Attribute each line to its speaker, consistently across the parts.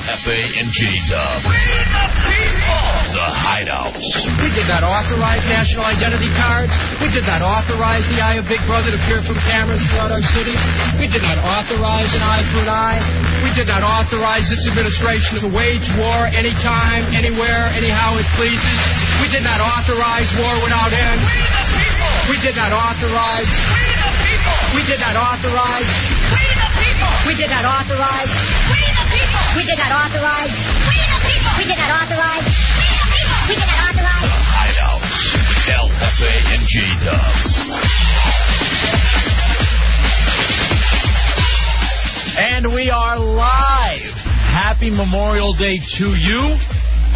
Speaker 1: and J-Dub. The Hideout.
Speaker 2: We did not authorize national identity cards. We did not authorize the eye of Big Brother to peer from cameras throughout our cities. We did not authorize an eye for an eye. We did not authorize this administration to wage war anytime, anywhere, anyhow it pleases. We did not authorize war without end. We did not authorize. We did not authorize.
Speaker 3: We did not authorize. We did not authorize. We did not authorize. We did not authorize.
Speaker 1: The Hideout. LFA and J-Dub.
Speaker 4: And we are live. Happy Memorial Day to you,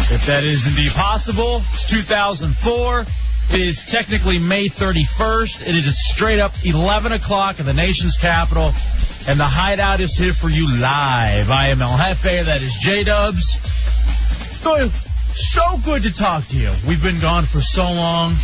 Speaker 4: if that is indeed possible. It's 2004. It is technically May 31st. It is straight up 11 o'clock in the nation's capital. And the hideout is here for you live. I am El Jefe. That is J Dubs. Good. So good to talk to you. We've been gone for so long.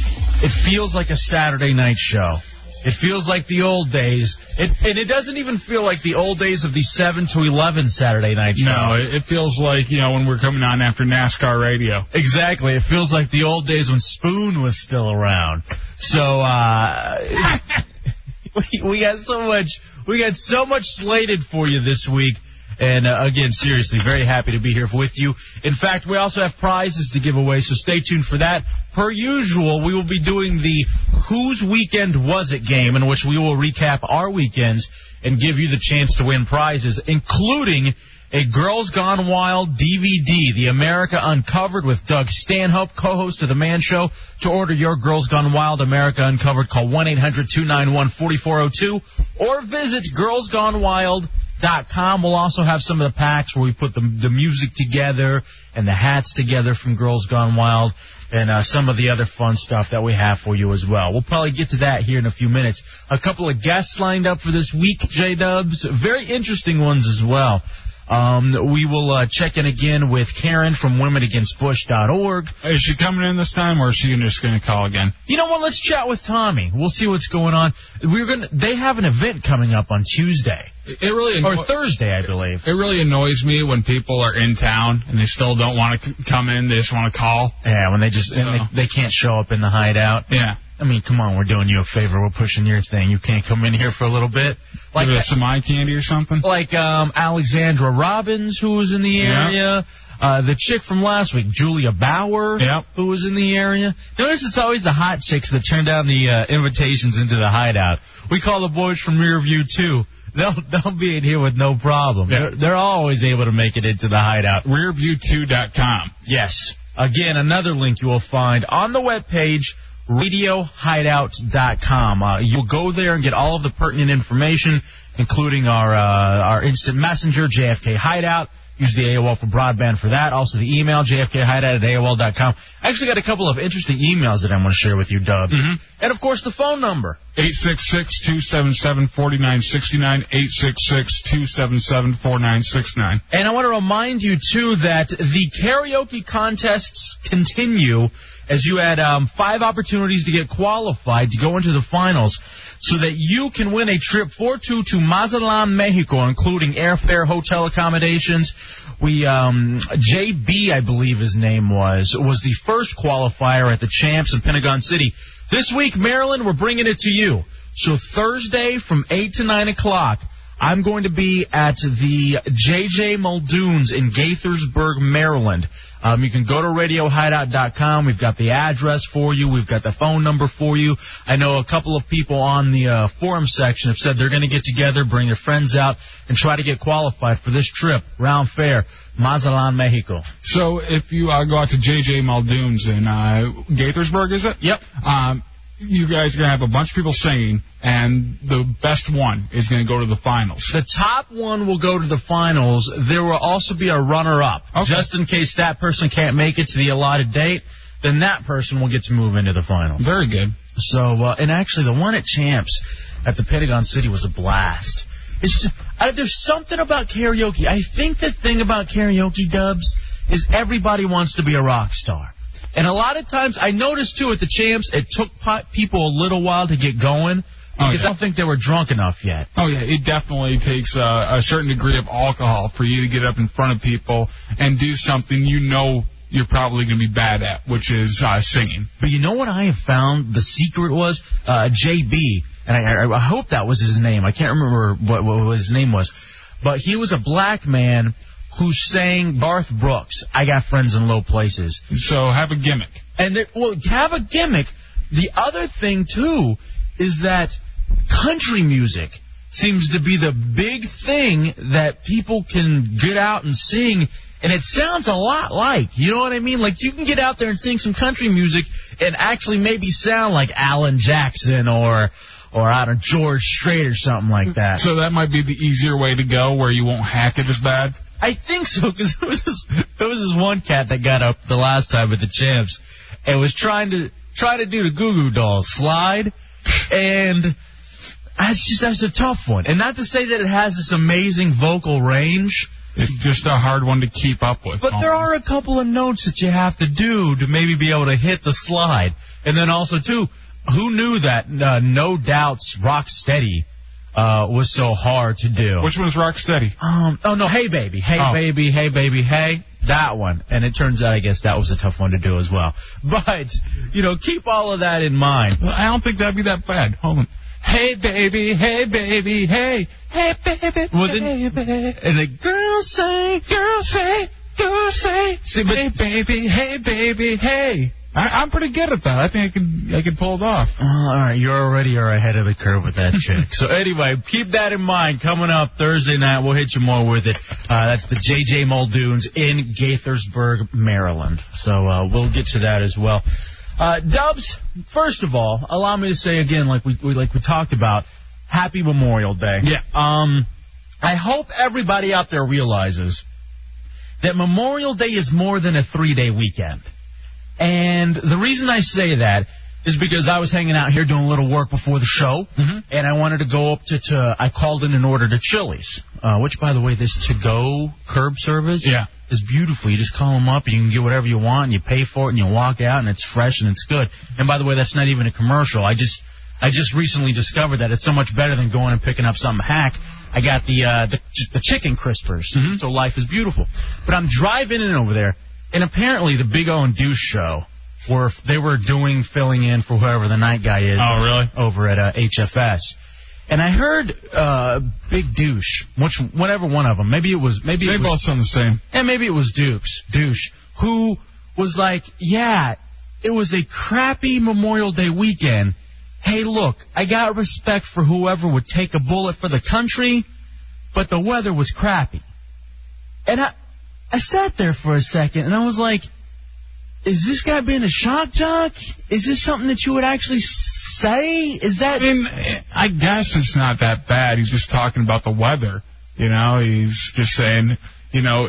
Speaker 4: It feels like a Saturday night show. It feels like the old days. It, and it doesn't even feel like the old days of the 7 to 11 Saturday night show.
Speaker 5: No, it, it feels like, you know, when we're coming on after NASCAR radio.
Speaker 4: Exactly. It feels like the old days when Spoon was still around. So uh, we, we got so much we got so much slated for you this week. And uh, again, seriously, very happy to be here with you. In fact, we also have prizes to give away, so stay tuned for that. Per usual, we will be doing the Whose Weekend Was It game, in which we will recap our weekends and give you the chance to win prizes, including a Girls Gone Wild DVD, The America Uncovered with Doug Stanhope, co-host of The Man Show. To order your Girls Gone Wild America Uncovered, call 1-800-291-4402 or visit girlsgonewild.com. We'll also have some of the packs where we put the, the music together and the hats together from Girls Gone Wild and uh, some of the other fun stuff that we have for you as well. We'll probably get to that here in a few minutes. A couple of guests lined up for this week, J-Dubs. Very interesting ones as well. Um, we will uh, check in again with Karen from WomenAgainstBush.org.
Speaker 5: Is she coming in this time, or is she just going to call again?
Speaker 4: You know what? Let's chat with Tommy. We'll see what's going on. We're going. to They have an event coming up on Tuesday
Speaker 5: It really
Speaker 4: or
Speaker 5: anno-
Speaker 4: Thursday, I believe.
Speaker 5: it really annoys me when people are in town and they still don't want to come in. They just want to call.
Speaker 4: Yeah, when they just and they, they can't show up in the hideout.
Speaker 5: Oh. Yeah,
Speaker 4: I mean, come on, we're doing you a favor. We're pushing your thing. You can't come in here for a little bit. Like
Speaker 5: like Maybe some eye candy or something.
Speaker 4: like um, Alexandra Robbins, who was in the
Speaker 5: Yeah.
Speaker 4: area. Uh, the chick from last week, Julia Bauer,
Speaker 5: Yep.
Speaker 4: who was in the area. Notice it's always the hot chicks that turn down the uh, invitations into the hideout. We call the boys from Rearview too. They'll they'll be in here with no problem.
Speaker 5: Yeah.
Speaker 4: They're, they're always able to make it into the hideout.
Speaker 5: Rearview2.com.
Speaker 4: Yes. Again, another link you will find on the webpage, radiohideout.com. Uh, you'll go there and get all of the pertinent information, including our, uh, our instant messenger, JFK Hideout. Use the AOL for broadband for that. Also the email, jfkhideout at AOL.com. I actually got a couple of interesting emails that I'm going to share with you, Dub. And, of course, the phone number.
Speaker 5: 866-277-4969, 866-277-4969.
Speaker 4: And I want to remind you, too, that the karaoke contests continue as you had um, five opportunities to get qualified to go into the finals so that you can win a trip for two to Mazatlan, Mexico, including airfare, hotel accommodations. We, um, JB, I believe his name was, was the first qualifier at the champs in Pentagon City. This week, Maryland, we're bringing it to you. So Thursday from 8 to 9 o'clock, I'm going to be at the JJ Muldoon's in Gaithersburg, Maryland. Um, you can go to radiohideout.com. We've got the address for you. We've got the phone number for you. I know a couple of people on the uh, forum section have said they're going to get together, bring their friends out, and try to get qualified for this trip, round fair, Mazatlan, Mexico.
Speaker 5: So if you uh, go out to JJ Muldoon's in uh, Gaithersburg, is it?
Speaker 4: Yep.
Speaker 5: Um, you guys are gonna have a bunch of people singing, and the best one is gonna go to the finals.
Speaker 4: The top one will go to the finals. There will also be a runner-up,
Speaker 5: Okay.
Speaker 4: just in case that person can't make it to the allotted date. Then that person will get to move into the finals.
Speaker 5: Very good.
Speaker 4: So, uh, and actually, the one at Champs at the Pentagon City was a blast. It's just, I, there's something about karaoke. I think the thing about karaoke dubs is everybody wants to be a rock star. And a lot of times, I noticed too at the Champs, it took po- people a little while to get going.
Speaker 5: Oh,
Speaker 4: Because
Speaker 5: yeah.
Speaker 4: I don't think they were drunk enough yet.
Speaker 5: Oh yeah, it definitely takes uh, a certain degree of alcohol for you to get up in front of people and do something you know you're probably going to be bad at, which is uh, singing.
Speaker 4: But you know what I have found the secret was? Uh, JB, and I, I, I hope that was his name. I can't remember what, what his name was. But he was a black man who sang Barth Brooks, I Got Friends in Low Places.
Speaker 5: So have a gimmick.
Speaker 4: And there, well, have a gimmick. The other thing too is that country music seems to be the big thing that people can get out and sing. And it sounds a lot like, you know what I mean? Like you can get out there and sing some country music and actually maybe sound like Alan Jackson or, or I don't know, George Strait or something like that.
Speaker 5: So that might be the easier way to go, where you won't hack it as bad.
Speaker 4: I think so because there was this, there was this one cat that got up the last time at the champs and was trying to try to do the Goo Goo Doll slide, and that's just that's a tough one. And not to say that it has this amazing vocal range,
Speaker 5: It's just a hard one to keep up with.
Speaker 4: but there are a couple of notes that you have to do to maybe be able to hit the slide. And then also too, who knew that uh, No Doubt's Rock Steady uh, was so hard to do?
Speaker 5: Which one's Rocksteady?
Speaker 4: Um, oh no, hey baby, hey
Speaker 5: Oh.
Speaker 4: baby, hey baby, hey. That one. And it turns out, I guess, that was a tough one to do as well. But, you know, keep all of that in mind.
Speaker 5: Well, I don't think that'd be that bad. Hold on. Hey baby, hey baby, hey, hey baby,
Speaker 4: Well, then-
Speaker 5: hey baby.
Speaker 4: And the girls say, girls say, girls say. See, but
Speaker 5: hey baby, hey baby, hey. I, I'm pretty good at that. I think I can I can pull it off.
Speaker 4: Oh, all right, you already are ahead of the curve with that chick. so anyway, keep that in mind. Coming up Thursday night, we'll hit you more with it. Uh, that's the JJ Muldoons in Gaithersburg, Maryland. So uh, we'll get to that as well. Uh, Dubs, first of all, allow me to say again, like we, we like we talked about, Happy Memorial Day.
Speaker 5: Yeah.
Speaker 4: Um, I hope everybody out there realizes that Memorial Day is more than a three-day weekend. And the reason I say that is because I was hanging out here doing a little work before the show, and I wanted to go up to, to I called in an order to Chili's, uh, which, by the way, this to-go curb service
Speaker 5: Yeah.
Speaker 4: is beautiful. You just call them up, and you can get whatever you want, and you pay for it, and you walk out, and it's fresh and it's good. And by the way, that's not even a commercial. I just I just recently discovered that it's so much better than going and picking up some hack. I got the uh, the, the chicken crispers,
Speaker 5: Mm-hmm.
Speaker 4: so life is beautiful. But I'm driving in over there, and apparently the Big O and Deuce show were they were doing filling in for whoever the night guy is
Speaker 5: Oh, really?
Speaker 4: over at uh, HFS. And I heard uh, Big Douche, which whatever one of them, maybe it was maybe
Speaker 5: They
Speaker 4: it
Speaker 5: both
Speaker 4: was,
Speaker 5: sound the same.
Speaker 4: and maybe it was Dukes, douche, who was like, yeah, it was a crappy Memorial Day weekend. Hey, look, I got respect for whoever would take a bullet for the country, but the weather was crappy. And I, I sat there for a second and I was like, is this guy being a shock jock? Is this something that you would actually say? Is that
Speaker 5: I mean, I guess it's not that bad. He's just talking about the weather. You know, he's just saying, you know,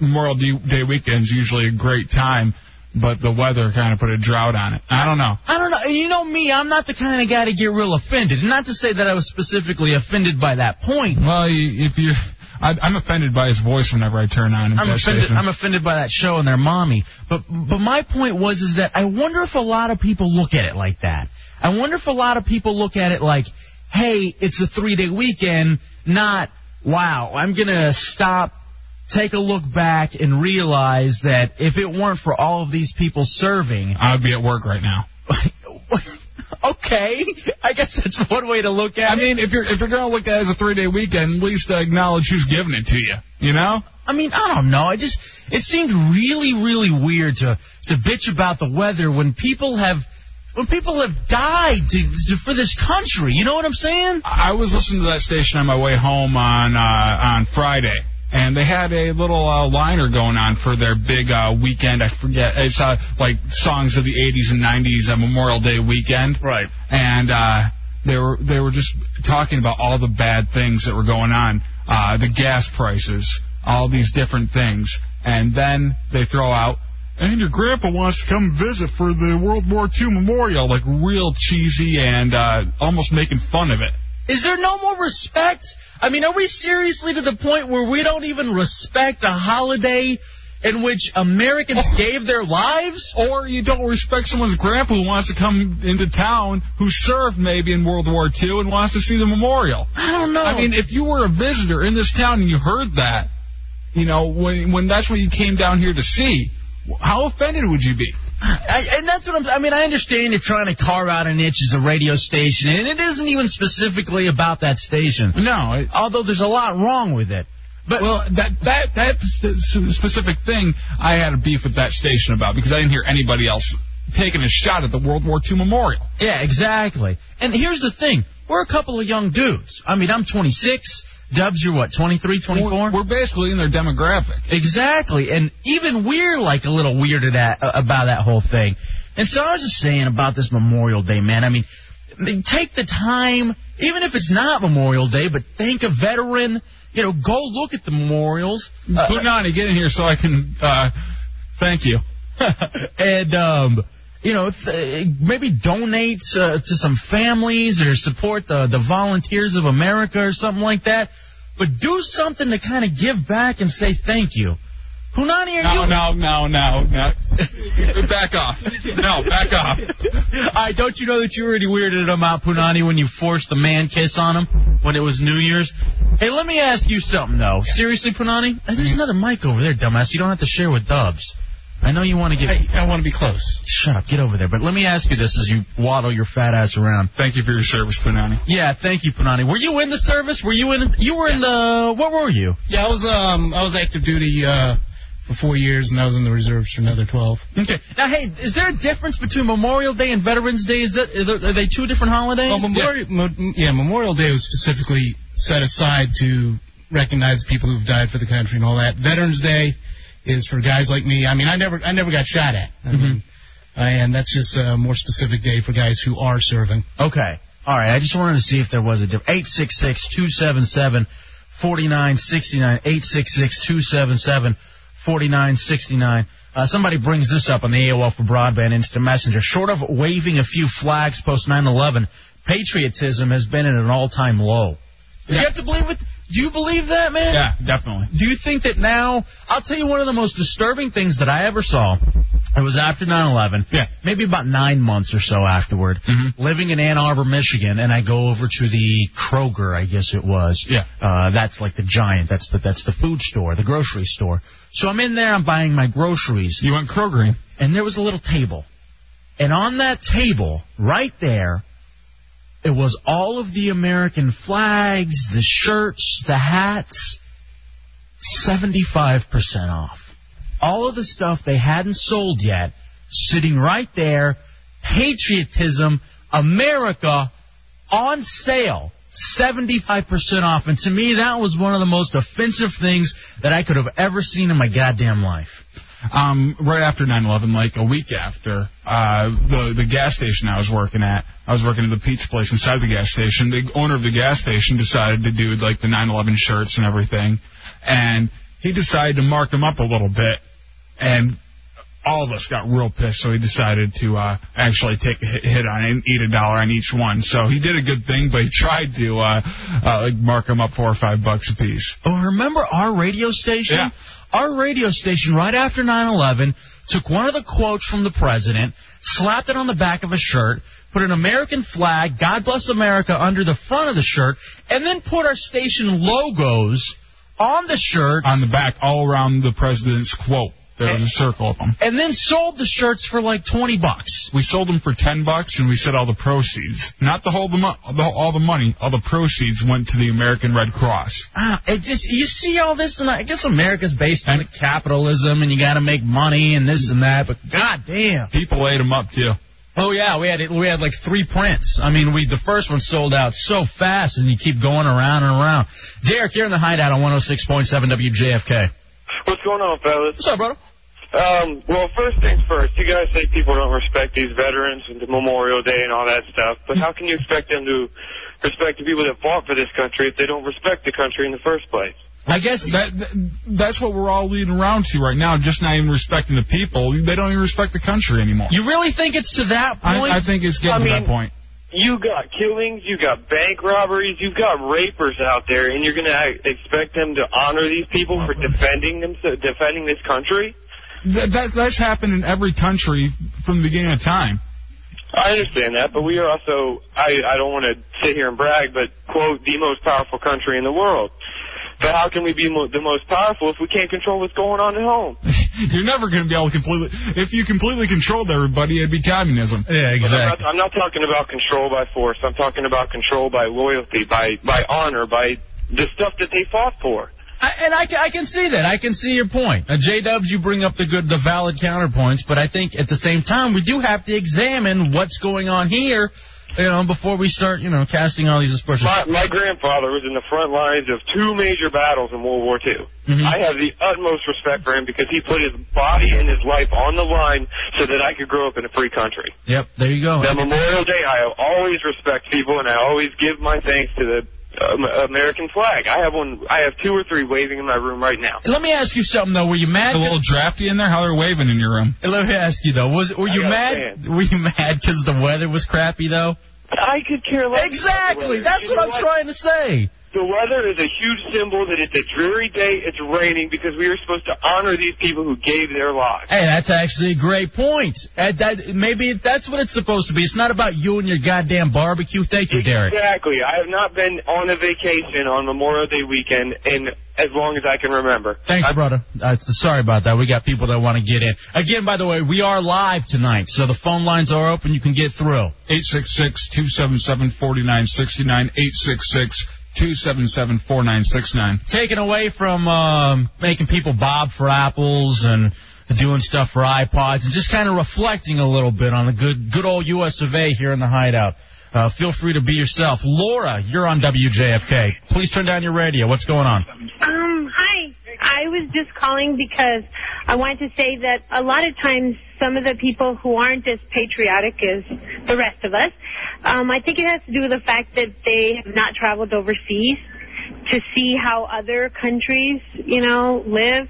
Speaker 5: Memorial Day weekend's usually a great time, but the weather kind of put a drought on it. I don't know.
Speaker 4: I don't know. You know me, I'm not the kind of guy to get real offended. And not to say that I was specifically offended by that point,
Speaker 5: Well, you- if you, I, I'm offended by his voice whenever I turn on.
Speaker 4: I'm
Speaker 5: that
Speaker 4: offended.
Speaker 5: station.
Speaker 4: I'm offended by that show and their mommy. But but my point was is that I wonder if a lot of people look at it like that. I wonder if a lot of people look at it like, hey, it's a three day weekend, not wow. I'm gonna stop, take a look back, and realize that if it weren't for all of these people serving,
Speaker 5: I would be at work right now.
Speaker 4: okay, I guess that's one way to look at
Speaker 5: I
Speaker 4: it.
Speaker 5: mean, if you're if you're gonna look at it as a three day weekend, at least uh, acknowledge who's giving it to you. You know?
Speaker 4: I mean, I don't know. I just it seemed really, really weird to to bitch about the weather when people have when people have died to, to for this country. You know what I'm saying?
Speaker 5: I was listening to that station on my way home on uh, on Friday, and they had a little uh, liner going on for their big uh, weekend. I forget it's uh, like songs of the 80s and 90s uh, Memorial Day weekend.
Speaker 4: Right.
Speaker 5: And uh, they were they were just talking about all the bad things that were going on, uh, the gas prices, all these different things, and then they throw out. And your grandpa wants to come visit for the World War II memorial, like real cheesy and uh, almost making fun of it.
Speaker 4: Is there no more respect? I mean, are we seriously to the point where we don't even respect a holiday in which Americans
Speaker 5: Oh.
Speaker 4: gave their lives?
Speaker 5: Or you don't respect someone's grandpa who wants to come into town, who served maybe in World War II and wants to see the memorial.
Speaker 4: I don't know.
Speaker 5: I mean, if you were a visitor in this town and you heard that, you know, when when that's what you came down here to see, how offended would you be?
Speaker 4: I, and that's what I'm. I mean, I understand you're trying to carve out an niche as a radio station, and it isn't even specifically about that station.
Speaker 5: No, it,
Speaker 4: Although there's a lot wrong with it.
Speaker 5: but well, that that that s- s- specific thing, I had a beef with that station about because I didn't hear anybody else taking a shot at the World War II memorial.
Speaker 4: Yeah, exactly. And here's the thing: we're a couple of young dudes. I mean, I'm 26. Dubs, you're what, 23, 24?
Speaker 5: We're, we're basically in their demographic.
Speaker 4: Exactly, and even we're like a little weirded at uh, about that whole thing. And so I was just saying about this Memorial Day, man. I mean, I mean, take the time, even if it's not Memorial Day, but thank a veteran. You know, go look at the memorials. Uh,
Speaker 5: Punani, get in here so I can uh, thank you.
Speaker 4: and um, you know, th- maybe donate uh, to some families or support the the volunteers of America or something like that. But do something to kind of give back and say thank you. Hunani, are
Speaker 5: No,
Speaker 4: you?
Speaker 5: no, no, no, no. Back off. No, back off.
Speaker 4: I don't you know that you already weirded him out, Punani, when you forced the man kiss on him when it was New Year's? Hey, let me ask you something though. Seriously, Punani,
Speaker 6: Mm-hmm.
Speaker 4: Uh, there's another mic over there, dumbass. You don't have to share with Dubs. I know you want to get.
Speaker 6: I want to be close.
Speaker 4: Shut up, get over there. But let me ask you this as you waddle your fat ass around.
Speaker 5: Thank you for your service, Punani.
Speaker 4: Yeah, thank you, Panani. Were you in the service? Were you in? You were in the. What were you?
Speaker 6: Yeah, I was um I was active duty uh for four years, and I was in the reserves for another twelve.
Speaker 4: Okay. Now, hey, is there a difference between Memorial Day and Veterans Day? Is that is there, are they two different holidays?
Speaker 6: Well, Memorial Mo- yeah Memorial Day was specifically set aside to recognize people who've died for the country and all that. Veterans Day is for guys like me. I mean, I never I never got shot at. I
Speaker 4: Mm-hmm.
Speaker 6: mean, and that's just a more specific day for guys who are serving.
Speaker 4: Okay. All right. I just wanted to see if there was a difference. Eight six six two seven seven forty nine sixty nine. Eight six six two seven seven forty nine sixty nine. Uh, somebody brings this up on the AOL for broadband instant messenger. Short of waving a few flags post nine eleven, patriotism has been at an all time low. Do You have to believe it. Do you believe that, man?
Speaker 5: Yeah, definitely.
Speaker 4: Do you think that now? I'll tell you one of the most disturbing things that I ever saw. It was after 9 11.
Speaker 5: Yeah. Mm-hmm.
Speaker 4: Maybe about nine months or so afterward. Living in Ann Arbor, Michigan, and I go over to the Kroger, I guess it was.
Speaker 5: Yeah.
Speaker 4: Uh, that's like the giant. That's the, that's the food store, the grocery store. So I'm in there, I'm buying my groceries
Speaker 5: You went Krogering.
Speaker 4: and there was a little table. And on that table, right there, it was all of the American flags, the shirts, the hats, 75% off. All of the stuff they hadn't sold yet, sitting right there, patriotism, America, on sale. 75% off. And to me, that was one of the most offensive things that I could have ever seen in my goddamn life.
Speaker 5: um, right after 9/11, like a week after, uh, the the gas station I was working at, I was working at the pizza place inside the gas station. The owner of the gas station decided to do like the 9/11 shirts and everything, and he decided to mark them up a little bit, and all of us got real pissed. So he decided to uh, actually take a hit- hit on it and eat a dollar on each one. So he did a good thing, but he tried to uh, uh, like mark them up four or five bucks a piece.
Speaker 4: Oh, remember our radio station?
Speaker 5: Yeah.
Speaker 4: Our radio station, right after 9 11, took one of the quotes from the president, slapped it on the back of a shirt, put an American flag, God bless America, under the front of the shirt, and then put our station logos on the shirt,
Speaker 5: On the back, all around the president's quote, there was a circle of them.
Speaker 4: and then sold the shirts for like 20 bucks.
Speaker 5: We sold them for ten bucks, and we said all the proceeds, not the whole the, mo- the all the money, all the proceeds went to the American Red Cross.
Speaker 4: Ah, it just you see all this, and I guess America's based on capitalism, and you got to make money and this and that. But goddamn.
Speaker 5: People ate them up too.
Speaker 4: Oh yeah, we had we had like three prints. I mean, we the first one sold out so fast, and you keep going around and around. Derek, you're in the hideout on 106.7 WJFK.
Speaker 7: What's going on, fellas?
Speaker 4: What's up, brother?
Speaker 7: Um, well, first things first, you guys say people don't respect these veterans and the Memorial Day and all that stuff, but how can you expect them to respect the people that fought for this country if they don't respect the country in the first place?
Speaker 4: I guess
Speaker 5: That, that that's what we're all leading around to right now. Just not even respecting the people. They don't even respect the country anymore.
Speaker 4: you really think it's to that point.
Speaker 5: I, I think it's getting to
Speaker 7: I mean-
Speaker 5: that point.
Speaker 7: you got killings, you got bank robberies, you've got rapers out there, and you're going to expect them to honor these people for defending them, defending this country?
Speaker 5: That, that, that's happened in every country from the beginning of time.
Speaker 7: I understand that, but we are also, I, I don't want to sit here and brag, but quote, the most powerful country in the world. But how can we be mo- the most powerful if we can't control what's going on at home?
Speaker 5: You're never going to be able to completely. If you completely controlled everybody, it'd be communism.
Speaker 4: Yeah,
Speaker 7: But I'm, not,
Speaker 4: exactly.
Speaker 7: I'm not talking about control by force. I'm talking about control by loyalty, by, by honor, by the stuff that they fought for.
Speaker 4: I, and I, ca- I can see that. I can see your point. Uh, J Dubs, you bring up the good, the valid counterpoints, but I think at the same time we do have to examine what's going on here, you know, before we start, you know, casting all these aspersions.
Speaker 7: My, my grandfather was in the front lines of two major battles in World War II.
Speaker 4: Mhm.
Speaker 7: I have the utmost respect for him because he put his body and his life on the line so that I could grow up in a free country.
Speaker 4: Yep, there you
Speaker 5: Oh,
Speaker 4: go.
Speaker 7: Now, Memorial Day, I always respect people, and I always give my thanks to the um, American flag. I have one. I have two or three waving in my room right now.
Speaker 4: Let me ask you something though. Were you mad?
Speaker 5: A little drafty in there. How they're waving in your room.
Speaker 4: Let me ask you though. Was were you
Speaker 7: I
Speaker 4: mad?
Speaker 7: understand.
Speaker 4: Were you mad because the weather was crappy though?
Speaker 7: I could care less.
Speaker 4: Exactly. That's
Speaker 7: You
Speaker 4: what
Speaker 7: know
Speaker 4: I'm trying to say.
Speaker 7: The weather is a huge symbol that it's a dreary day. It's raining because we are supposed to honor these people who gave their lives.
Speaker 4: Hey, that's actually a great point. And that maybe that's what it's supposed to be. It's not about you and your goddamn barbecue. Thank you, Derek.
Speaker 7: Exactly. I have not been on a vacation on Memorial Day weekend in as long as I can remember.
Speaker 4: Thanks, brother. Uh, so sorry about that. We got people that want to get in. Again, by the way, we are live tonight, so the phone lines are open. You can get through.
Speaker 5: 866-277-4969. 866-277-4969.
Speaker 4: Taken away from um, making people bob for apples and doing stuff for iPods, and just kind of reflecting a little bit on the good, good old U.S. of A. here in the hideout. Uh, feel free to be yourself. Laura, you're on WJFK. Please turn down your radio. What's going on?
Speaker 8: Um, hi. I was just calling because I wanted to say that a lot of times some of the people who aren't as patriotic as the rest of us, um, I think it has to do with the fact that they have not traveled overseas to see how other countries, you know, live.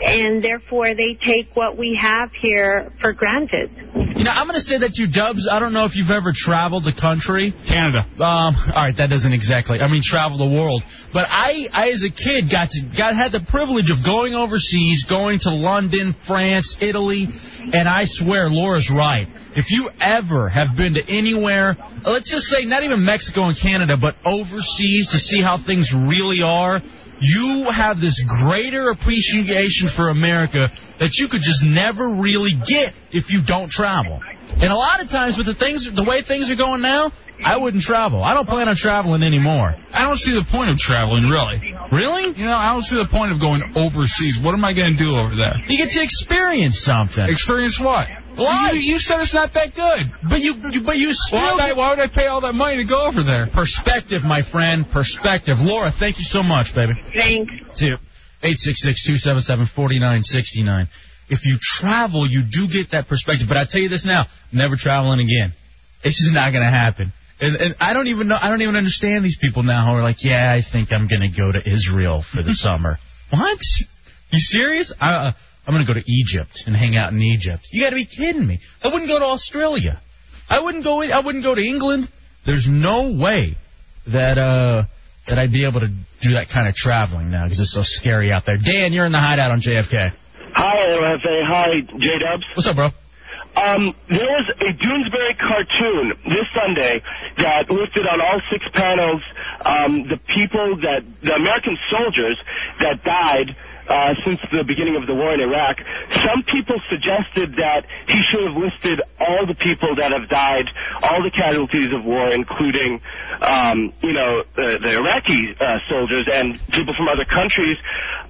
Speaker 8: And therefore, they take what we have here for granted.
Speaker 4: You know, I'm going to say that you dubs. I don't know if you've ever traveled the country.
Speaker 5: Canada.
Speaker 4: Um, all right, that doesn't exactly. I mean, travel the world. But I, I as a kid, got to got had the privilege of going overseas, going to London, France, Italy, and I swear, Laura's right. If you ever have been to anywhere, let's just say not even Mexico and Canada, but overseas to see how things really are, you have this greater appreciation for America that you could just never really get if you don't travel. And a lot of times with the things, the way things are going now, I wouldn't travel. I don't plan on traveling anymore.
Speaker 5: I don't see the point of traveling, really.
Speaker 4: Really?
Speaker 5: You know, I don't see the point of going overseas. What am I going to do over there?
Speaker 4: You get to experience something.
Speaker 5: Experience what?
Speaker 4: Life.
Speaker 5: You, you said it's not that good.
Speaker 4: But you, you but you still
Speaker 5: Why would, I,
Speaker 4: get-
Speaker 5: why would I pay all that money to go over there?
Speaker 4: perspective, my friend, perspective. Laura, thank you so much, baby.
Speaker 8: Thanks.
Speaker 4: See you. 866-277-4969. If you travel, you do get that perspective. But I tell you this now, never traveling again. It's just not going to happen. And, and I don't even know. I don't even understand these people now who are like, yeah, I think I'm going to go to Israel for the summer. What? You serious? I, uh, I'm going to go to Egypt and hang out in Egypt. You got to be kidding me. I wouldn't go to Australia. I wouldn't go. I wouldn't go to England. There's no way that uh that I'd be able to do that kind of traveling now because it's so scary out there. Dan, you're in the hideout on JFK.
Speaker 9: Hi, LFA. Hi, J Dubs.
Speaker 4: What's up, bro?
Speaker 9: Um, there was a Doonesbury cartoon this Sunday that listed on all six panels um, the people that the American soldiers that died. Uh, since the beginning of the war in Iraq, some people suggested that he should have listed all the people that have died, all the casualties of war, including, um, you know, the, the Iraqi uh, soldiers and people from other countries.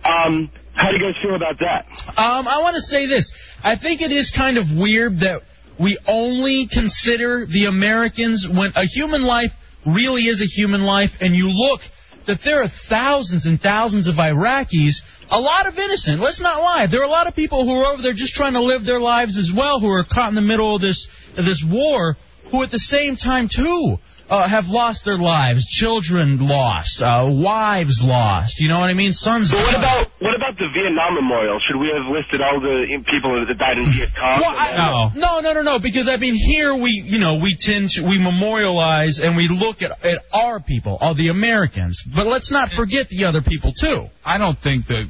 Speaker 9: Um, how do you guys feel about that?
Speaker 4: Um, I want to say this. I think it is kind of weird that we only consider the Americans when a human life really is a human life, and you look that there are thousands and thousands of Iraqis, a lot of innocent. Let's not lie. There are a lot of people who are over there just trying to live their lives as well, who are caught in the middle of this this war. who at the same time too uh, have lost their lives, children lost, uh, wives lost. You know what I mean? Sons.
Speaker 9: But what
Speaker 4: lost.
Speaker 9: about what about the Vietnam Memorial? Should we have listed all the in- people that died in Viet Cong?
Speaker 4: Well, I, no, no, no, no. Because I mean, here we, you know, we tend to we memorialize and we look at at our people, all the Americans. But let's not forget the other people too.
Speaker 5: I don't think that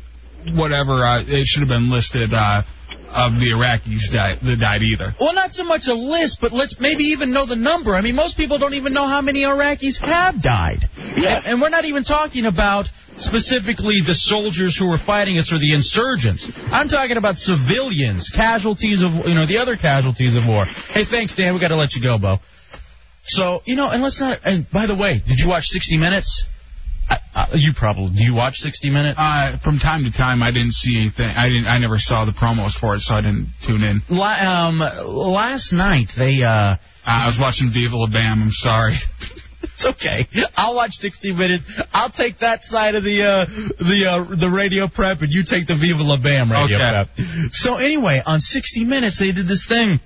Speaker 5: whatever uh, it should have been listed uh, of the Iraqis died, that died either.
Speaker 4: Well, not so much a list, but let's maybe even know the number. I mean, most people don't even know how many Iraqis have died.
Speaker 9: Yes.
Speaker 4: And, and we're not even talking about specifically the soldiers who were fighting us or the insurgents. I'm talking about civilians, casualties of, you know, the other casualties of war. Hey, thanks, Dan. we got to let you go, Bo. So, you know, and let's not, and by the way, did you watch 60 Minutes? I, I, you probably, do you watch 60 Minutes?
Speaker 5: Uh, from time to time, I didn't see anything. I didn't. I never saw the promos for it, so I didn't tune in.
Speaker 4: La- um, last night they, uh,
Speaker 5: Uh, I was watching Viva La Bam. I'm sorry.
Speaker 4: It's okay. I'll watch 60 Minutes. I'll take that side of the uh, the uh, the radio prep, and you take the Viva La Bam radio
Speaker 5: Okay.
Speaker 4: prep. So anyway, on 60 Minutes, they did this thing.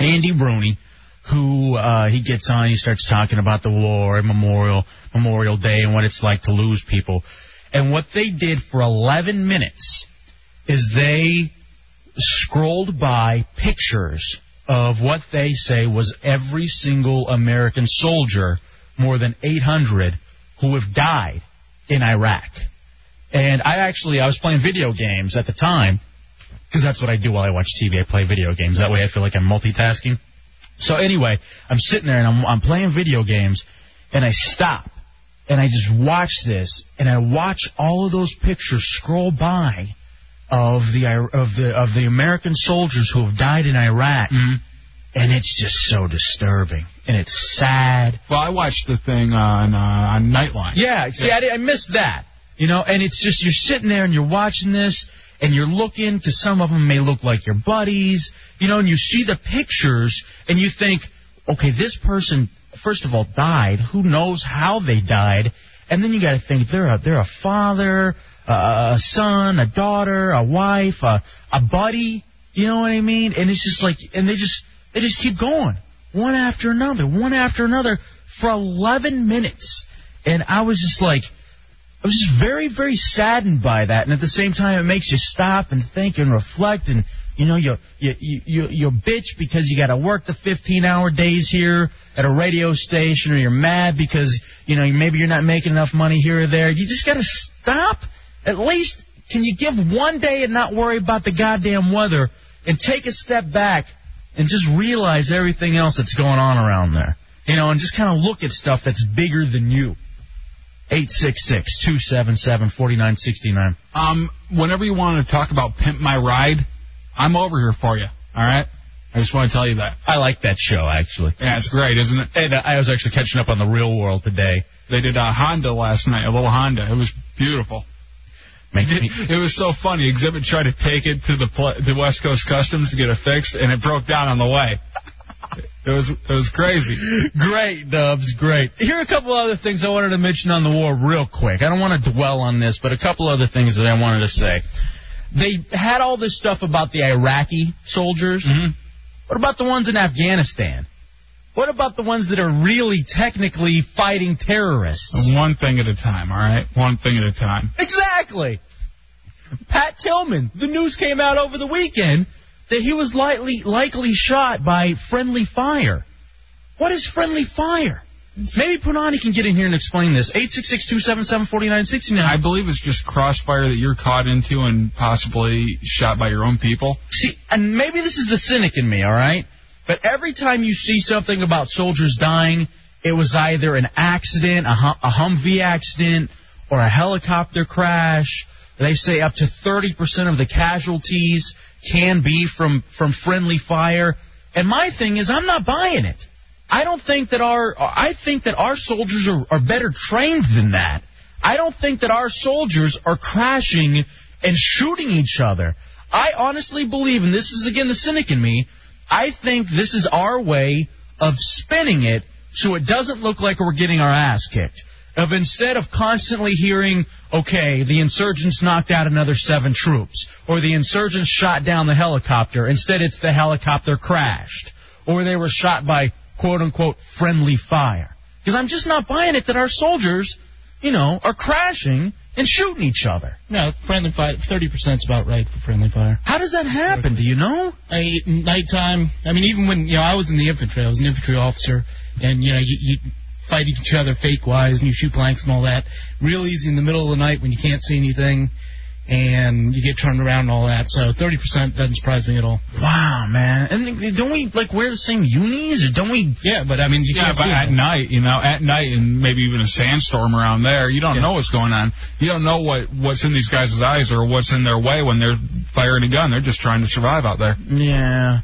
Speaker 4: Andy Bruni, who uh, he gets on, he starts talking about the war and Memorial Memorial Day and what it's like to lose people. And what they did for 11 minutes is they scrolled by pictures of what they say was every single American soldier, more than 800, who have died in Iraq. And I actually, I was playing video games at the time, because that's what I do while I watch TV. I play video games. That way I feel like I'm multitasking. So anyway, I'm sitting there and I'm, I'm playing video games, and I stop, and I just watch this, and I watch all of those pictures scroll by of the Ir- of the of the American soldiers who have died in Iraq,
Speaker 5: Mm-hmm.
Speaker 4: and it's just so disturbing, and it's sad.
Speaker 5: Well, I watched the thing on uh, on Nightline.
Speaker 4: Yeah, see, I, di- I missed that. You know, and it's just you're sitting there and you're watching this and you're looking because some of them may look like your buddies, you know, and you see the pictures and you think, okay, this person, first of all, died. Who knows how they died? And then you got to think they're a they're a father, uh, a son, a daughter, a wife, a a buddy. You know what I mean? And it's just like, and they just they just keep going one after another, one after another for 11 minutes, and I was just like, I was just very very saddened by that, and at the same time it makes you stop and think and reflect, and you know you you you you you're bitch because you got to work the 15 hour days here at a radio station, or you're mad because you know maybe you're not making enough money here or there. You just got to stop at least. Can you give one day and not worry about the goddamn weather and take a step back and just realize everything else that's going on around there. You know, and just kind of look at stuff that's bigger than you. 866-277-4969.
Speaker 5: Um, whenever you want to talk about Pimp My Ride, I'm over here for you. All right. I just want to tell you that.
Speaker 4: I like that show, actually.
Speaker 5: Yeah, it's great, isn't it?
Speaker 4: And uh, I was actually catching up on the real world today.
Speaker 5: They did a Honda last night, a little Honda. It was beautiful.
Speaker 4: Makes me...
Speaker 5: It, it was so funny. Exhibit tried to take it to the pl- to West Coast Customs to get it fixed, and it broke down on the way. It was it was crazy.
Speaker 4: Great, Dubs, great. Here are a couple other things I wanted to mention on the war real quick. I don't want to dwell on this, but a couple other things that I wanted to say. They had all this stuff about the Iraqi soldiers. What about the ones in Afghanistan? What about the ones that are really technically fighting terrorists?
Speaker 5: One thing at a time, all right. One thing at a time.
Speaker 4: Exactly. Pat Tillman. The news came out over the weekend that he was lightly, likely shot by friendly fire. What is friendly fire? Maybe Punani can get in here and explain this. 866-277-4969.
Speaker 5: I believe it's just crossfire that you're caught into and possibly shot by your own people.
Speaker 4: see, and maybe this is the cynic in me, all right? But every time you see something about soldiers dying, it was either an accident, a, hum- a Humvee accident, or a helicopter crash. They say up to 30% of the casualties can be from, from friendly fire. And my thing is, I'm not buying it. I don't think that our I think that our soldiers are, are better trained than that. I don't think that our soldiers are crashing and shooting each other. I honestly believe, and this is again the cynic in me, I think this is our way of spinning it so it doesn't look like we're getting our ass kicked. Of instead of constantly hearing, okay, the insurgents knocked out another seven troops, or the insurgents shot down the helicopter, instead it's the helicopter crashed or they were shot by quote unquote friendly fire. Because I'm just not buying it that our soldiers, you know, are crashing and shooting each other.
Speaker 6: No, friendly fire. Thirty percent's about right for friendly fire.
Speaker 4: How does that happen? Do you know?
Speaker 6: I nighttime. I mean, even when you know I was in the infantry, I was an infantry officer, and you know you, you fight each other fake wise and you shoot blanks and all that. Real easy in the middle of the night when you can't see anything, and you get turned around and all that. So thirty percent doesn't surprise me at all.
Speaker 4: Wow, Oh, man. And don't we like wear the same unis or don't we?
Speaker 6: Yeah, but I mean you
Speaker 5: Yeah,
Speaker 6: can't
Speaker 5: but
Speaker 6: see.
Speaker 5: at
Speaker 6: anything.
Speaker 5: night, you know, at night and maybe even a sandstorm around there, you don't know what's going on. You don't know what what's in these guys' eyes or what's in their way when they're firing a gun. They're just trying to survive out there.
Speaker 4: Yeah.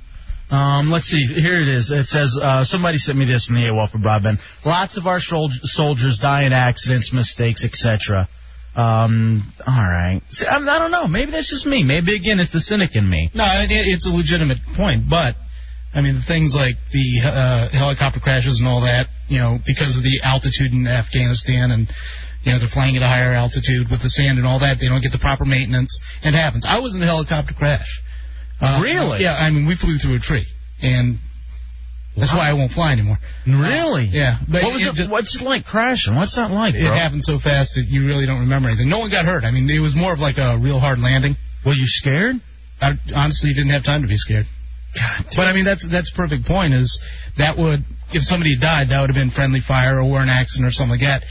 Speaker 4: Um, let's see. Here it is. It says uh, somebody sent me this in the AWOL for broadband. Lots of our shol- soldiers die in accidents, mistakes, etc. Um, all right. See, I'm, I don't know. Maybe that's just me. Maybe again, it's the cynic in me.
Speaker 6: No, it, it's a legitimate point, but I mean things like the uh, helicopter crashes and all that. You know, because of the altitude in Afghanistan and. You know, they're flying at a higher altitude with the sand and all that. They don't get the proper maintenance. It happens. I was in a helicopter crash. Uh,
Speaker 4: Really?
Speaker 6: Yeah, I mean, we flew through a tree, and that's why I won't fly anymore.
Speaker 4: Really?
Speaker 6: Yeah, but
Speaker 4: What was it?
Speaker 6: just-
Speaker 4: what's it like crashing? What's that like,
Speaker 6: it
Speaker 4: bro?
Speaker 6: happened so fast that you really don't remember anything. No one got hurt. I mean, it was more of like a real hard landing.
Speaker 4: Were you scared?
Speaker 6: I honestly didn't have time to be scared.
Speaker 4: God.
Speaker 6: But I mean, that's that's a perfect point. Is that would if somebody had died, that would have been friendly fire or an accident or something like that.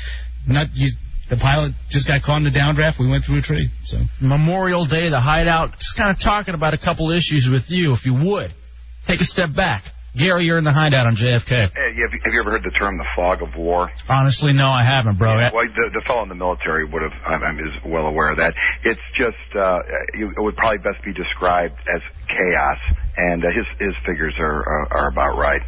Speaker 6: Not you. The pilot just got caught in the downdraft. We went through a tree. So
Speaker 4: Memorial Day, the hideout. Just kind of talking about a couple issues with you, if you would. Take a step back. Gary, you're in the hideout on JFK.
Speaker 10: Hey, have you, have you ever heard the term the fog of war?
Speaker 4: Honestly, no, I haven't, bro. I-
Speaker 10: Well, the, the fellow in the military would have, I'm, I'm is well aware of that. It's just, uh, it would probably best be described as chaos, and uh, his his figures are are, are about right.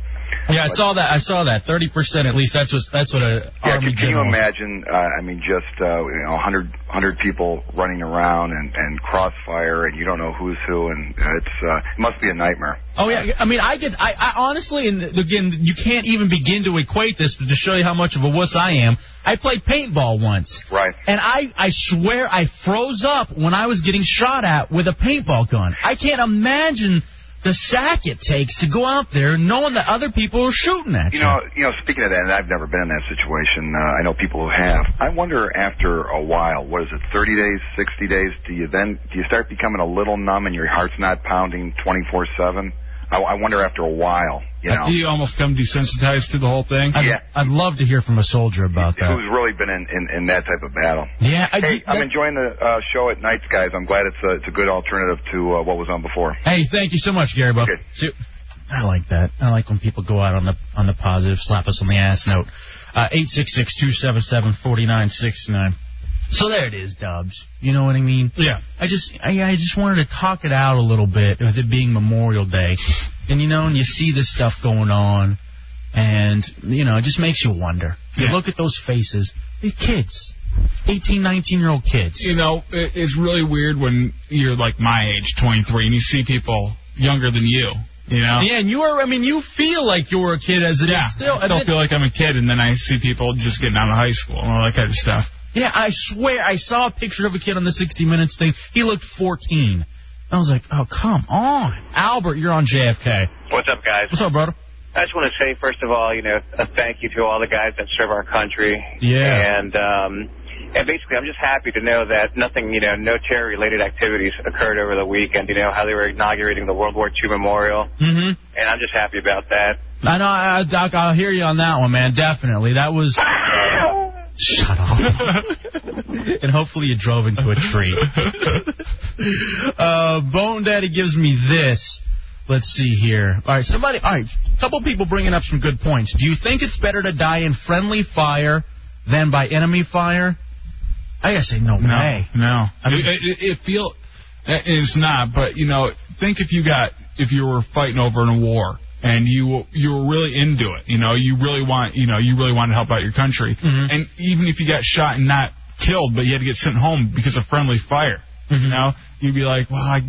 Speaker 4: Yeah, I saw that. I saw that. Thirty percent at least. That's what. That's what a
Speaker 10: Yeah, can,
Speaker 4: army
Speaker 10: can you
Speaker 4: general.
Speaker 10: imagine? Uh, I mean, just uh, you know, 100, 100 people running around and and crossfire, and you don't know who's who, and it's uh, it must be a nightmare.
Speaker 4: Oh yeah. I mean, I get. I, I honestly, and again, you can't even begin to equate this to show you how much of a wuss I am. I played paintball once.
Speaker 10: Right.
Speaker 4: And I, I swear, I froze up when I was getting shot at with a paintball gun. I can't imagine the sack it takes to go out there knowing that other people are shooting at you.
Speaker 10: You know, you know. Speaking of that, and I've never been in that situation. Uh, I know people who have. I wonder, after a while, what is it, 30 days, 60 days? Do you then do you start becoming a little numb and your heart's not pounding 24/7? I, I wonder after a while, you know,
Speaker 5: You almost come desensitized to the whole thing.
Speaker 4: I'd,
Speaker 10: yeah.
Speaker 4: I'd love to hear from a soldier about that.
Speaker 10: who's really been in, in in that type of battle.
Speaker 4: Yeah. I,
Speaker 10: Hey, I'm enjoying the uh, show at nights, guys. I'm glad it's a it's a good alternative to uh, what was on before.
Speaker 4: Hey, thank you so much, Gary Buff.
Speaker 10: Okay.
Speaker 4: See- I like that. I like when people go out on the on the positive, slap us on the ass note. Uh, Eight six six two seven seven forty nine six nine. So there it is, Dubs. You know what I mean?
Speaker 5: Yeah.
Speaker 4: I just I, I just wanted to talk it out a little bit with it being Memorial Day, and you know, and you see this stuff going on, and you know, it just makes you wonder. You look at those faces, they're kids, 18, 19 year old kids.
Speaker 5: you know, it, it's really weird when you're like my age, 23, and you see people younger than you. You know,
Speaker 4: Yeah, and you are. I mean, you feel like you were a kid as it is
Speaker 5: yeah.
Speaker 4: still.
Speaker 5: I still
Speaker 4: And then-
Speaker 5: feel like I'm a kid, and then I see people just getting out of high school and all that kind of stuff.
Speaker 4: Yeah, I swear I saw a picture of a kid on the 60 Minutes thing. He looked 14. I was like, oh, come on. Albert, you're on JFK.
Speaker 7: What's up, guys?
Speaker 4: What's up, brother?
Speaker 7: I just want to say, first of all, you know, a thank you to all the guys that serve our country.
Speaker 4: Yeah.
Speaker 7: And um, and basically, I'm just happy to know that nothing, you know, no terror-related activities occurred over the weekend. You know how they were inaugurating the World War II memorial,
Speaker 4: Mm-hmm.
Speaker 7: and I'm just happy about that.
Speaker 4: I know, I, I- Doc, I'll hear you on that one, man. Definitely. That was. Shut up. and hopefully you drove into a tree. uh, Bone Daddy gives me this. Let's see here. All right, somebody. All right, couple people bringing up some good points. Do you think it's better to die in friendly fire than by enemy fire? I gotta say no, way.
Speaker 5: No,
Speaker 4: I mean-
Speaker 5: it, it, it feel it- it's not. But you know, think if you got if you were fighting over in a war and you you were really into it. You know, you really want you know you really want to help out your country.
Speaker 4: Mhm.
Speaker 5: And even if you got shot and not killed, but you had to get sent home because of friendly fire,
Speaker 4: Mm-hmm.
Speaker 5: you know, you'd be like, well, I,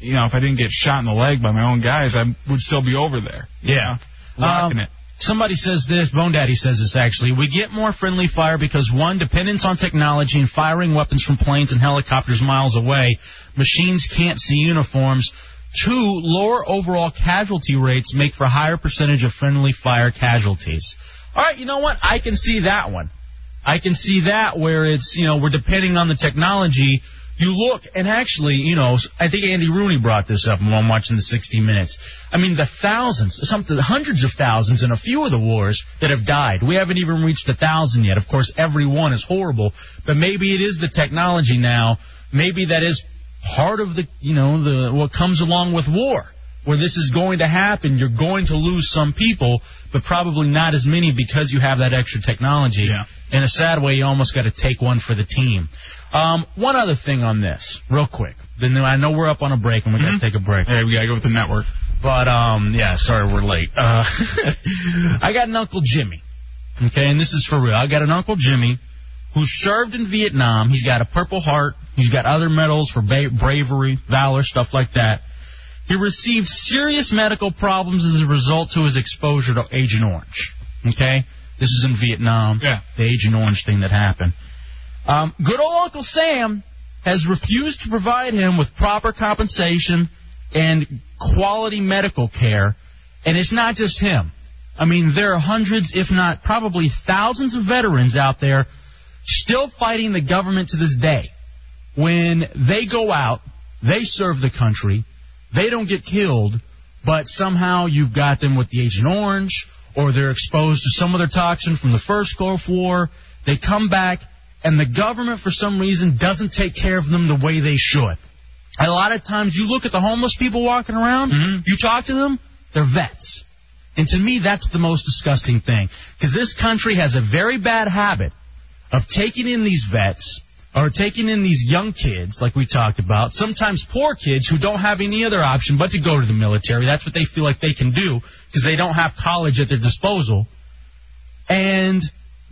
Speaker 5: you know, if I didn't get shot in the leg by my own guys, I would still be over there. you
Speaker 4: Yeah.
Speaker 5: know, rocking
Speaker 4: Um,
Speaker 5: it.
Speaker 4: Somebody says this, Bone Daddy says this actually. We get more friendly fire because, one, dependence on technology and firing weapons from planes and helicopters miles away. Machines can't see uniforms. Two, lower overall casualty rates make for higher percentage of friendly fire casualties. All right, you know what? I can see that one. I can see that where it's, you know, we're depending on the technology. You look, and actually, you know, I think Andy Rooney brought this up when I'm watching the 60 Minutes. I mean, the thousands, something, hundreds of thousands in a few of the wars that have died. We haven't even reached a thousand yet. Of course, every one is horrible, but maybe it is the technology now. Maybe that is part of the, you know, the what comes along with war where this is going to happen. You're going to lose some people, but probably not as many because you have that extra technology. In a sad way, you almost got to take one for the team. Um, one other thing on this, real quick. Then I know we're up on a break and we got to take a break.
Speaker 5: Mm-hmm. Hey, we gotta go with the network.
Speaker 4: But um, yeah, sorry we're late. Uh, I got an Uncle Jimmy. Okay, and this is for real. I got an Uncle Jimmy who served in Vietnam. He's got a Purple Heart. He's got other medals for ba- bravery, valor, stuff like that. He received serious medical problems as a result to his exposure to Agent Orange. Okay, this is in Vietnam. Yeah, the Agent Orange thing that happened. Um, good old Uncle Sam has refused to provide him with proper compensation and quality medical care, and it's not just him. I mean, there are hundreds, if not probably thousands, of veterans out there still fighting the government to this day. When they go out, they serve the country, they don't get killed, but somehow you've got them with the Agent Orange, or they're exposed to some other toxin from the first Gulf War. They come back, and the government, for some reason, doesn't take care of them the way they should. A lot of times you look at the homeless people walking around, you talk to them, they're vets. And to me, that's the most disgusting thing. Because this country has a very bad habit of taking in these vets or taking in these young kids, like we talked about, sometimes poor kids who don't have any other option but to go to the military. That's what they feel like they can do because they don't have college at their disposal. And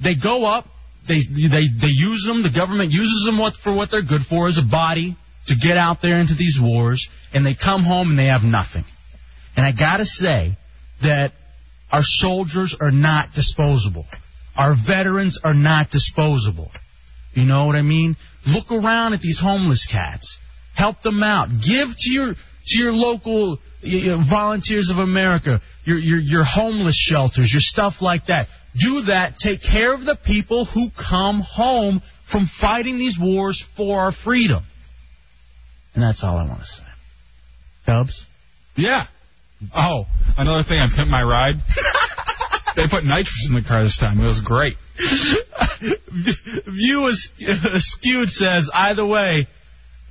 Speaker 4: they go up, they they they use them. The government uses them what for what they're good for as a body to get out there into these wars, and they come home and they have nothing. And I gotta say that our soldiers are not disposable. Our veterans are not disposable. You know what I mean? Look around at these homeless cats. Help them out. Give to your to your local you know, volunteers of America, your, your your homeless shelters, your stuff like that. Do that. Take care of the people who come home from fighting these wars for our freedom. And that's all I want to say. Dubs.
Speaker 5: Yeah. Oh, another thing I pimp my ride. they put nitrous in the car this time. It was great.
Speaker 4: View as skewed says either way.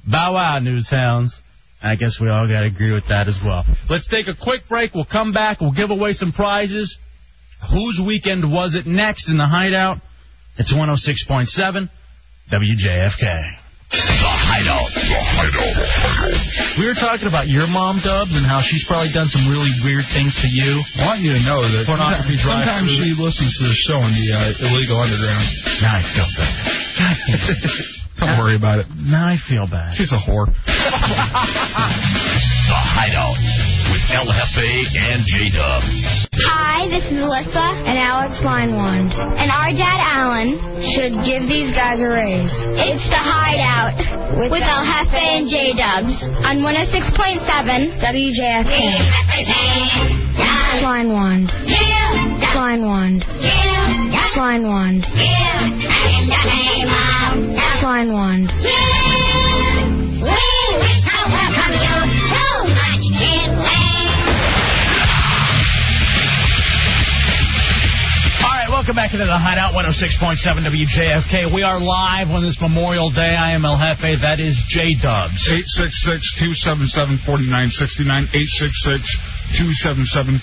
Speaker 4: Bow wow, news hounds. I guess we all got to agree with that as well. Let's take a quick break. We'll come back. We'll give away some prizes. Whose weekend was it next in the hideout? It's 106.7 WJFK. We were talking about your mom, Dubs, and how she's probably done some really weird things to you.
Speaker 5: I want you to know that
Speaker 4: Pornography drive
Speaker 5: sometimes she listens to the show in the uh, illegal underground.
Speaker 4: Now I feel bad. God damn it.
Speaker 5: Don't worry about it.
Speaker 4: Now I feel bad.
Speaker 5: She's a whore.
Speaker 1: The Hideout with LFA and J Dubs.
Speaker 3: Hi, this is Melissa and Alex Linewand. And our dad, Alan, should give these guys a raise. It's the Hideout with, El Jefe and J Dubs on 106.7 WJFK. Linewand. Linewand. Linewand. Linewand.
Speaker 4: All right, welcome back into the Hideout 106.7 WJFK. We are live on this Memorial Day. I am El Jefe. That is J Dubs.
Speaker 5: 866-277-4969,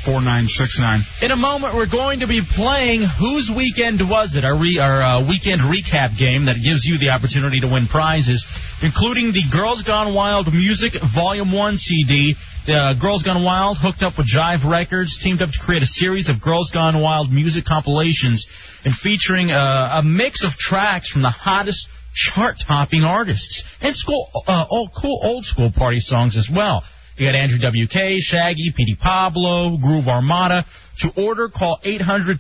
Speaker 5: 866-277-4969.
Speaker 4: In a moment, we're going to be playing Whose Weekend Was It? Our, re- our uh, weekend recap game that gives you the opportunity to win prizes, including the Girls Gone Wild Music Volume 1 CD. The uh, Girls Gone Wild hooked up with Jive Records, teamed up to create a series of Girls Gone Wild music compilations and featuring uh, a mix of tracks from the hottest chart-topping artists and school, uh, old, cool old school party songs as well. You got Andrew WK, Shaggy, P.D. Pablo, Groove Armada. To order, call 800-291-4402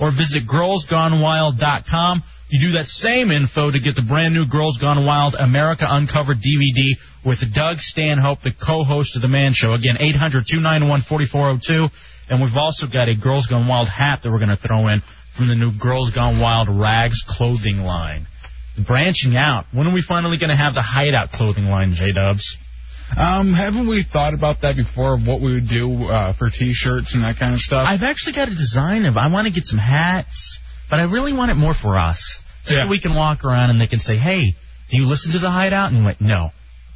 Speaker 4: or visit girlsgonewild.com. You do that same info to get the brand new Girls Gone Wild America Uncovered DVD with Doug Stanhope, the co-host of the Man Show. Again, 800-291-4402. And we've also got a Girls Gone Wild hat that we're going to throw in from the new Girls Gone Wild Rags clothing line. Branching out. When are we finally going to have the hideout clothing line, J Dubs?
Speaker 5: Um, haven't we thought about that before of what we would do uh, for T-shirts and that kind of stuff?
Speaker 4: I've actually got a design of. I want to get some hats, but I really want it more for us, so
Speaker 5: Yeah.
Speaker 4: we can walk around and they can say, "Hey, do you listen to the Hideout?" And we went, "No,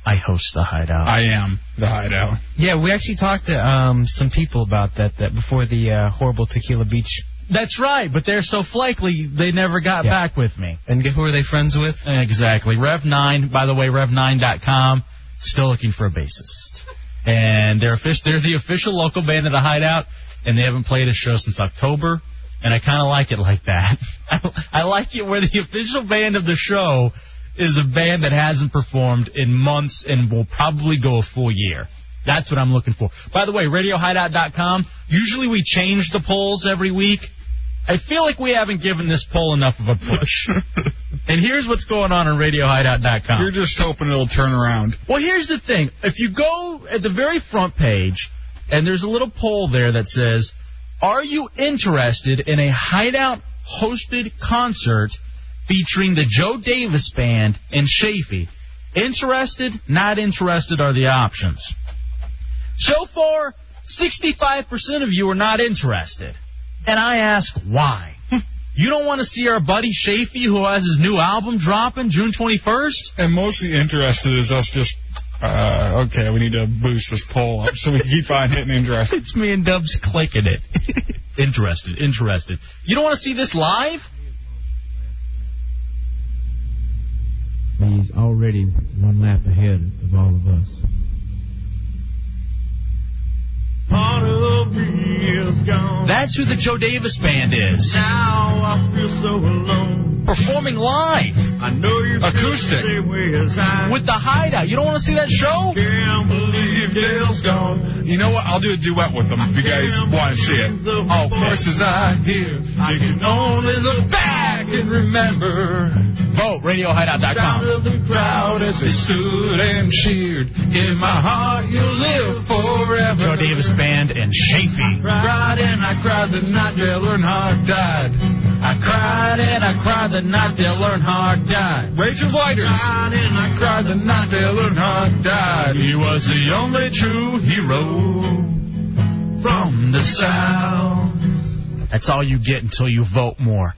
Speaker 4: I host the Hideout."
Speaker 5: I am the hideout.
Speaker 11: Yeah, we actually talked to um, some people about that that before the uh, horrible Tequila Beach.
Speaker 4: That's right, but they're so flaky they never got
Speaker 11: Yeah.
Speaker 4: back with me.
Speaker 11: And who are they friends with?
Speaker 4: Exactly. Rev9, by the way, rev9.com, still looking for a bassist. And they're, offic- they're the official local band of the Hideout, and they haven't played a show since October, and I kind of like it like that. I, I like it where the official band of the show is a band that hasn't performed in months and will probably go a full year. That's what I'm looking for. By the way, RadioHideout.com, usually we change the polls every week. I feel like we haven't given this poll enough of a push. and here's what's going on on RadioHideout.com.
Speaker 5: You're just hoping it'll turn around.
Speaker 4: Well, here's the thing. If you go at the very front page, and there's a little poll there that says, Are you interested in a hideout hosted concert featuring the Joe Davis Band and Shafee? Interested, not interested are the options. So far, 65% of you are not interested. And I ask why. you don't want to see our buddy Shafee, who has his new album dropping June 21st?
Speaker 5: And mostly interested is us just, uh, okay, we need to boost this poll up so we keep on hitting interested.
Speaker 4: It's me and Dubs clicking it. interested, interested. You don't want to see this live?
Speaker 11: He's already one lap ahead of all of us.
Speaker 4: That's who the Joe Davis Band is. Performing live
Speaker 5: Acoustic.
Speaker 4: with the Hideout. You don't want to see that show?
Speaker 5: You know what? I'll do a duet with them if you guys want to see it. All voices I hear, I can only look back and remember.
Speaker 4: Vote RadioHideout.com.
Speaker 5: of the crowd as they stood and cheered. In my heart, you'll live forever.
Speaker 4: Joe Davis Band and Shafee.
Speaker 5: cried and I cried the night Dale Earnhardt died. I cried and I cried the night Dale Earnhardt died. Raise your lighters. cried and I cried the night Dale Earnhardt died. He was the only true hero from the South.
Speaker 4: That's all you get until you vote more.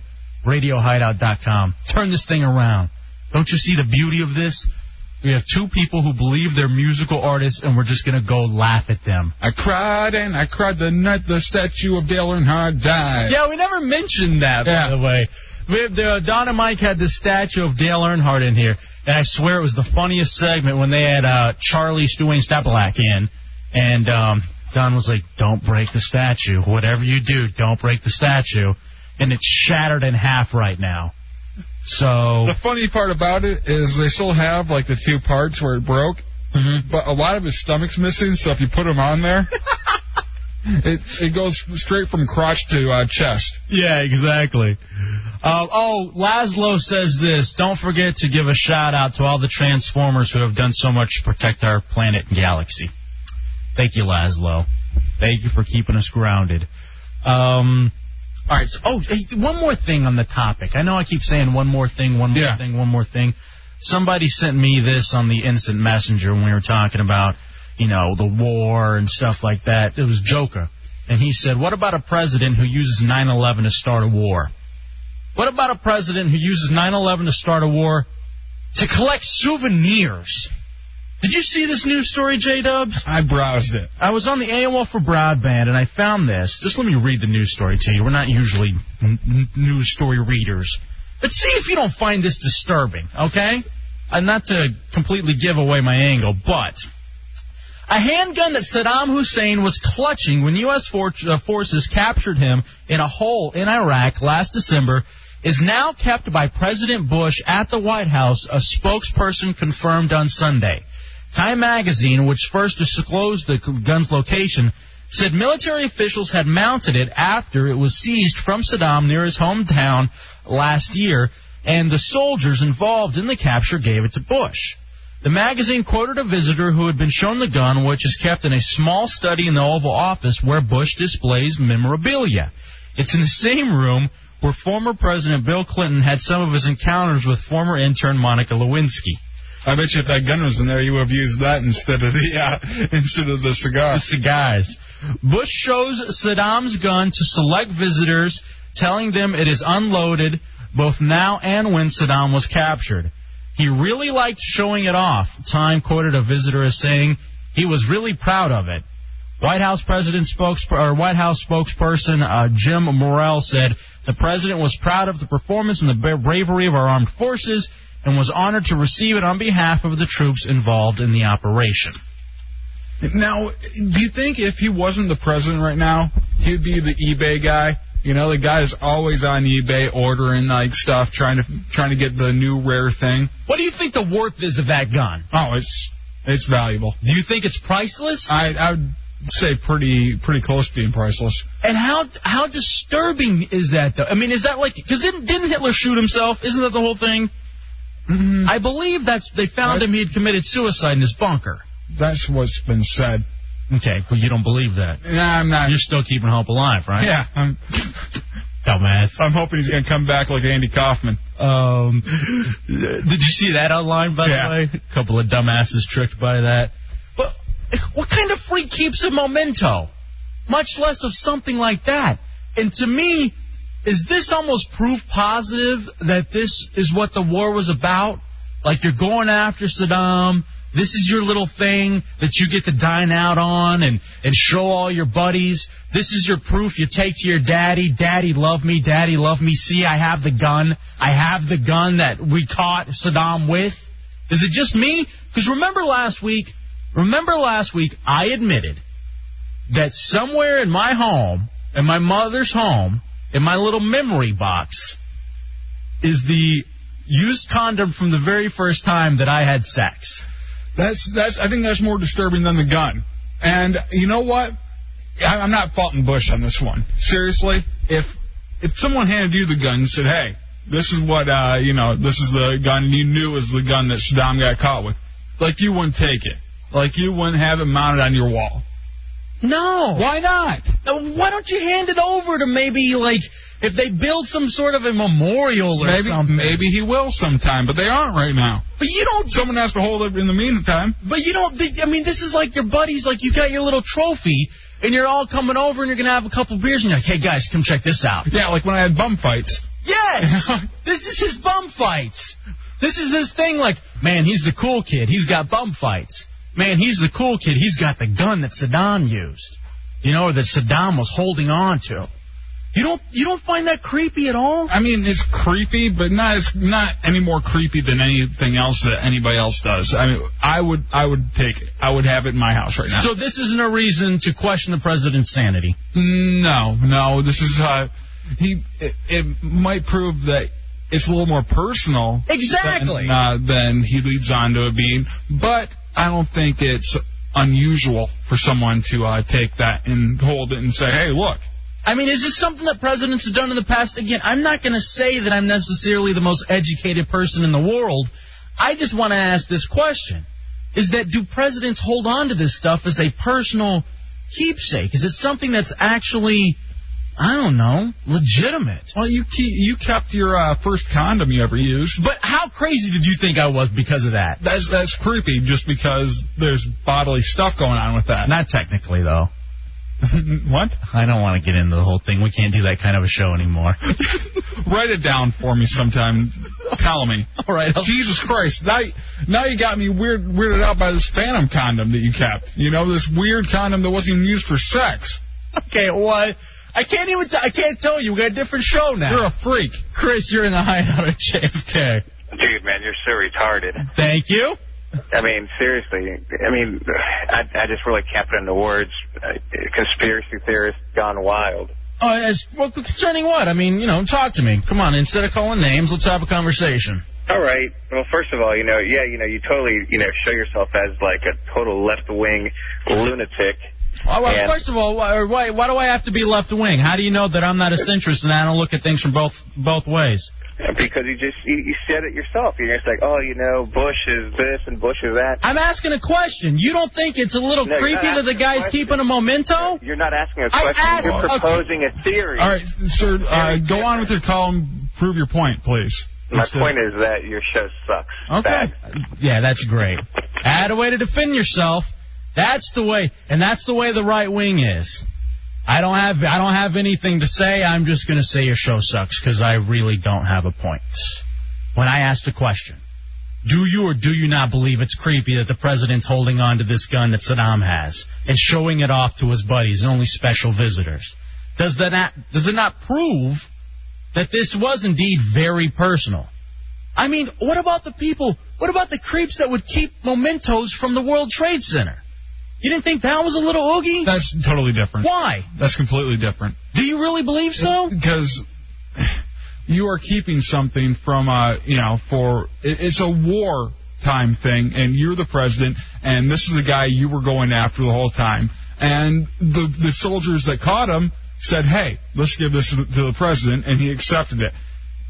Speaker 4: RadioHideout.com. Turn this thing around. Don't you see the beauty of this? We have two people who believe they're musical artists, and we're just going to go laugh at them.
Speaker 5: I cried and I cried the night the statue of Dale Earnhardt died.
Speaker 4: Yeah, we never mentioned that, by
Speaker 5: Yeah.
Speaker 4: the way. We, the, Don and Mike had this statue of Dale Earnhardt in here, and I swear it was the funniest segment when they had uh, Charlie Stuane Stepelak in, and um, Don was like, "Don't break the statue. Whatever you do, don't break the statue." And it's shattered in half right now. So
Speaker 5: The funny part about it is they still have like the two parts where it broke, but a lot of his stomach's missing. So if you put him on there, it it goes straight from crotch to uh, chest.
Speaker 4: Yeah, exactly. Uh, oh, Laszlo says this. Don't forget to give a shout out to all the Transformers who have done so much to protect our planet and galaxy. Thank you, Laszlo. Thank you for keeping us grounded. Um, all right. So, oh, hey, one more thing on the topic. I know I keep saying one more thing, one more
Speaker 5: Yeah.
Speaker 4: thing, one more thing. Somebody sent me this on the instant messenger when we were talking about, you know, the war and stuff like that. It was Joker. And he said, What about a president who uses 9 11 to start a war? What about a president who uses 9 11 to start a war to collect souvenirs? Did you see this news story, J Dubs?
Speaker 5: I browsed it.
Speaker 4: I was on the AOL for broadband and I found this. Just let me read the news story to you. We're not usually n- n- news story readers. But see if you don't find this disturbing, okay? And not to completely give away my angle, but a handgun that Saddam Hussein was clutching when U.S. For- uh, forces captured him in a hole in Iraq last December is now kept by President Bush at the White House, a spokesperson confirmed on Sunday. Time magazine, which first disclosed the gun's location, said military officials had mounted it after it was seized from Saddam near his hometown last year, and the soldiers involved in the capture gave it to Bush. The magazine quoted a visitor who had been shown the gun, which is kept in a small study in the Oval Office where Bush displays memorabilia. It's in the same room where former President Bill Clinton had some of his encounters with former intern Monica Lewinsky.
Speaker 5: I bet you if that gun was in there, you would have used that instead of the uh, instead of the cigar. The
Speaker 4: cigars. Bush shows Saddam's gun to select visitors, telling them it is unloaded both now and when Saddam was captured. He really liked showing it off. Time quoted a visitor as saying he was really proud of it. White House President spokesper- or White House spokesperson uh, Jim Morrell said the president was proud of the performance and the bra- bravery of our armed forces and was honored to receive it on behalf of the troops involved in the operation.
Speaker 5: Now, do you think if he wasn't the president right now, he'd be the eBay guy? You know, the guy is always on eBay ordering like stuff, trying to trying to get the new rare thing.
Speaker 4: What do you think the worth is of that gun?
Speaker 5: Oh, it's it's valuable.
Speaker 4: Do you think it's priceless?
Speaker 5: I I would say pretty pretty close to being priceless.
Speaker 4: And how how disturbing is that though? I mean, is that like because didn't didn't Hitler shoot himself? Isn't that the whole thing? I believe that's they found him. He had committed suicide in his bunker.
Speaker 5: That's what's been said.
Speaker 4: Okay, well you don't believe that.
Speaker 5: Nah, I'm not.
Speaker 4: You're still keeping hope alive, right?
Speaker 5: Yeah, I'm.
Speaker 4: Dumbass.
Speaker 5: I'm hoping he's gonna come back like Andy Kaufman.
Speaker 4: Um, did you see that online by
Speaker 5: Yeah.
Speaker 4: the way? A couple of dumbasses tricked by that. But what kind of freak keeps a memento? Much less of something like that. And to me, is this almost proof positive that this is what the war was about? Like you're going after Saddam. This is your little thing that you get to dine out on and, and show all your buddies. This is your proof you take to your daddy. Daddy, love me. Daddy, love me. See, I have the gun. I have the gun that we caught Saddam with. Is it just me? Because remember last week, remember last week, I admitted that somewhere in my home, in my mother's home, in my little memory box, is the used condom from the very first time that I had sex.
Speaker 5: That's that's. I think that's more disturbing than the gun. And you know what? I, I'm not faulting Bush on this one. Seriously, if if someone handed you the gun and said, "Hey, this is what uh, you know, this is the gun you knew was the gun that Saddam got caught with," like you wouldn't take it. Like you wouldn't have it mounted on your wall.
Speaker 4: No.
Speaker 5: Why not?
Speaker 4: Why don't you hand it over to maybe like if they build some sort of a memorial or
Speaker 5: Maybe
Speaker 4: something?
Speaker 5: maybe he will sometime, but they aren't right now.
Speaker 4: But you don't.
Speaker 5: Someone has to hold it in the meantime.
Speaker 4: But you don't. think- I mean, this is like your buddies. Like you got your little trophy, and you're all coming over, and you're gonna have a couple beers, and you're like, hey guys, come check this out.
Speaker 5: Yeah, like when I had bum fights.
Speaker 4: Yes. this is his bum fights. This is his thing. Like, man, he's the cool kid. He's got bum fights. Man, he's the cool kid. He's got the gun that Saddam used. You know, or that Saddam was holding on to. You don't. You don't find that creepy at all.
Speaker 5: I mean, it's creepy, but not it's not any more creepy than anything else that anybody else does. I mean, I would I would take it. I would have it in my house right now.
Speaker 4: So this isn't a reason to question the president's sanity.
Speaker 5: no, no, this is uh, he. It, it might prove that it's a little more personal.
Speaker 4: Exactly.
Speaker 5: Than, uh, than he leads on to it being, but I don't think it's unusual for someone to uh, take that and hold it and say, hey, look.
Speaker 4: I mean, is this something that presidents have done in the past? Again, I'm not going to say that I'm necessarily the most educated person in the world. I just want to ask this question: Is that do presidents hold on to this stuff as a personal keepsake? Is it something that's actually, I don't know, legitimate?
Speaker 5: Well, you keep, you kept your uh, first condom you ever used.
Speaker 4: But how crazy did you think I was because of that?
Speaker 5: That's that's creepy just because there's bodily stuff going on with that.
Speaker 4: Not technically, though.
Speaker 5: what?
Speaker 4: I don't want to get into the whole thing. We can't do that kind of a show anymore.
Speaker 5: Write it down for me sometime. Tell me.
Speaker 4: All right, I'll-
Speaker 5: Jesus Christ. Now now you got me weird weirded out by this phantom condom that you kept. You know, this weird condom that wasn't even used for sex.
Speaker 4: Okay, what? I can't even. T- I can't tell you. We got a different show now.
Speaker 5: You're a freak.
Speaker 4: Chris, you're in the hideout at JFK.
Speaker 12: Dude, man, you're so retarded.
Speaker 4: Thank you.
Speaker 12: I mean, seriously. I mean, I, I just really can't put into words. Uh, conspiracy theorist gone wild.
Speaker 4: Oh, as well, concerning what? I mean, you know, talk to me. Come on, instead of calling names, let's have a conversation.
Speaker 12: All right. Well, first of all, you know, yeah, you know, you totally, you know, show yourself as like a total left wing lunatic.
Speaker 4: Oh, well,
Speaker 12: Yeah.
Speaker 4: First of all, why, or why why do I have to be left wing? How do you know that I'm not a centrist and I don't look at things from both both ways?
Speaker 12: uh, because you just you, you said it yourself. You're just like, oh, you know, Bush is this and Bush is that.
Speaker 4: I'm asking a question. You don't think it's a little
Speaker 12: No, you're
Speaker 4: creepy that
Speaker 12: not
Speaker 4: the
Speaker 12: asking a
Speaker 4: guy's
Speaker 12: question.
Speaker 4: keeping a memento?
Speaker 12: You're not asking a
Speaker 4: I
Speaker 12: question.
Speaker 4: asked
Speaker 12: You're
Speaker 4: a-
Speaker 12: proposing a theory.
Speaker 5: All right, sir, uh, go on with your call and prove your point, please.
Speaker 12: My
Speaker 5: Let's do it.
Speaker 12: point is that your show sucks.
Speaker 4: Okay. Yeah, that's great. Add a way to defend yourself. That's the way, and that's the way the right wing is. I don't have I don't have anything to say. I'm just going to say your show sucks because I really don't have a point. When I asked a question, do you or do you not believe it's creepy that the president's holding on to this gun that Saddam has and showing it off to his buddies and only special visitors? Does that not, does it not prove that this was indeed very personal? I mean, what about the people? What about the creeps that would keep mementos from the World Trade Center? You didn't think that was a little oogie?
Speaker 5: That's totally different.
Speaker 4: Why?
Speaker 5: That's completely different.
Speaker 4: Do you really believe so?
Speaker 5: Because you are keeping something from, uh, you know, for it- it's a war time thing, and you're the president, and this is the guy you were going after the whole time, and the the soldiers that caught him said, "Hey, let's give this to the- to the president," and he accepted it.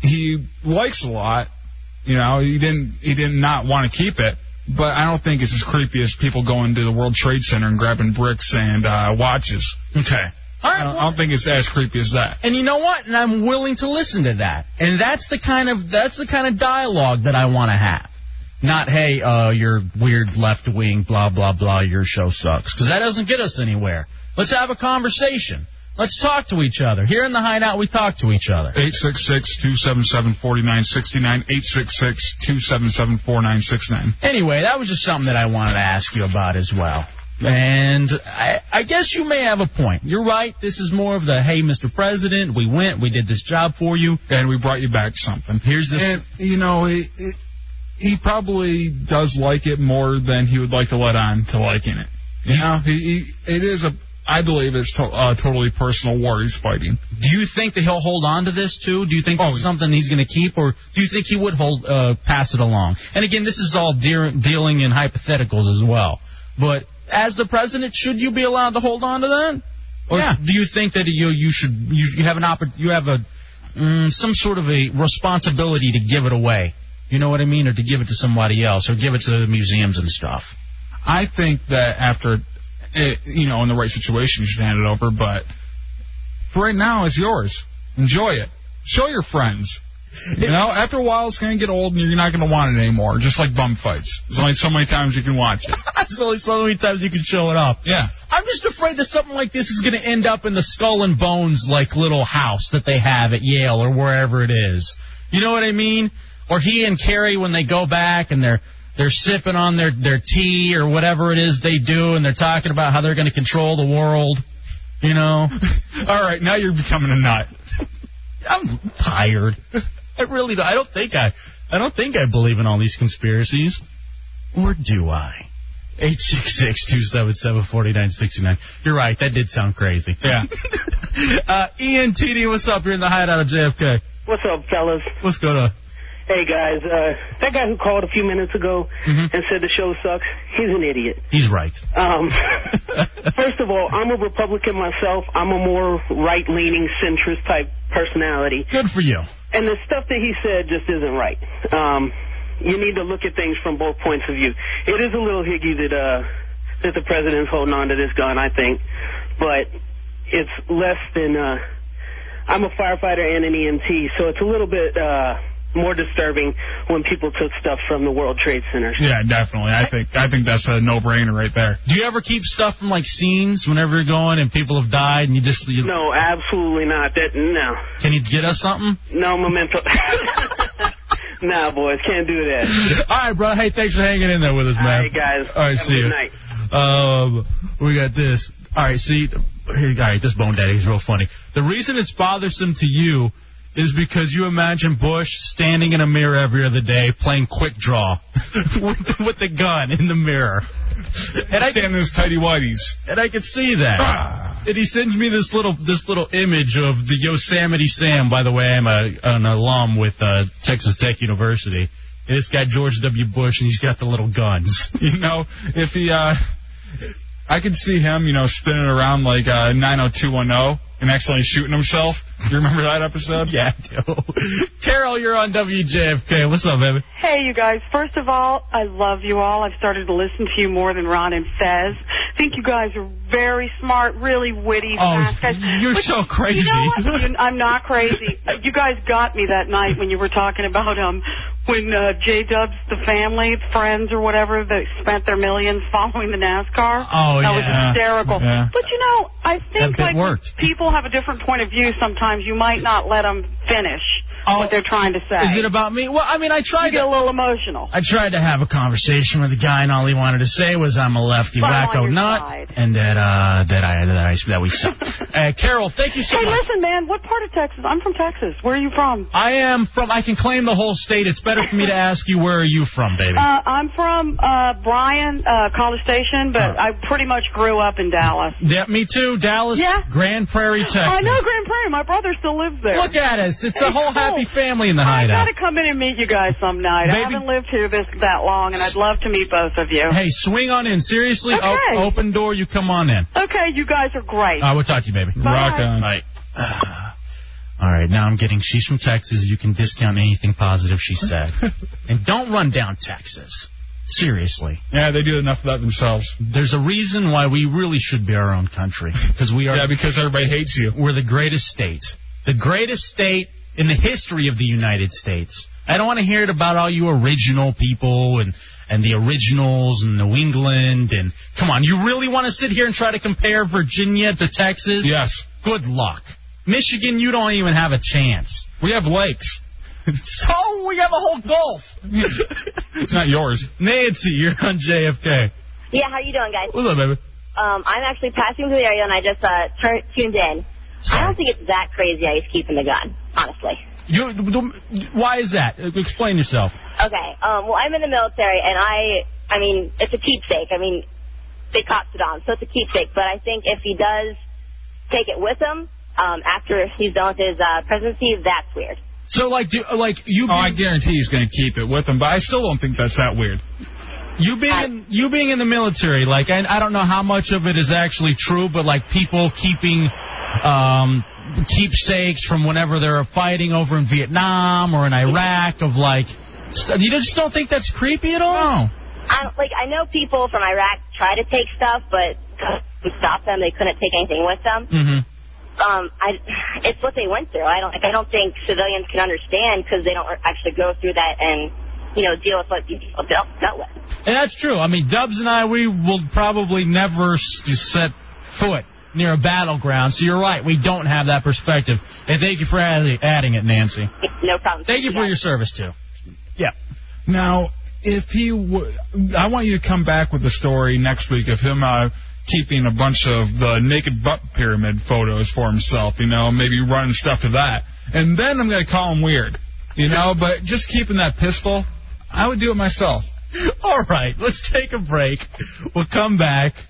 Speaker 5: He likes a lot, you know. He didn't he did not want to keep it. But I don't think it's as creepy as people going to the World Trade Center and grabbing bricks and uh, watches.
Speaker 4: Okay.
Speaker 5: I don't, I don't think it's as creepy as that.
Speaker 4: And you know what? And I'm willing to listen to that. And that's the kind of that's the kind of dialogue that I want to have. Not hey, uh, you're weird left wing, blah blah blah. Your show sucks because that doesn't get us anywhere. Let's have a conversation. Let's talk to each other. Here in the hideout, we talk to each other.
Speaker 5: 866-277-4969, 866-277-4969.
Speaker 4: Anyway, that was just something that I wanted to ask you about as well. And I, I guess you may have a point. You're right. This is more of the hey, Mr. President, we went, we did this job for you,
Speaker 5: and we brought you back something.
Speaker 4: Here's this.
Speaker 5: And, you know, he, he- he probably does like it more than he would like to let on to liking it. You know, he, he it is a, I believe it's to, uh, totally personal war he's fighting.
Speaker 4: Do you think that he'll hold on to this too? Do you think
Speaker 5: Oh,
Speaker 4: this is something he's going to keep, or do you think he would hold uh, pass it along? And again, this is all dear dealing in hypotheticals as well. But as the president, should you be allowed to hold on to that? Or
Speaker 5: Yeah.
Speaker 4: do you think that you you should you, you have an oppor- you have a mm, some sort of a responsibility to give it away? You know what I mean, or to give it to somebody else, or give it to the museums and stuff.
Speaker 5: I think that after, it, you know, in the right situation, you should hand it over. But for right now, it's yours. Enjoy it. Show your friends. You know, after a while, it's going to get old, and you're not going to want it anymore. Just like bum fights. There's only so many times you can watch it.
Speaker 4: There's only so many times you can show it off.
Speaker 5: Yeah.
Speaker 4: I'm just afraid that something like this is going to end up in the skull and bones like little house that they have at Yale or wherever it is. You know what I mean? Or he and Carrie when they go back and they're they're sipping on their their tea or whatever it is they do and they're talking about how they're going to control the world. You know?
Speaker 5: All right, now you're becoming a nut.
Speaker 4: I'm tired. I really don't. I don't think I. I don't think I believe in all these conspiracies. Or do I? 866-277-4969. You're right. That did sound crazy.
Speaker 5: Yeah.
Speaker 4: uh, Ian TD, what's up? You're in the hideout of JFK.
Speaker 13: What's up, fellas?
Speaker 4: Let's go to.
Speaker 13: Hey, guys. Uh, that guy who called a few minutes ago and said the show sucks, he's an idiot.
Speaker 4: He's right.
Speaker 13: Um, first of all, I'm a Republican myself. I'm a more right-leaning, centrist type personality.
Speaker 4: Good for you.
Speaker 13: And the stuff that he said just isn't right. Um, you need to look at things from both points of view. It is a little higgy that uh, that the president's holding on to this gun, I think, but it's less than. Uh, I'm a firefighter and an EMT, so it's a little bit uh, more disturbing when people took stuff from the World Trade Center.
Speaker 5: Yeah, definitely. I think I think that's a no-brainer right there.
Speaker 4: Do you ever keep stuff from like scenes whenever you're going and people have died and you just you,
Speaker 13: No, absolutely not. That no,
Speaker 4: can you get us something?
Speaker 13: no memento. nah, boys, can't do that.
Speaker 4: All right, bro. Hey, thanks for hanging in there with us, man.
Speaker 13: All right, guys.
Speaker 4: All right,
Speaker 13: Have a
Speaker 4: see
Speaker 13: good
Speaker 4: you.
Speaker 13: night.
Speaker 4: Um, we got this. All right, see, here, all right, this bone daddy is real funny. The reason it's bothersome to you is because you imagine Bush standing in a mirror every other day playing quick draw with, with the gun in the mirror. And I
Speaker 5: Damn those tidy whities. Ah.
Speaker 4: and I could see that. And he sends me this little this little image of the Yosemite Sam. By the way, I'm a an alum with uh, Texas Tech University. And this guy George W. Bush, and he's got the little guns.
Speaker 5: You know, if he, uh, I could see him, you know, spinning around like uh, 90210 and accidentally shooting himself. Do you remember that episode?
Speaker 4: yeah, I do. Carol, you're on WJFK. What's up, baby?
Speaker 14: Hey, you guys. First of all, I love you all. I've started to listen to you more than Ron and Fez. I think you guys are very smart, really witty,
Speaker 4: Oh,
Speaker 14: fast guys.
Speaker 4: you're
Speaker 14: But
Speaker 4: so
Speaker 14: you know
Speaker 4: crazy.
Speaker 14: what? You- I'm not crazy. You guys got me that night when you were talking about um when uh, J Dubs, the family, friends, or whatever, they spent their millions following the NASCAR.
Speaker 4: Oh,
Speaker 14: that
Speaker 4: yeah.
Speaker 14: was hysterical.
Speaker 4: Yeah.
Speaker 14: But you know, I think
Speaker 4: bit
Speaker 14: like
Speaker 4: worked.
Speaker 14: people have a different point of view. Sometimes you might not let them finish what they're trying to say.
Speaker 4: Oh. Is it about me? Well, I mean, I tried
Speaker 14: you get a
Speaker 4: to-
Speaker 14: little emotional.
Speaker 4: I tried to have a conversation with the guy, and all he wanted to say was, "I'm a lefty
Speaker 14: But I'm on
Speaker 4: wacko
Speaker 14: your
Speaker 4: nut,"
Speaker 14: side.
Speaker 4: and that uh, that I that I that we suck. uh, Carol, thank you so
Speaker 14: hey,
Speaker 4: much.
Speaker 14: listen, man, what part of Texas? I'm from Texas. Where are you from?
Speaker 4: I am from. I can claim the whole state. It's better for me to ask you where are you from, baby.
Speaker 14: Uh, I'm from uh, Bryan, uh, College Station, but I pretty much grew up in Dallas.
Speaker 4: yeah, me too. Dallas,
Speaker 14: Yeah.
Speaker 4: Grand Prairie, Texas.
Speaker 14: I know Grand Prairie. My brother still lives there.
Speaker 4: Look at us. It's a whole happy family in the
Speaker 14: I
Speaker 4: hideout.
Speaker 14: gotta come in and meet you guys some night. I
Speaker 4: Maybe-
Speaker 14: haven't lived here this that long, and I'd love to meet both of you.
Speaker 4: Hey, swing on in. Seriously, o-
Speaker 14: Okay.
Speaker 4: open door. You come on in.
Speaker 14: Okay, you guys are great.
Speaker 4: I will talk to you, baby.
Speaker 14: Bye. Rock on.
Speaker 4: All right. All right, now I'm getting she's from Texas. You can discount anything positive she said. and don't run down Texas. Seriously.
Speaker 5: Yeah, they do enough of that themselves.
Speaker 4: There's a reason why we really should be our own country. Because we are.
Speaker 5: Yeah, because everybody hates you.
Speaker 4: We're the greatest state. The greatest state in the history of the United States. I don't want to hear it about all you original people and, and the originals and New England and come on, you really want to sit here and try to compare Virginia to Texas?
Speaker 5: Yes.
Speaker 4: Good luck. Michigan, you don't even have a chance.
Speaker 5: We have lakes.
Speaker 4: so we have a whole Gulf.
Speaker 5: It's not yours.
Speaker 4: Nancy, you're on JFK.
Speaker 15: Yeah, how you doing, guys?
Speaker 4: What's up, baby?
Speaker 15: Um, I'm actually passing through the area, and I just uh, tur- tuned in. I don't think it's that crazy how he's keeping the gun, honestly.
Speaker 4: You, why is that? Explain yourself.
Speaker 15: Okay, um, well, I'm in the military, and I, I mean, it's a keepsake. I mean, they cops it on, so it's a keepsake. But I think if he does take it with him um, after he's done with his uh, presidency, that's weird.
Speaker 4: So like, do, like you.
Speaker 5: Oh, I guarantee he's going to keep it with him, but I still don't think that's that weird.
Speaker 4: You being in, you being in the military, like I, I don't know how much of it is actually true, but like people keeping um, keepsakes from whenever they're fighting over in Vietnam or in Iraq of like, st- you just don't think that's creepy at all.
Speaker 15: I don't, like I know people from Iraq try to take stuff, but we stopped them. They couldn't take anything with them.
Speaker 4: Mm-hmm.
Speaker 15: um, I, it's what they went through. I don't, like, I don't think civilians can understand because they don't actually go through that and, you know, deal with what people dealt, dealt with.
Speaker 4: And that's true. I mean, Dubs and I, we will probably never s- set foot near a battleground. So you're right. We don't have that perspective. And thank you for adding, adding it, Nancy.
Speaker 15: No problem.
Speaker 4: Thank you for your service too. Yeah.
Speaker 5: Now, if he, w- I want you to come back with the story next week of him uh, keeping a bunch of the naked butt pyramid photos for himself. You know, maybe running stuff to that, and then I'm going to call him weird. You know, but just keeping that pistol, I would do it myself.
Speaker 4: All right, let's take a break. We'll come back. You're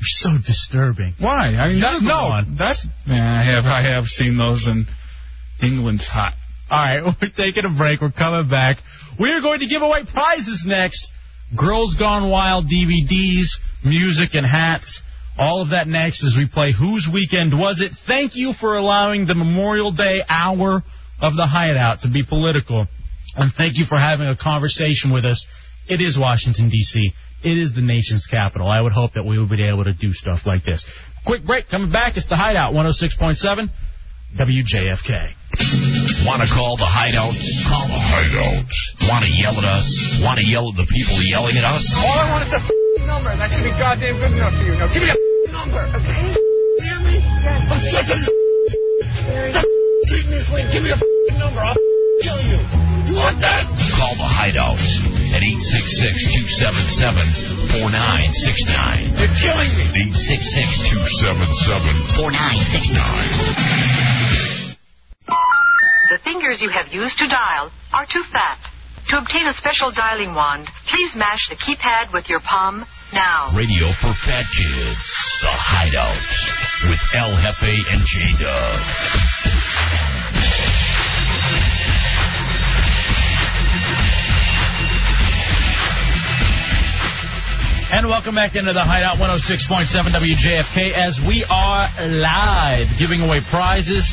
Speaker 4: so disturbing.
Speaker 5: Why? I mean, that, no, that's yeah, I have I have seen those, and England's hot.
Speaker 4: All right, we're taking a break. We're coming back. We are going to give away prizes next. Girls Gone Wild DVDs, music and hats. All of that next as we play Whose Weekend Was It? Thank you for allowing the Memorial Day hour of the hideout to be political. And thank you for having a conversation with us. It is Washington, D.C. It is the nation's capital. I would hope that we would be able to do stuff like this. Quick break. Coming back, it's the hideout 106.7 WJFK.
Speaker 1: Want to call the hideout? Call the hideout. Want to yell at us? Want to yell at the people yelling at us?
Speaker 2: All I want is a f***ing number. That should be goddamn good enough for you. Now give me a f***ing number, okay? Hear me? I'm sick of f***ing treating this way. Give me a f***ing number. I'll f***ing kill you. You want that?
Speaker 1: Call the hideout at 866-277-4969.
Speaker 2: You're killing me.
Speaker 1: 866-277-4969.
Speaker 16: The fingers you have used to dial are too fat. To obtain a special dialing wand, please mash the keypad with your palm now.
Speaker 1: Radio for fat kids. The hideout with El Jefe and J-Dub.
Speaker 4: And welcome Welcome back into the Hideout 106.7 WJFK as we are live giving away prizes,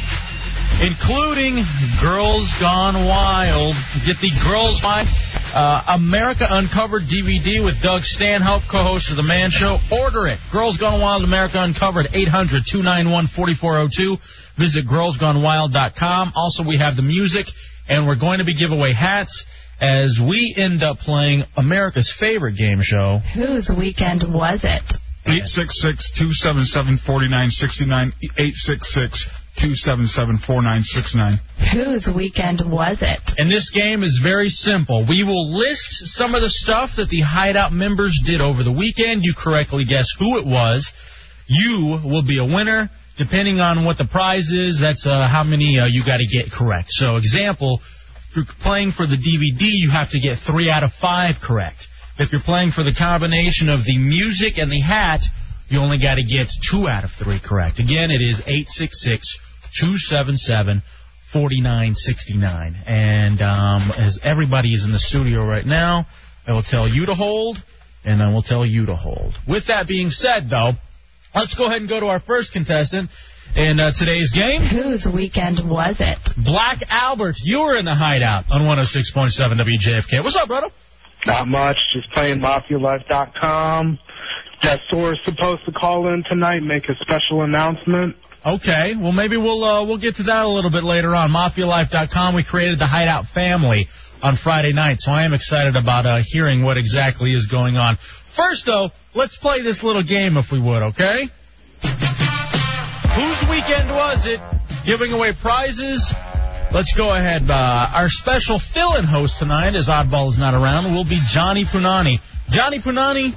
Speaker 4: including Girls Gone Wild. Get the Girls Gone uh, America Uncovered DVD with Doug Stanhope, co host of The Man Show. Order it. Girls Gone Wild America Uncovered, 800 291 4402. Visit girlsgonewild.com. Also, we have the music, and we're going to be giveaway hats. As we end up playing America's favorite game show,
Speaker 17: Whose weekend was it?
Speaker 5: 866-277-4969, 866-277-4969.
Speaker 17: Whose weekend was it?
Speaker 4: And this game is very simple. We will list some of the stuff that the Hideout members did over the weekend. You correctly guess who it was. You will be a winner. Depending on what the prize is, that's uh, how many uh, you got to get correct. So, example, if you're playing for the DVD, you have to get three out of five correct. If you're playing for the combination of the music and the hat, you only got to get two out of three correct. Again, it is 866 277 4969. And um, as everybody is in the studio right now, I will tell you to hold, and I will tell you to hold. With that being said, though, let's go ahead and go to our first contestant in uh, today's game.
Speaker 17: Whose weekend was it?
Speaker 4: Black Albert, you were in the hideout on 106.7 WJFK. What's up, brother?
Speaker 18: Not much. Just playing MafiaLife.com. That is supposed to call in tonight, make a special announcement.
Speaker 4: Okay, well maybe we'll uh, we'll get to that a little bit later on. MafiaLife.com. We created the Hideout family on Friday night, so I am excited about uh, hearing what exactly is going on. First, though, let's play this little game if we would, okay? Whose weekend was it? Giving away prizes. Let's go ahead. Uh, our special fill-in host tonight, as Oddball is not around, will be Johnny Punani. Johnny Punani,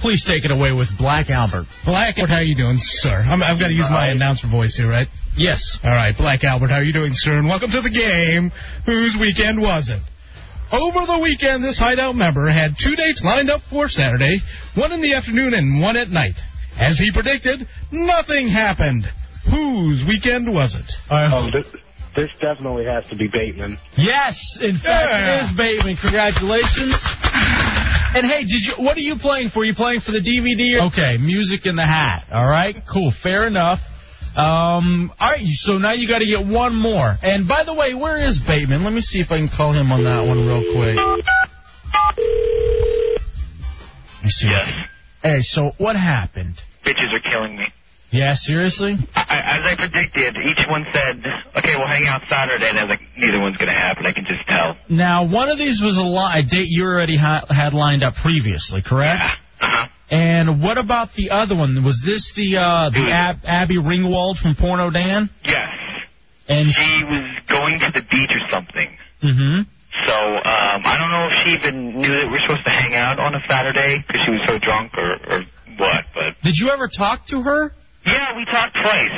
Speaker 4: please take it away with Black Albert.
Speaker 6: Black Albert, how you doing, sir? I'm, I've got to use my announcer voice here, right?
Speaker 4: Yes.
Speaker 6: All right, Black Albert, how you doing, sir? And welcome to the game. Whose weekend was it? Over the weekend, this hideout member had two dates lined up for Saturday, one in the afternoon and one at night. As he predicted, nothing happened. Whose weekend was it?
Speaker 4: Oh,
Speaker 18: Um, this, this definitely has to be Bateman.
Speaker 4: Yes, in fact,
Speaker 18: Yeah.
Speaker 4: it is Bateman. Congratulations. And hey, did you? What are you playing for? You playing for the DVD? Or? Okay, music in the hat. All right, cool, fair enough. Um, all right, so now you got to get one more. And by the way, where is Bateman? Let me see if I can call him on that one real quick. Let me see. Hey, so what happened?
Speaker 19: Bitches are killing me.
Speaker 4: Yeah, seriously?
Speaker 19: I, as I predicted, each one said, okay, we'll hang out Saturday. And I was like, neither one's going to happen. I can just tell.
Speaker 4: Now, one of these was a, li- a date you already ha- had lined up previously, correct? And what about the other one? Was this the uh, the Ab- Abby Ringwald from Porno Dan?
Speaker 19: Yes.
Speaker 4: And
Speaker 19: she was going to the beach or something.
Speaker 4: Mm-hmm.
Speaker 19: So um, I don't know if she even knew that we were supposed to hang out on a Saturday because she was so drunk or, or what. But
Speaker 4: Did you ever talk to her?
Speaker 19: yeah, we talked twice.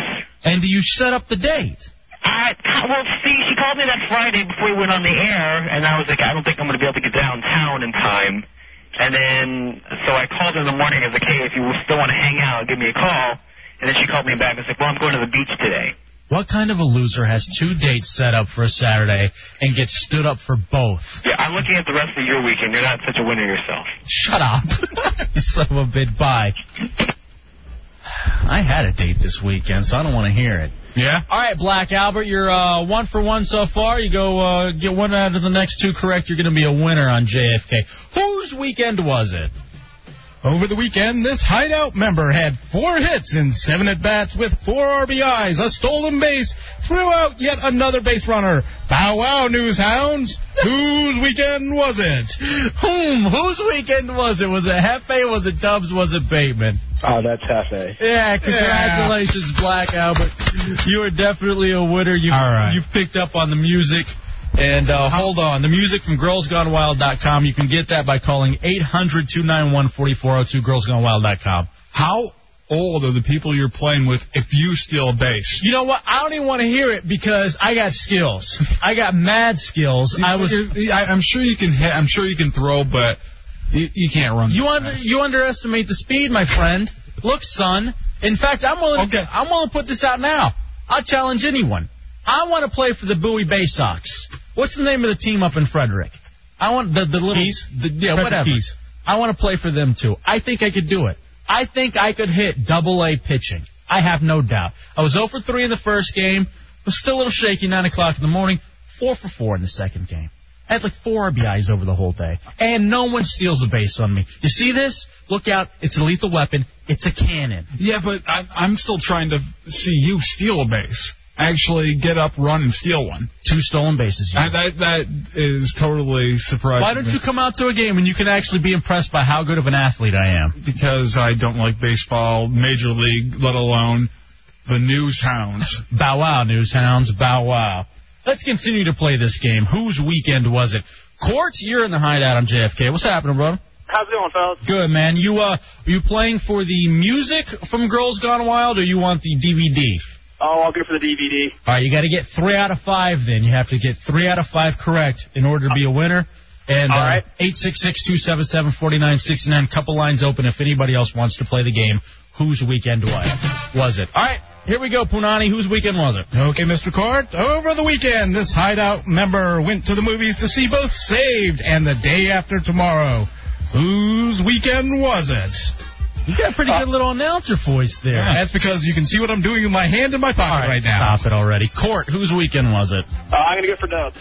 Speaker 4: And you set up the date.
Speaker 19: I, well, see, she called me that Friday before we went on the air, and I was like, I don't think I'm going to be able to get downtown in time. And then, so I called her in the morning. I was like, hey, if you still want to hang out, give me a call. And then she called me back and was like, well, I'm going to the beach today.
Speaker 4: What kind of a loser has two dates set up for a Saturday and gets stood up for both?
Speaker 19: Yeah, I'm looking at the rest of your weekend. You're not such a winner yourself.
Speaker 4: Shut up. you son of a bit. Bye. I had a date this weekend, so I don't want to hear it.
Speaker 5: Yeah?
Speaker 4: All right, Black Albert, you're uh, one for one so far. You go uh, get one out of the next two correct, you're going to be a winner on JFK. Whose weekend was it?
Speaker 6: Over the weekend, this hideout member had four hits in seven at bats with four RBIs, a stolen base, threw out yet another base runner. Bow wow, news hounds. Whose weekend was it?
Speaker 4: Whom? Whose weekend was it? Was it Hefe? Was it Dubs? Was it Bateman?
Speaker 18: Oh, that's Hefe.
Speaker 4: Yeah, congratulations, Black Albert. You are definitely a winner. You've, you've picked up on the music. And uh, hold on, the music from GirlsGoneWild.com. You can get that by calling 800-291-4402, GirlsGoneWild.com.
Speaker 5: How old are the people you're playing with if you steal a base?
Speaker 4: You know what? I don't even want to hear it because I got skills. I got mad skills. I was.
Speaker 5: I, am sure you can hit. I'm sure you can throw, but you, you can't run.
Speaker 4: You under, you underestimate the speed, my friend. Look, son. In fact, I'm willing. To, I'm willing to put this out now. I'll challenge anyone. I want to play for the Bowie Bay Sox. What's the name of the team up in Frederick? I want the the little the, yeah
Speaker 6: Frederick
Speaker 4: whatever.
Speaker 6: Keys.
Speaker 4: I want to play for them too. I think I could do it. I think I could hit double A pitching. I have no doubt. I was 0 for 3 in the first game. Was still a little shaky 9 o'clock in the morning. 4 for 4 in the second game. I had like four RBIs over the whole day. And no one steals a base on me. You see this? Look out. It's a lethal weapon. It's a cannon.
Speaker 5: Yeah, but I, I'm still trying to see you steal a base. Actually, get up, run, and steal one.
Speaker 4: Two stolen bases.
Speaker 5: That, that that is totally surprising.
Speaker 4: Why don't you come out to a game and you can actually be impressed by how good of an athlete I am?
Speaker 5: Because I don't like baseball, major league, let alone the news hounds.
Speaker 4: Bow wow, news hounds. Bow wow. Let's continue to play this game. Whose weekend was it? Court, you're in the hideout on JFK. What's happening, brother?
Speaker 20: How's it going, fellas?
Speaker 4: Good man. You uh, are you playing for the music from Girls Gone Wild, or you want the DVD?
Speaker 20: Oh, I'll go for the DVD.
Speaker 4: All right, you got to get three out of five. Then you have to get three out of five correct in order to be a winner. And uh,
Speaker 20: All right.
Speaker 4: eight six six two seven seven forty nine sixty nine. Couple lines open if anybody else wants to play the game. Whose weekend was was it? All right, here we go, Punani. Whose weekend was it?
Speaker 6: Okay, Mr. Court. Over the weekend, this hideout member went to the movies to see both Saved and The Day After Tomorrow. Whose weekend was it? Uh,
Speaker 4: You got a pretty good little announcer voice there.
Speaker 6: That's because you can see what I'm doing with my hand in my pocket
Speaker 4: All right,
Speaker 6: right now.
Speaker 4: Stop it already. Court, whose weekend was it?
Speaker 20: Uh, I'm gonna go for Dubs.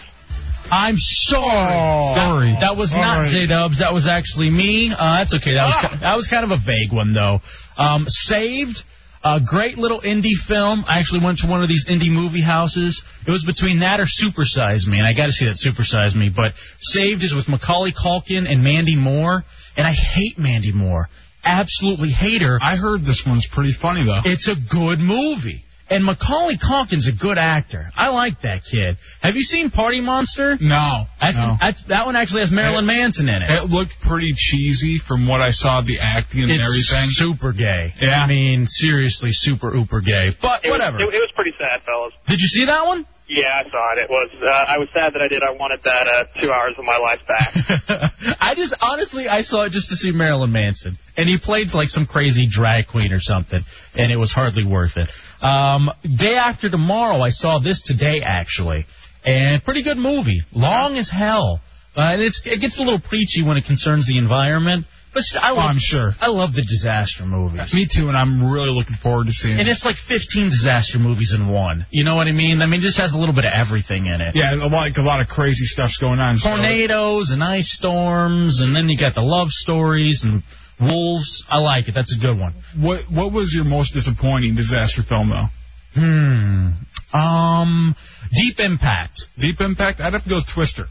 Speaker 4: I'm sorry.
Speaker 5: Sorry.
Speaker 4: That, that was
Speaker 5: All
Speaker 4: not
Speaker 5: right.
Speaker 4: J Dubs. That was actually me. Uh, that's okay. That was
Speaker 5: Ah.
Speaker 4: ki- that was kind of a vague one though. Um, Saved. A great little indie film. I actually went to one of these indie movie houses. It was between that or Supersize Me, and I got to see that Supersize Me. But Saved is with Macaulay Culkin and Mandy Moore, and I hate Mandy Moore. Absolutely hate her.
Speaker 5: I heard this one's pretty funny though.
Speaker 4: It's a good movie. And Macaulay Culkin's a good actor. I like that kid. Have you seen Party Monster?
Speaker 5: No.
Speaker 4: That's,
Speaker 5: no.
Speaker 4: that's that one actually has Marilyn Manson in it.
Speaker 5: It looked pretty cheesy from what I saw the acting and
Speaker 4: it's
Speaker 5: everything.
Speaker 4: super gay.
Speaker 5: Yeah.
Speaker 4: I mean, seriously, super uber gay. But
Speaker 20: It was-
Speaker 4: whatever.
Speaker 20: it, it was pretty sad, fellas.
Speaker 4: Did you see that one?
Speaker 20: Yeah, I saw it. It was. Uh, I was sad that I did. I wanted that uh, two hours of my life back.
Speaker 4: I just honestly I saw it just to see Marilyn Manson, and he played like some crazy drag queen or something, and it was hardly worth it. Um, day after tomorrow, I saw this today actually, and pretty good movie, long as hell. Uh, and it's it gets a little preachy when it concerns the environment, but st- I love,
Speaker 5: Oh, I'm sure.
Speaker 4: I love the disaster movies.
Speaker 5: Me too, and I'm really looking forward to seeing.
Speaker 4: And
Speaker 5: it.
Speaker 4: it's like 15 disaster movies in one. You know what I mean? I mean, it just has a little bit of everything in it.
Speaker 5: Yeah, like a lot of crazy stuff's going on. so-
Speaker 4: tornadoes and ice storms, and then you got the love stories and wolves. I like it. That's a good one.
Speaker 5: What What was your most disappointing disaster film though?
Speaker 4: Hmm. Um. Deep Impact.
Speaker 5: Deep Impact. I'd have to go with Twister.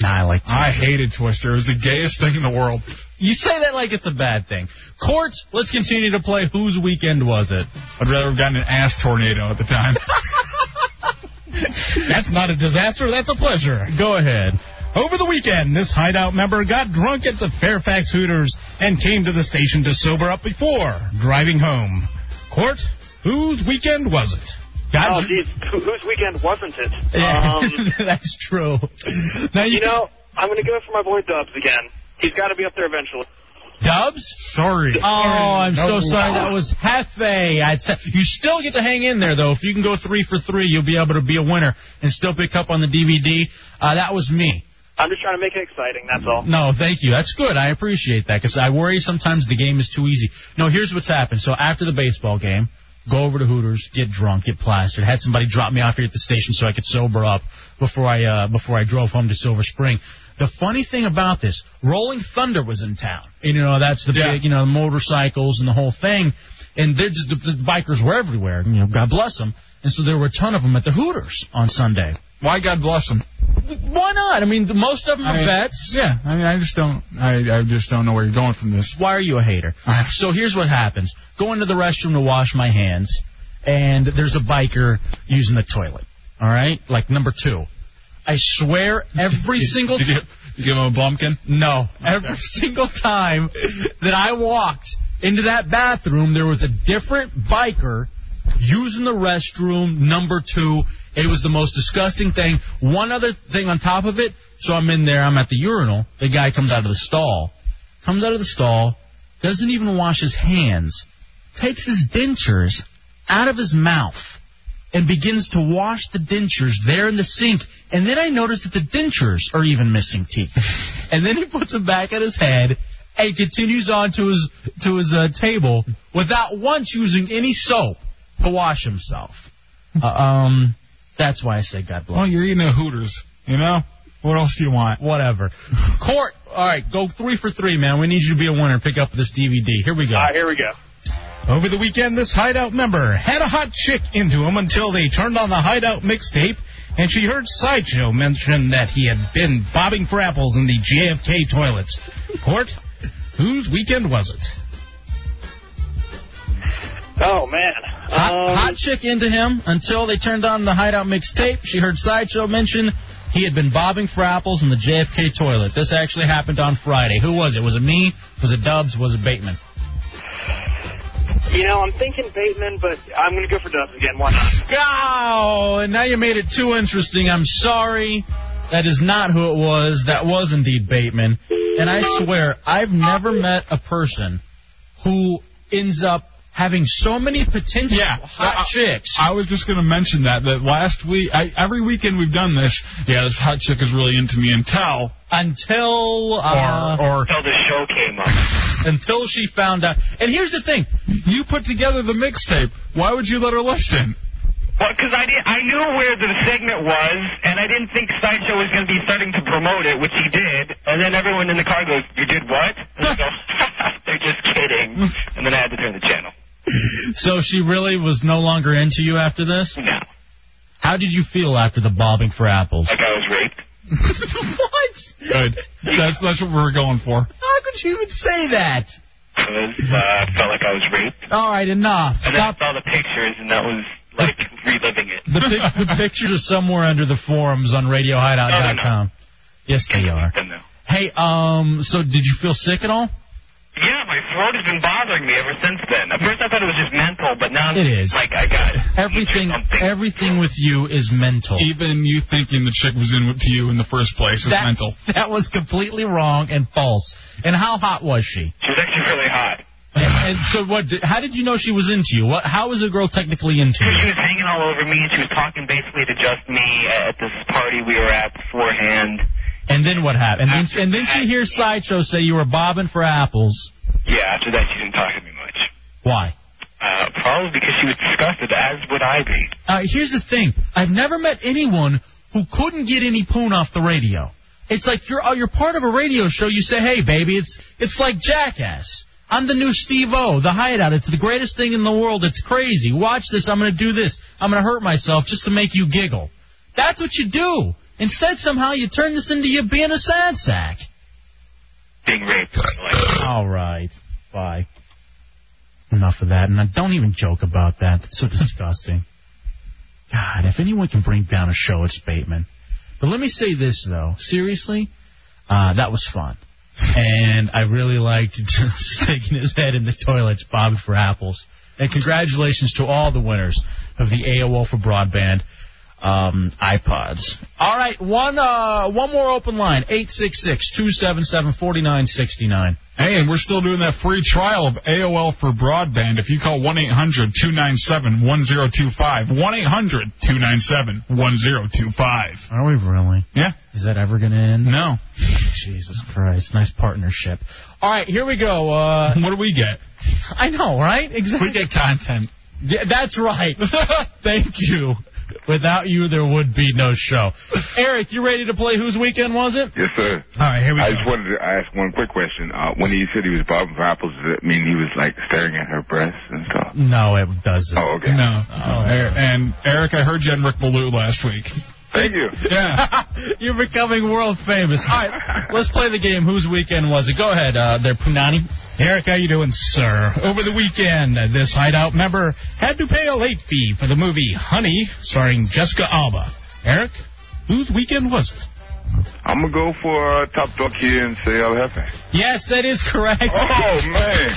Speaker 4: Nah, I like.
Speaker 5: I hated Twister. It was the gayest thing in the world.
Speaker 4: You say that like it's a bad thing. Court. Let's continue to play. Whose weekend was it?
Speaker 5: I'd rather have gotten an ass tornado at the time.
Speaker 6: That's not a disaster. That's a pleasure.
Speaker 4: Go ahead.
Speaker 6: Over the weekend, this hideout member got drunk at the Fairfax Hooters and came to the station to sober up before driving home. Court, whose weekend was it?
Speaker 20: oh, geez, who, whose weekend wasn't it?
Speaker 4: Yeah,
Speaker 20: Um,
Speaker 4: that's true. Now
Speaker 20: you know, I'm gonna go for my boy Dubs again. He's got to be up there eventually.
Speaker 4: Dubs.
Speaker 5: Sorry.
Speaker 4: Oh, I'm
Speaker 5: No.
Speaker 4: so sorry. That was Hefe. I'd say you still get to hang in there though. If you can go three for three, you'll be able to be a winner and still pick up on the DVD. Uh, that was me.
Speaker 20: I'm just trying to make it exciting. That's all.
Speaker 4: No, thank you. That's good. I appreciate that because I worry sometimes the game is too easy. No, here's what's happened. So after the baseball game, go over to Hooters, get drunk, get plastered. Had somebody drop me off here at the station so I could sober up before I uh, before I drove home to Silver Spring. The funny thing about this, Rolling Thunder was in town. You know, that's the big, you know, the motorcycles and the whole thing. And they're just, the, the bikers were everywhere. You know, God bless them. And so there were a ton of them at the Hooters on Sunday.
Speaker 5: Why God bless them.
Speaker 4: Why not? I mean, the, most of them are
Speaker 5: I mean,
Speaker 4: vets.
Speaker 5: Yeah, I mean, I just don't. I I just don't know where you're going from this.
Speaker 4: Why are you a hater? So here's what happens. Go into the restroom to wash my hands, and there's a biker using the toilet. All right? Like number two. I swear every single
Speaker 5: Did you, did you give him a bumpkin?
Speaker 4: no, every single time that I walked into that bathroom, there was a different biker using the restroom number two. It was the most disgusting thing. One other thing on top of it. So I'm in there. I'm at the urinal. The guy comes out of the stall. Comes out of the stall. Doesn't even wash his hands. Takes his dentures out of his mouth and begins to wash the dentures there in the sink. And then I notice that the dentures are even missing teeth. and then he puts them back on his head and continues on to his to his uh, table without once using any soap to wash himself. Uh, um, that's why I say God bless.
Speaker 5: Well, you're eating at Hooters, you know? What else do you want?
Speaker 4: Whatever. Court, all right, go three for three, man. We need you to be a winner. Pick up this DVD. Here we go.
Speaker 20: All right, here we go.
Speaker 6: Over the weekend, this hideout member had a hot chick into him until they turned on the hideout mixtape, and she heard Sideshow mention that he had been bobbing for apples in the JFK toilets. Court, whose weekend was it?
Speaker 20: Oh man.
Speaker 4: Hot,
Speaker 20: Um,
Speaker 4: hot chick into him until they turned on the Hideout mixtape. She heard Sideshow mention he had been bobbing for apples in the JFK toilet. This actually happened on Friday. Who was it? Was it me? Was it Dubs? Was it Bateman?
Speaker 20: You know, I'm thinking Bateman, but I'm going to go for Dubs again. Why not?
Speaker 4: Oh, and now you made it too interesting. I'm sorry. That is not who it was. That was indeed Bateman. And I swear, I've never met a person who ends up having so many potential
Speaker 19: Uh,
Speaker 4: hot
Speaker 5: I-
Speaker 4: chicks.
Speaker 5: I was just going to mention that that last week, I, every weekend we've done this. Yeah, this hot chick is really into me until
Speaker 4: until uh,
Speaker 5: or or
Speaker 19: Until the show came up.
Speaker 4: until she found out. And here's the thing:
Speaker 5: you put together the mixtape. Why would you let her listen?
Speaker 19: Well, because I, did, I knew where the segment was, and I didn't think Sideshow was going to be starting to promote it, which he did. And then everyone in the car goes, "You did what?" And I go, "They're just kidding." And then I had to turn the channel.
Speaker 4: So she really was no longer into you after this?
Speaker 19: No.
Speaker 4: How did you feel after the bobbing for apples?
Speaker 19: Like I was raped.
Speaker 4: what?
Speaker 5: Good. That's that's what we were going for.
Speaker 4: How could you even say that?
Speaker 19: Because uh, I felt like I was raped.
Speaker 4: All right, enough.
Speaker 19: And then I saw the pictures, and that was like reliving it.
Speaker 4: The, pic- the pictures are somewhere under the forums on RadioHideout.com. Yes, they are.
Speaker 19: Then no.
Speaker 4: Hey, um, so did you feel sick at all?
Speaker 19: Yeah, my throat has been bothering me ever since then. At first, I thought it was just mental, but now
Speaker 4: It is.
Speaker 19: like I got
Speaker 4: Everything, everything with you is mental.
Speaker 5: Even you thinking the chick was in to you in the first place is
Speaker 4: That-
Speaker 5: mental.
Speaker 4: That was completely wrong and false. And how hot was she?
Speaker 19: She was actually really hot.
Speaker 4: And, and so what? Did, how did you know she was into you? What? How is a girl technically into you?
Speaker 19: She was hanging all over me, and she was talking basically to just me at this party we were at beforehand.
Speaker 4: And then what happened? And then, and then she hears Sideshow say you were bobbing for apples.
Speaker 19: Yeah, after that, she didn't talk to me much.
Speaker 4: Why?
Speaker 19: Uh, probably because she was disgusted, as would I be.
Speaker 4: Uh, here's the thing. I've never met anyone who couldn't get any poon off the radio. It's like you're uh, you're part of a radio show. You say, "Hey, baby, it's it's like Jackass. I'm the new Steve O, the Hideout. It's the greatest thing in the world. It's crazy. Watch this. I'm gonna do this. I'm gonna hurt myself just to make you giggle." That's what you do. Instead, somehow you turn this into you being a sad sack.
Speaker 19: Being raped.
Speaker 4: All right. Bye. Enough of that. And I- don't even joke about that. That's so disgusting. God, if anyone can bring down a show, it's Bateman. But let me say this, though. Seriously, uh, that was fun. And I really liked sticking his head in the toilets, bobbing for apples. And congratulations to all the winners of the AOL for Broadband um, iPods. All right, one uh, one more open line, 866-277-4969.
Speaker 5: Hey, and we're still doing that free trial of AOL for broadband. If you call 1-800-297-1025, 1-800-297-1025.
Speaker 4: Are we really?
Speaker 5: Yeah.
Speaker 4: Is that ever going to end?
Speaker 5: No.
Speaker 4: Jesus Christ, nice partnership. All right, here we go. Uh,
Speaker 5: what do we get?
Speaker 4: I know, right? Exactly.
Speaker 5: We get content.
Speaker 4: Yeah, that's right. Thank you. Without you, there would be no show. Eric, you ready to play Whose Weekend Was It?
Speaker 13: Yes, sir.
Speaker 4: All right, here we
Speaker 13: I
Speaker 4: go.
Speaker 13: just wanted to ask one quick question. Uh, when he said he was bobbing for apples, does that mean he was like staring at her breasts and stuff?
Speaker 4: No, it doesn't. Uh-huh.
Speaker 13: Oh, okay.
Speaker 5: No. Er- and Eric, I heard you on Rick Ballou last week.
Speaker 13: Thank you.
Speaker 5: Yeah.
Speaker 4: You're becoming world famous. All right, let's play the game. Whose weekend was it? Go ahead, uh, there, Punani.
Speaker 6: Eric, how you doing, sir? Over the weekend, this hideout member had to pay a late fee for the movie Honey, starring Jessica Alba. Eric, whose weekend was it?
Speaker 13: I'm gonna go for uh, top dog here and say El Jefe.
Speaker 4: Yes, that is correct.
Speaker 13: Oh man.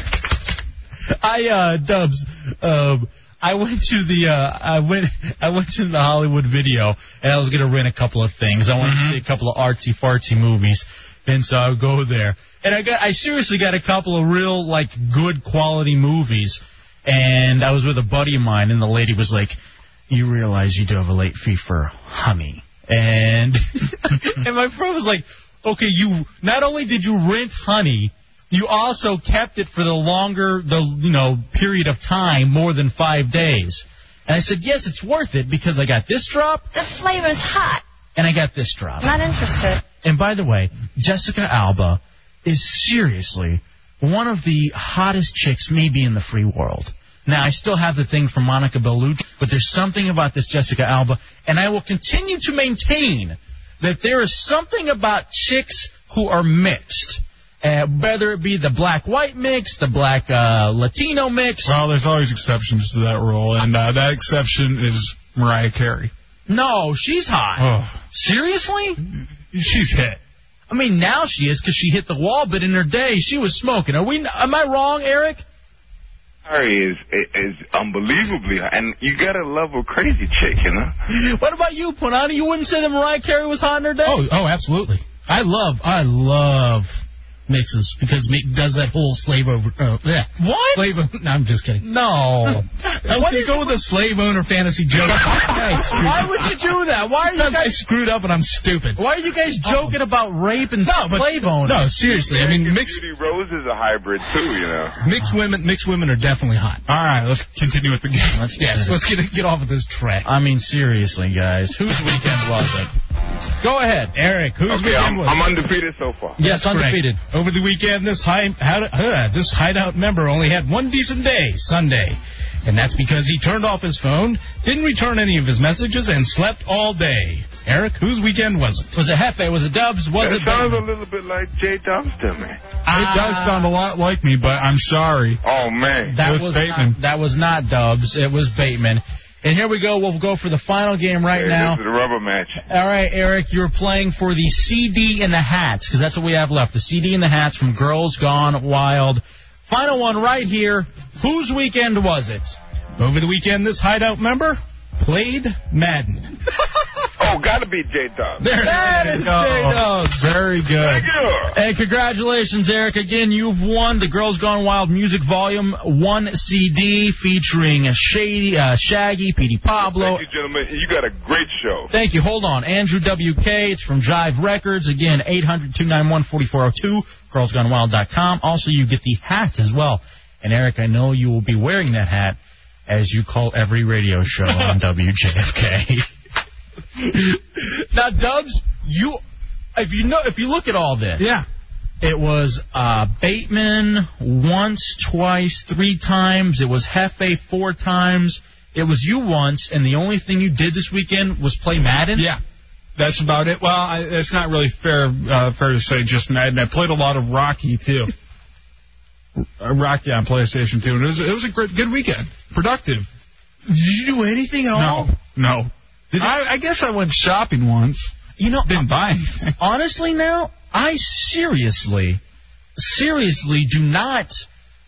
Speaker 4: I uh dubs um I went to the uh I went I went to the Hollywood video and I was gonna rent a couple of things. I wanted to see a couple of artsy fartsy movies. And so I would go there. And I got I seriously got a couple of real like good quality movies and I was with a buddy of mine and the lady was like, You realize you do have a late fee for honey and and my friend was like, Okay, you not only did you rent honey you also kept it for the longer, the you know period of time, more than five days. And I said, yes, it's worth it because I got this drop
Speaker 21: The flavor's hot.
Speaker 4: and I got this drop.
Speaker 21: Not interested.
Speaker 4: And by the way, Jessica Alba is seriously one of the hottest chicks maybe in the free world. Now, I still have the thing from Monica Bellucci, but there's something about this Jessica Alba, and I will continue to maintain that there is something about chicks who are mixed. Uh, whether it be the black-white mix, the black uh, Latino mix.
Speaker 5: Well, there's always exceptions to that rule, and uh, that exception is Mariah Carey.
Speaker 4: No, she's hot.
Speaker 5: Oh.
Speaker 4: Seriously?
Speaker 5: She's hit.
Speaker 4: I mean, now she is because she hit the wall, but in her day, she was smoking. Are we? Am I wrong, Eric?
Speaker 22: Harry is is unbelievably, and you gotta love a crazy chick, you know.
Speaker 4: What about you, Punani? You wouldn't say that Mariah Carey was hot in her day?
Speaker 6: Oh, oh, absolutely. I love, I love mixes because Mick does that whole slave over. Oh, yeah.
Speaker 4: What?
Speaker 6: Slave. No, I'm just kidding.
Speaker 4: No.
Speaker 6: I was gonna go with a slave owner fantasy joke.
Speaker 4: Why would you do that? Why are you
Speaker 6: Because I
Speaker 4: guys?
Speaker 6: screwed up and I'm stupid. Oh.
Speaker 4: Why are you guys joking about rape and slave owners?
Speaker 6: No, seriously. I mean, mixed
Speaker 22: Judy Rose is a hybrid too, you know.
Speaker 6: mixed women mixed women are definitely hot.
Speaker 5: All right, let's continue with the game.
Speaker 4: Let's
Speaker 6: Yes, let's get get off of this track.
Speaker 4: I mean, seriously, guys, whose weekend was it? Go ahead,
Speaker 6: Eric. Whose
Speaker 22: Okay, I'm, I'm undefeated so far.
Speaker 4: Yes,
Speaker 6: Correct.
Speaker 4: undefeated.
Speaker 6: Over the weekend, this high, how, uh, this hideout member only had one decent day, Sunday. And that's because he turned off his phone, didn't return any of his messages, and slept all day. Eric, whose weekend was it?
Speaker 4: Was it Hefe? Was it Dubs? Was
Speaker 22: That
Speaker 4: it?
Speaker 22: sounds a little bit like Jay Dobbs to me.
Speaker 5: Oh, it does sound a lot like me, but I'm sorry.
Speaker 22: Oh man.
Speaker 4: Ah. That
Speaker 5: It
Speaker 4: was,
Speaker 5: was Bateman.
Speaker 4: Not, that was not Dubs. It was Bateman. And here we go. We'll go for the final game right
Speaker 22: Hey,
Speaker 4: now.
Speaker 22: This is a rubber match.
Speaker 4: All right, Eric, you're playing for the CD in the Hats because that's what we have left. The CD in the Hats from Girls Gone Wild. Final one right here. Whose weekend was it?
Speaker 6: Over the weekend, this hideout member played Madden.
Speaker 22: Oh, gotta be Jay Dobbs.
Speaker 6: There
Speaker 4: That is
Speaker 5: Oh,
Speaker 4: J-Dubs.
Speaker 5: very good.
Speaker 22: Thank you.
Speaker 4: Hey, congratulations, Eric. Again, you've won the Girls Gone Wild Music Volume 1 CD featuring Shady, uh, Shaggy, Petey Pablo,
Speaker 22: Thank you, gentlemen. You got a great show.
Speaker 4: Thank you. Hold on. Andrew W.K. It's from Jive Records. Again, 800-291-4402, girlsgonewild.com. Also, you get the hat as well. And, Eric, I know you will be wearing that hat as you call every radio show on WJFK. now, Dubs, you... If you know, if you look at all this,
Speaker 5: Yeah.
Speaker 4: it was uh, Bateman once, twice, three times. It was Hefe four times. It was you once, and the only thing you did this weekend was play Madden.
Speaker 5: Yeah. That's about it. Well, I, it's not really fair uh, fair to say just Madden. I played a lot of Rocky too. Uh, Rocky on PlayStation 2, and it was it was a great, good weekend, productive.
Speaker 4: Did you do anything at
Speaker 5: No, no. I, I guess I went shopping once.
Speaker 4: You know,
Speaker 5: Didn't buy anything.
Speaker 4: honestly, now I seriously, seriously do not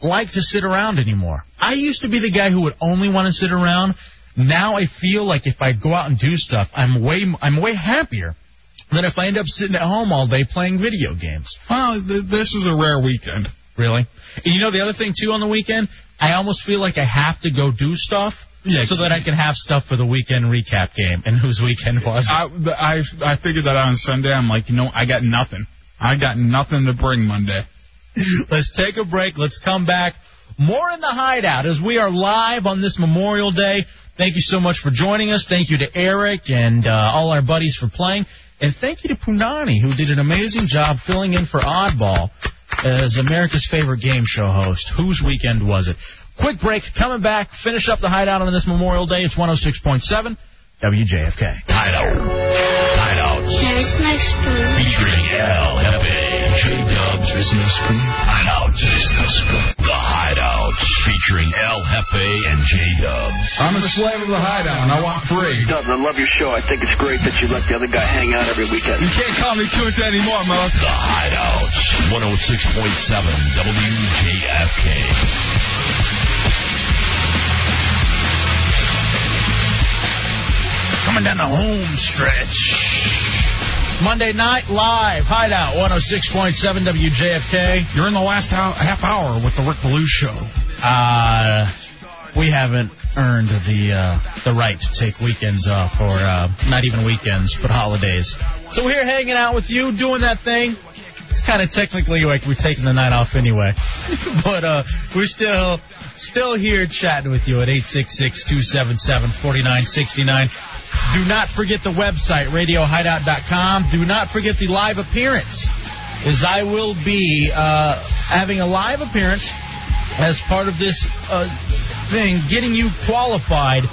Speaker 4: like to sit around anymore. I used to be the guy who would only want to sit around. Now I feel like if I go out and do stuff, I'm way I'm way happier than if I end up sitting at home all day playing video games.
Speaker 5: Well, th- this is a rare weekend.
Speaker 4: Really? And you know the other thing too on the weekend, I almost feel like I have to go do stuff
Speaker 5: Yeah.
Speaker 4: so that I can have stuff for the weekend recap game and whose weekend was. it.
Speaker 5: I, I I figured that out on Sunday. I'm like, you know, I got nothing. I got nothing to bring Monday.
Speaker 4: Let's take a break. Let's come back. More in the hideout as we are live on this Memorial Day. Thank you so much for joining us. Thank you to Eric and uh, all our buddies for playing. And thank you to Punani, who did an amazing job filling in for Oddball as America's favorite game show host. Whose weekend was it? Quick break. Coming back. Finish up the hideout on this Memorial Day. It's 106.7 WJFK.
Speaker 1: Hideout. Hideouts.
Speaker 3: There's no spoon.
Speaker 1: Featuring LFA. J Dubs. There's no spoon. Hideouts. There's no spoon. The Hideouts. Featuring LFA and J Dubs.
Speaker 5: I'm a slave of the hideout. and I want free.
Speaker 13: Dubs, I love your show. I think it's great that you let the other guy hang out every weekend.
Speaker 5: You can't call me coons anymore, Mo.
Speaker 1: The Hideouts. 106.7 WJFK. Coming down the home stretch.
Speaker 4: Monday night live. Hideout 106.7 WJFK.
Speaker 5: You're in the last hou- half hour with the Rick Ballou show.
Speaker 4: Uh, we haven't earned the uh, the right to take weekends off, or uh, not even weekends, but holidays. So we're here hanging out with you, doing that thing. It's kind of technically like we're taking the night off anyway. but uh, we're still still here chatting with you at 866-277-4969. Do not forget the website, radiohideout.com. Do not forget the live appearance, as I will be uh, having a live appearance as part of this uh, thing, getting you qualified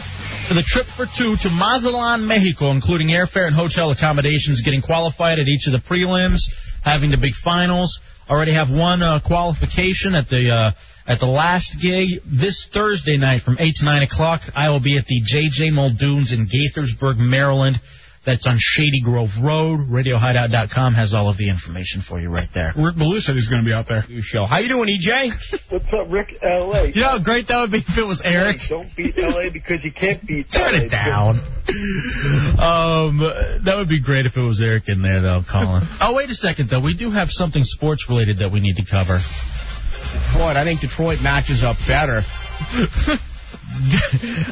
Speaker 4: for the trip for two to Mazatlan, Mexico, including airfare and hotel accommodations, getting qualified at each of the prelims, having the big finals. Already have one uh, qualification at the uh, at the last gig this Thursday night from eight to nine o'clock. I will be at the JJ Muldoon's in Gaithersburg, Maryland. That's on Shady Grove Road. RadioHideout.com has all of the information for you right there. Rick Ballou said he's going to be out there. New show. How you doing, EJ?
Speaker 8: What's up, Rick? L.A.
Speaker 4: You know how great that would be if it was Eric.
Speaker 8: Don't beat L.A. because you can't beat
Speaker 4: Turn
Speaker 8: LA.
Speaker 4: it down. um, that would be great if it was Eric in there, though, Colin. oh, wait a second, though. We do have something sports related that we need to cover.
Speaker 9: Detroit. I think Detroit matches up better.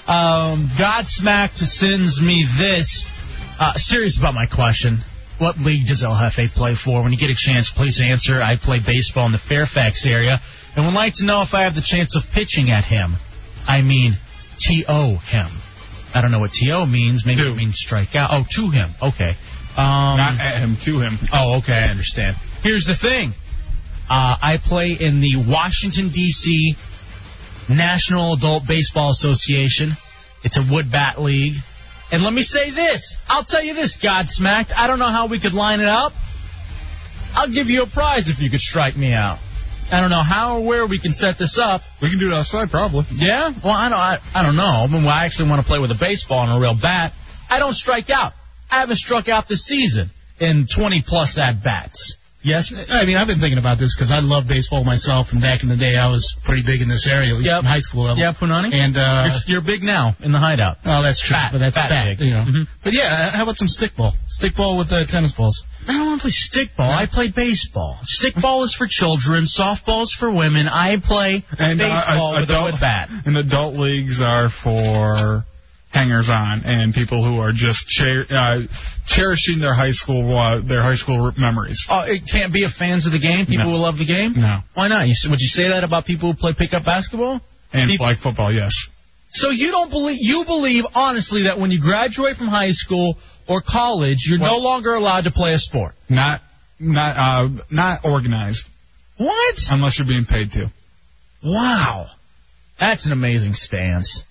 Speaker 4: Um, Godsmack sends me this. Uh, serious about my question. What league does El Jefe play for? When you get a chance, please answer. I play baseball in the Fairfax area and would like to know if I have the chance of pitching at him. I mean, T.O. him. I don't know what T.O. means. Maybe it means strike out. Oh, to him. Okay. Um, Not at him, to him. Oh, okay. I understand. Here's the thing uh, I play in the Washington, D.C. National Adult Baseball Association. It's a wood bat league. And let me say this. I'll tell you this, Godsmacked. I don't know how we could line it up. I'll give you a prize if you could strike me out. I don't know how or where we can set this up. We can do it outside, probably. Yeah? Well, I don't, I, I don't know. I mean, well, I actually want to play with a baseball and a real bat. I don't strike out. I haven't struck out this season in 20 plus at bats. Yes?
Speaker 6: I mean, I've been thinking about this because I love baseball myself, and back in the day, I was pretty big in this area, at least from high school level.
Speaker 4: Yeah, Punani?
Speaker 6: And, uh,
Speaker 4: you're, you're big now in the hideout.
Speaker 6: Oh, that's true, but that's
Speaker 4: fat
Speaker 6: bad,
Speaker 4: big.
Speaker 6: you know.
Speaker 4: Mhm.
Speaker 6: But yeah, uh, how about some stickball? Stickball with uh, tennis balls.
Speaker 4: I don't want to play stickball. I play baseball. Stickball is for children. Softball is for women. I play
Speaker 5: And uh,
Speaker 4: baseball
Speaker 5: uh,
Speaker 4: with a
Speaker 5: adult
Speaker 4: wood bat.
Speaker 5: And adult leagues are for hangers on and people who are just cher- uh, cherishing their high school uh, their high school memories.
Speaker 4: Oh, it can't be a fans of the game. People
Speaker 5: No.
Speaker 4: who love the game.
Speaker 5: No.
Speaker 4: Why not? You, s- would you say that about people who play pickup basketball?
Speaker 5: And flag football, yes.
Speaker 4: So you don't believe you believe honestly that when you graduate from high school or college, you're no longer allowed to play a sport.
Speaker 5: Not not uh, not organized.
Speaker 4: What?
Speaker 5: Unless you're being paid to.
Speaker 4: Wow, that's an amazing stance.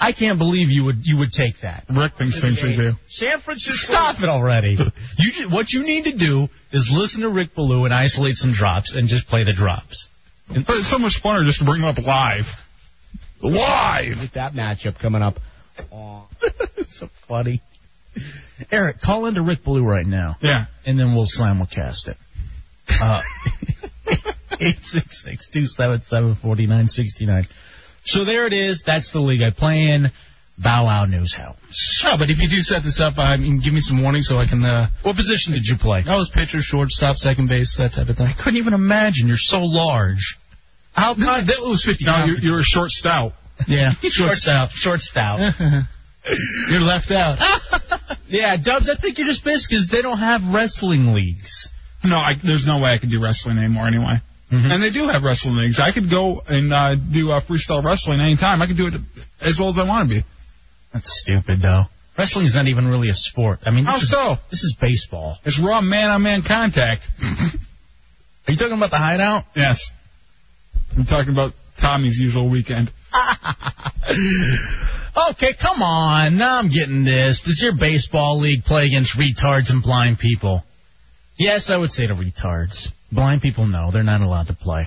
Speaker 4: I can't believe you would you would take that.
Speaker 5: Rick thinks things we do.
Speaker 9: San Francisco.
Speaker 4: Stop it already. You ju- what you need to do is listen to Rick Ballou and isolate some drops and just play the drops.
Speaker 5: But it's so much funner just to bring them up live. Live.
Speaker 9: With that matchup coming up.
Speaker 4: so funny. Eric, call into Rick Ballou right now.
Speaker 5: Yeah.
Speaker 4: And then we'll simulcast it. Uh, 866-277-4969. So there it is. That's the league I play in. Bow Wow News Hell.
Speaker 6: Oh, but if you do set this up, I mean, give me some warning so I can. Uh,
Speaker 4: what position did you play?
Speaker 6: I was pitcher, shortstop, second base, that type of thing. I
Speaker 4: couldn't even imagine. You're so large.
Speaker 6: How God, that was 50
Speaker 5: No,
Speaker 6: pounds.
Speaker 5: you're, you're a short stout.
Speaker 4: Yeah, short stout. Short stout.
Speaker 6: you're left out.
Speaker 4: yeah, Dubs, I think you're just pissed because they don't have wrestling leagues.
Speaker 5: No, I, there's no way I could do wrestling anymore anyway.
Speaker 4: Mm-hmm.
Speaker 5: And they do have wrestling leagues. I could go and uh, do uh, freestyle wrestling anytime. I could do it as well as I want to be.
Speaker 4: That's stupid, though. Wrestling's not even really a sport. I mean, this
Speaker 5: How
Speaker 4: is,
Speaker 5: so?
Speaker 4: This is baseball.
Speaker 5: It's raw man-on-man contact.
Speaker 4: Are you talking about the hideout?
Speaker 5: Yes. I'm talking about Tommy's usual weekend.
Speaker 4: Okay, come on. Now I'm getting this. Does your baseball league play against retards and blind people? Yes, I would say to retards. Blind people, no, they're not allowed to play.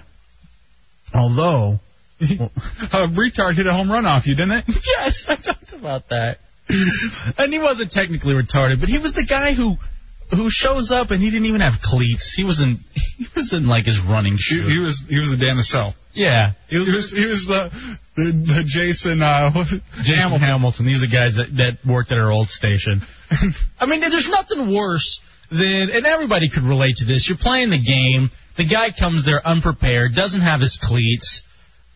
Speaker 4: Although,
Speaker 5: A retard hit a home run off you, didn't it?
Speaker 4: yes, I talked about that. and he wasn't technically retarded, but he was the guy who who shows up and he didn't even have cleats. He was in he was in like his running shoe.
Speaker 5: He was he was a Danicel.
Speaker 4: Yeah,
Speaker 5: He was he was the the, the Jason uh what-
Speaker 4: Jason Hamilton. These are guys that, that worked at our old station. I mean, there's nothing worse than, and everybody could relate to this. You're playing the game. The guy comes there unprepared, doesn't have his cleats.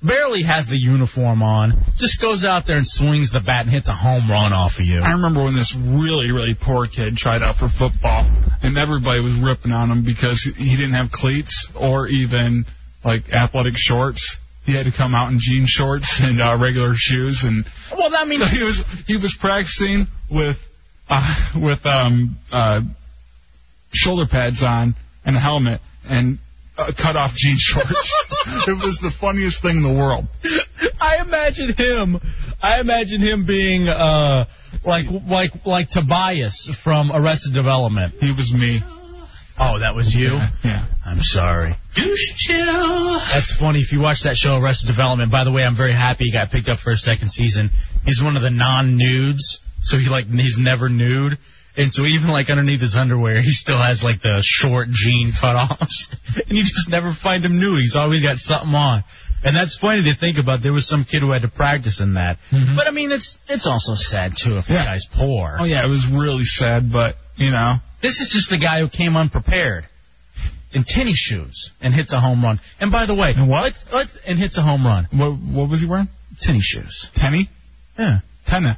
Speaker 4: barely has the uniform on, just goes out there and swings the bat and hits a home run off of you.
Speaker 5: I remember when this really, really poor kid tried out for football, and everybody was ripping on him because he didn't have cleats or even like athletic shorts. He had to come out in jean shorts and uh, regular shoes, and
Speaker 4: well, that means
Speaker 5: so he was he was practicing with uh, with um uh shoulder pads on and a helmet and uh, cut off jean shorts. it was the funniest thing in the world.
Speaker 4: I imagine him. I imagine him being uh, like like like Tobias from Arrested Development.
Speaker 5: He was me.
Speaker 4: Oh, that was you.
Speaker 5: Yeah.
Speaker 4: I'm sorry. That's funny. If you watch that show, Arrested Development. By the way, I'm very happy he got picked up for a second season. He's one of the non-nudes, so he like he's never nude. And so even like underneath his underwear, he still has like the short jean cutoffs, and you just never find him nude. He's always got something on, and that's funny to think about. There was some kid who had to practice in that, but I mean, it's it's also sad too if the guy's poor.
Speaker 5: Mm-hmm. Oh yeah, it was really sad, but you know.
Speaker 4: This is just the guy who came unprepared in tennis shoes and hits a home run. And by the way, what? Let's, let's, and hits a home run.
Speaker 5: What what was he wearing?
Speaker 4: Tennis shoes.
Speaker 5: Tenny?
Speaker 4: Yeah.
Speaker 5: Tenna.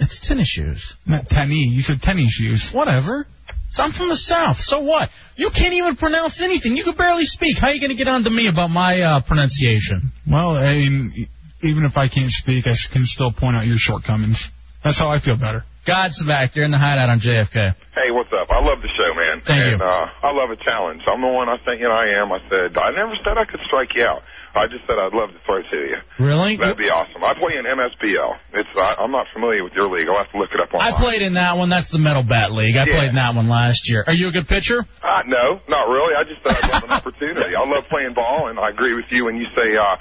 Speaker 4: It's tennis shoes.
Speaker 5: Not tenny. You said tenny shoes.
Speaker 4: Whatever. So I'm from the South. So what? You can't even pronounce anything. You can barely speak. How are you going to get on to me about my uh, pronunciation?
Speaker 5: Well, I mean, e- even if I can't speak, I s- can still point out your shortcomings. That's how I feel better.
Speaker 4: Godsmack, you're in the hideout on JFK.
Speaker 7: Hey, what's up? I love the show, man.
Speaker 4: Thank you.
Speaker 7: and Uh, I love a challenge. I'm the one I think you know, I am. I said I never said I could strike you out. I just said I'd love to throw to you.
Speaker 4: Really?
Speaker 7: That'd be awesome. I play in MSBL. It's I, I'm not familiar with your league. I'll have to look it up online.
Speaker 4: I played in that one. That's the metal bat league. I
Speaker 7: Yeah.
Speaker 4: played in that one last year. Are you a good pitcher?
Speaker 7: Uh, no, not really. I just thought I'd love an opportunity. I love playing ball, and I agree with you when you say uh,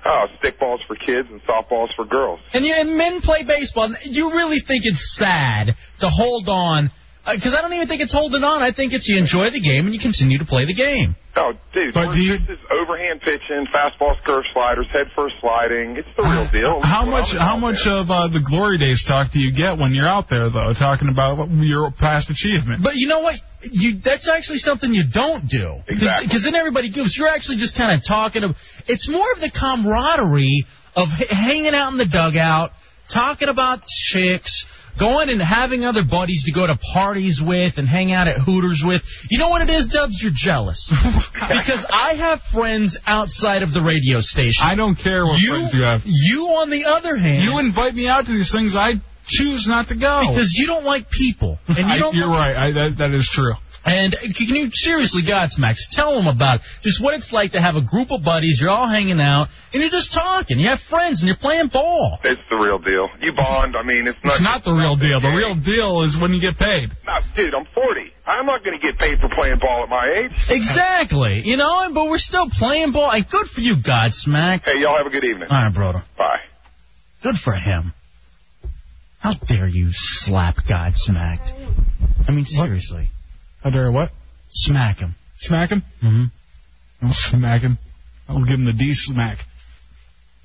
Speaker 7: uh, stick balls for kids and softballs for girls.
Speaker 4: And, you, and men play baseball. You really think it's sad to hold on? Because I don't even think it's holding on. I think it's you enjoy the game and you continue to play the game.
Speaker 7: Oh, dude,
Speaker 4: But
Speaker 7: first,
Speaker 4: do you-
Speaker 7: this is overhand pitching, fastballs, curve sliders, head first sliding. It's the real deal.
Speaker 5: How
Speaker 7: Well,
Speaker 5: much
Speaker 7: I'm-
Speaker 5: how much of uh, the glory days talk do you get when you're out there though, talking about what- your past achievements?
Speaker 4: But you know what? You that's actually something you don't do.
Speaker 7: Exactly.
Speaker 4: Because then everybody goofs. You're actually just kind of talking. Of, it's more of the camaraderie of h- hanging out in the dugout, talking about chicks, going and having other buddies to go to parties with and hang out at Hooters with. You know what it is, Dubs? You're jealous. because I have friends outside of the radio station.
Speaker 5: I don't care what
Speaker 4: You-
Speaker 5: friends you have.
Speaker 4: You, on the other hand,
Speaker 5: You invite me out to these things, I choose not to go.
Speaker 4: because you don't like people, and you
Speaker 5: I-
Speaker 4: don't.
Speaker 5: you're right. I, that, that is true.
Speaker 4: And can you seriously, Godsmacks, tell them about it. just what it's like to have a group of buddies? You're all hanging out and you're just talking. You have friends and you're playing ball.
Speaker 7: It's the real deal. You bond. I mean, it's not.
Speaker 5: It's not the real deal. The real deal is when you get paid.
Speaker 7: No, dude, I'm 40. I'm not going to get paid for playing ball at my age.
Speaker 4: Exactly, you know. But we're still playing ball. And good for you, Godsmack.
Speaker 7: Hey, y'all have a good evening.
Speaker 4: All right, brother.
Speaker 7: Bye.
Speaker 4: Good for him. How dare you slap Godsmacked? I mean, seriously,
Speaker 5: How dare what?
Speaker 4: smack him.
Speaker 5: Smack him?
Speaker 4: Mm-hmm.
Speaker 5: I'll smack him. I'll give him the D smack.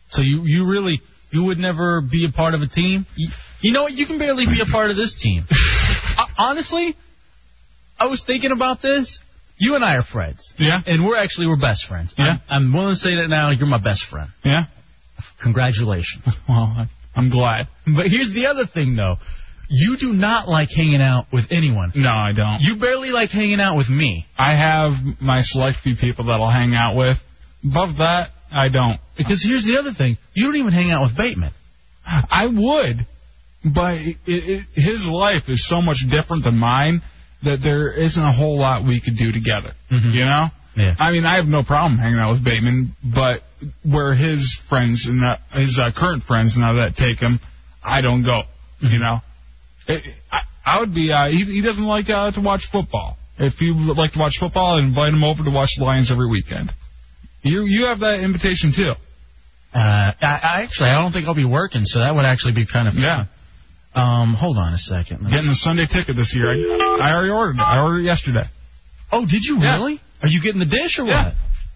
Speaker 4: So you you really you would never be a part of a team. You, you know what? You can barely be a part of this team. I, honestly, I was thinking about this. You and I are friends.
Speaker 5: Yeah.
Speaker 4: And we're actually we're best friends.
Speaker 5: Yeah.
Speaker 4: I'm, I'm willing to say that now. You're my best friend.
Speaker 5: Yeah?
Speaker 4: Congratulations.
Speaker 5: Well, I, I'm glad.
Speaker 4: But here's the other thing though. You do not like hanging out with anyone.
Speaker 5: No, I don't.
Speaker 4: You barely like hanging out with me
Speaker 5: I have my select few people that I'll hang out with. Above that, I don't.
Speaker 4: because here's the other thing. You don't even hang out with Bateman.
Speaker 5: I would, but it, it, his life is so much different than mine that there isn't a whole lot we could do together.
Speaker 4: Mm-hmm.
Speaker 5: You know?
Speaker 4: Yeah.
Speaker 5: I mean, I have no problem hanging out with Bateman, but where his friends and that, his uh, current friends now that take him, I don't go. You know, it, I, I would be. Uh, he, he doesn't like uh, to watch football. If you would like to watch football, I'd invite him over to watch the Lions every weekend. You you have that invitation too.
Speaker 4: Uh, I, I actually I don't think I'll be working, so that would actually be kind of fun.
Speaker 5: Yeah.
Speaker 4: Um, hold on a second. Let me-
Speaker 5: Getting the Sunday ticket this year. I, I already ordered. it. I ordered it yesterday.
Speaker 4: Oh, did you
Speaker 5: Yeah.
Speaker 4: really? Are you getting the dish or
Speaker 5: Yeah.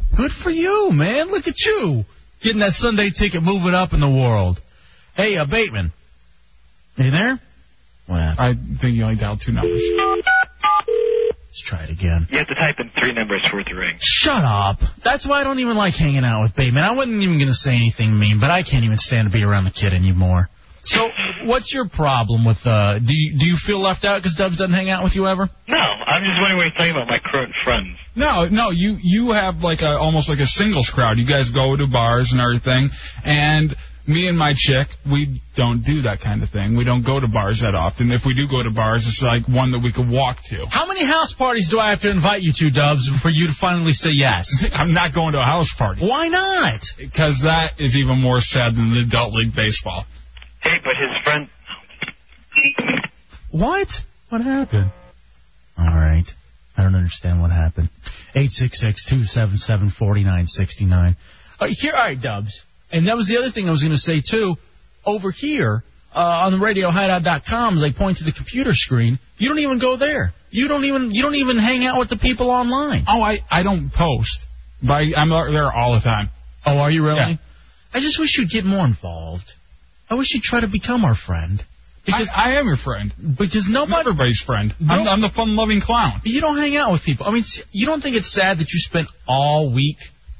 Speaker 4: what? Good for you, man. Look at you getting that Sunday ticket, moving up in the world. Hey, uh, Bateman, are you there? Well,
Speaker 5: I think you only dialed two numbers.
Speaker 4: Let's try it again.
Speaker 19: You have to type in three numbers for the ring.
Speaker 4: Shut up. That's why I don't even like hanging out with Bateman. I wasn't even going to say anything mean, but I can't even stand to be around the kid anymore. So, what's your problem with, uh, do you, do you feel left out because Dubs doesn't hang out with you ever?
Speaker 19: No, I'm just wondering what you're talking about. My current friends.
Speaker 5: No, no, you you have like a almost like a singles crowd. You guys go to bars and everything, and me and my chick, we don't do that kind of thing. We don't go to bars that often. If we do go to bars, it's like one that we could walk to.
Speaker 4: How many house parties do I have to invite you to, Dubs, for you to finally say yes?
Speaker 5: I'm not going to a house party.
Speaker 4: Why not?
Speaker 5: Because that is even more sad than the adult league baseball.
Speaker 19: Hey, but his friend.
Speaker 4: What? What happened? All right. I don't understand what happened. 866-277-4969. All right, here, all right, Dubs. And that was the other thing I was going to say, too. Over here uh, on the RadioHideout.com, as I point to the computer screen, you don't even go there. You don't even you don't even hang out with the people online.
Speaker 5: Oh, I, I don't post, but I, I'm out there all the time.
Speaker 4: Oh, are you really? I just wish you'd get more involved. I wish you'd try to become our friend. Because
Speaker 5: I, I am your friend.
Speaker 4: Because nobody,
Speaker 5: everybody's friend. I'm, I'm the fun-loving clown.
Speaker 4: you don't hang out with people. I mean, s- you don't think it's sad that you spent all week,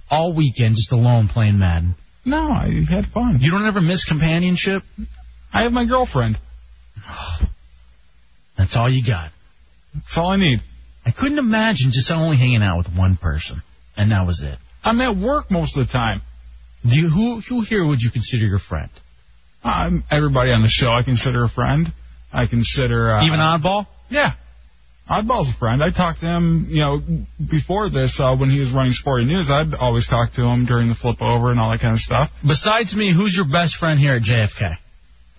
Speaker 4: all weekend just alone playing Madden.
Speaker 5: No, I had fun.
Speaker 4: You don't ever miss companionship.
Speaker 5: I have my girlfriend.
Speaker 4: That's all you got.
Speaker 5: That's all I need.
Speaker 4: I couldn't imagine just only hanging out with one person, and that was it.
Speaker 5: I'm at work most of the time.
Speaker 4: Do you, who who here would you consider your friend?
Speaker 5: Um, everybody on the show I consider a friend. I consider uh,
Speaker 4: Even oddball.
Speaker 5: yeah. Oddball's a friend. I talked to him, you know, before this uh, when he was running Sporting News. I'd always talk to him during the flip over and all that kind of stuff.
Speaker 4: Besides me, who's your best friend here at JFK?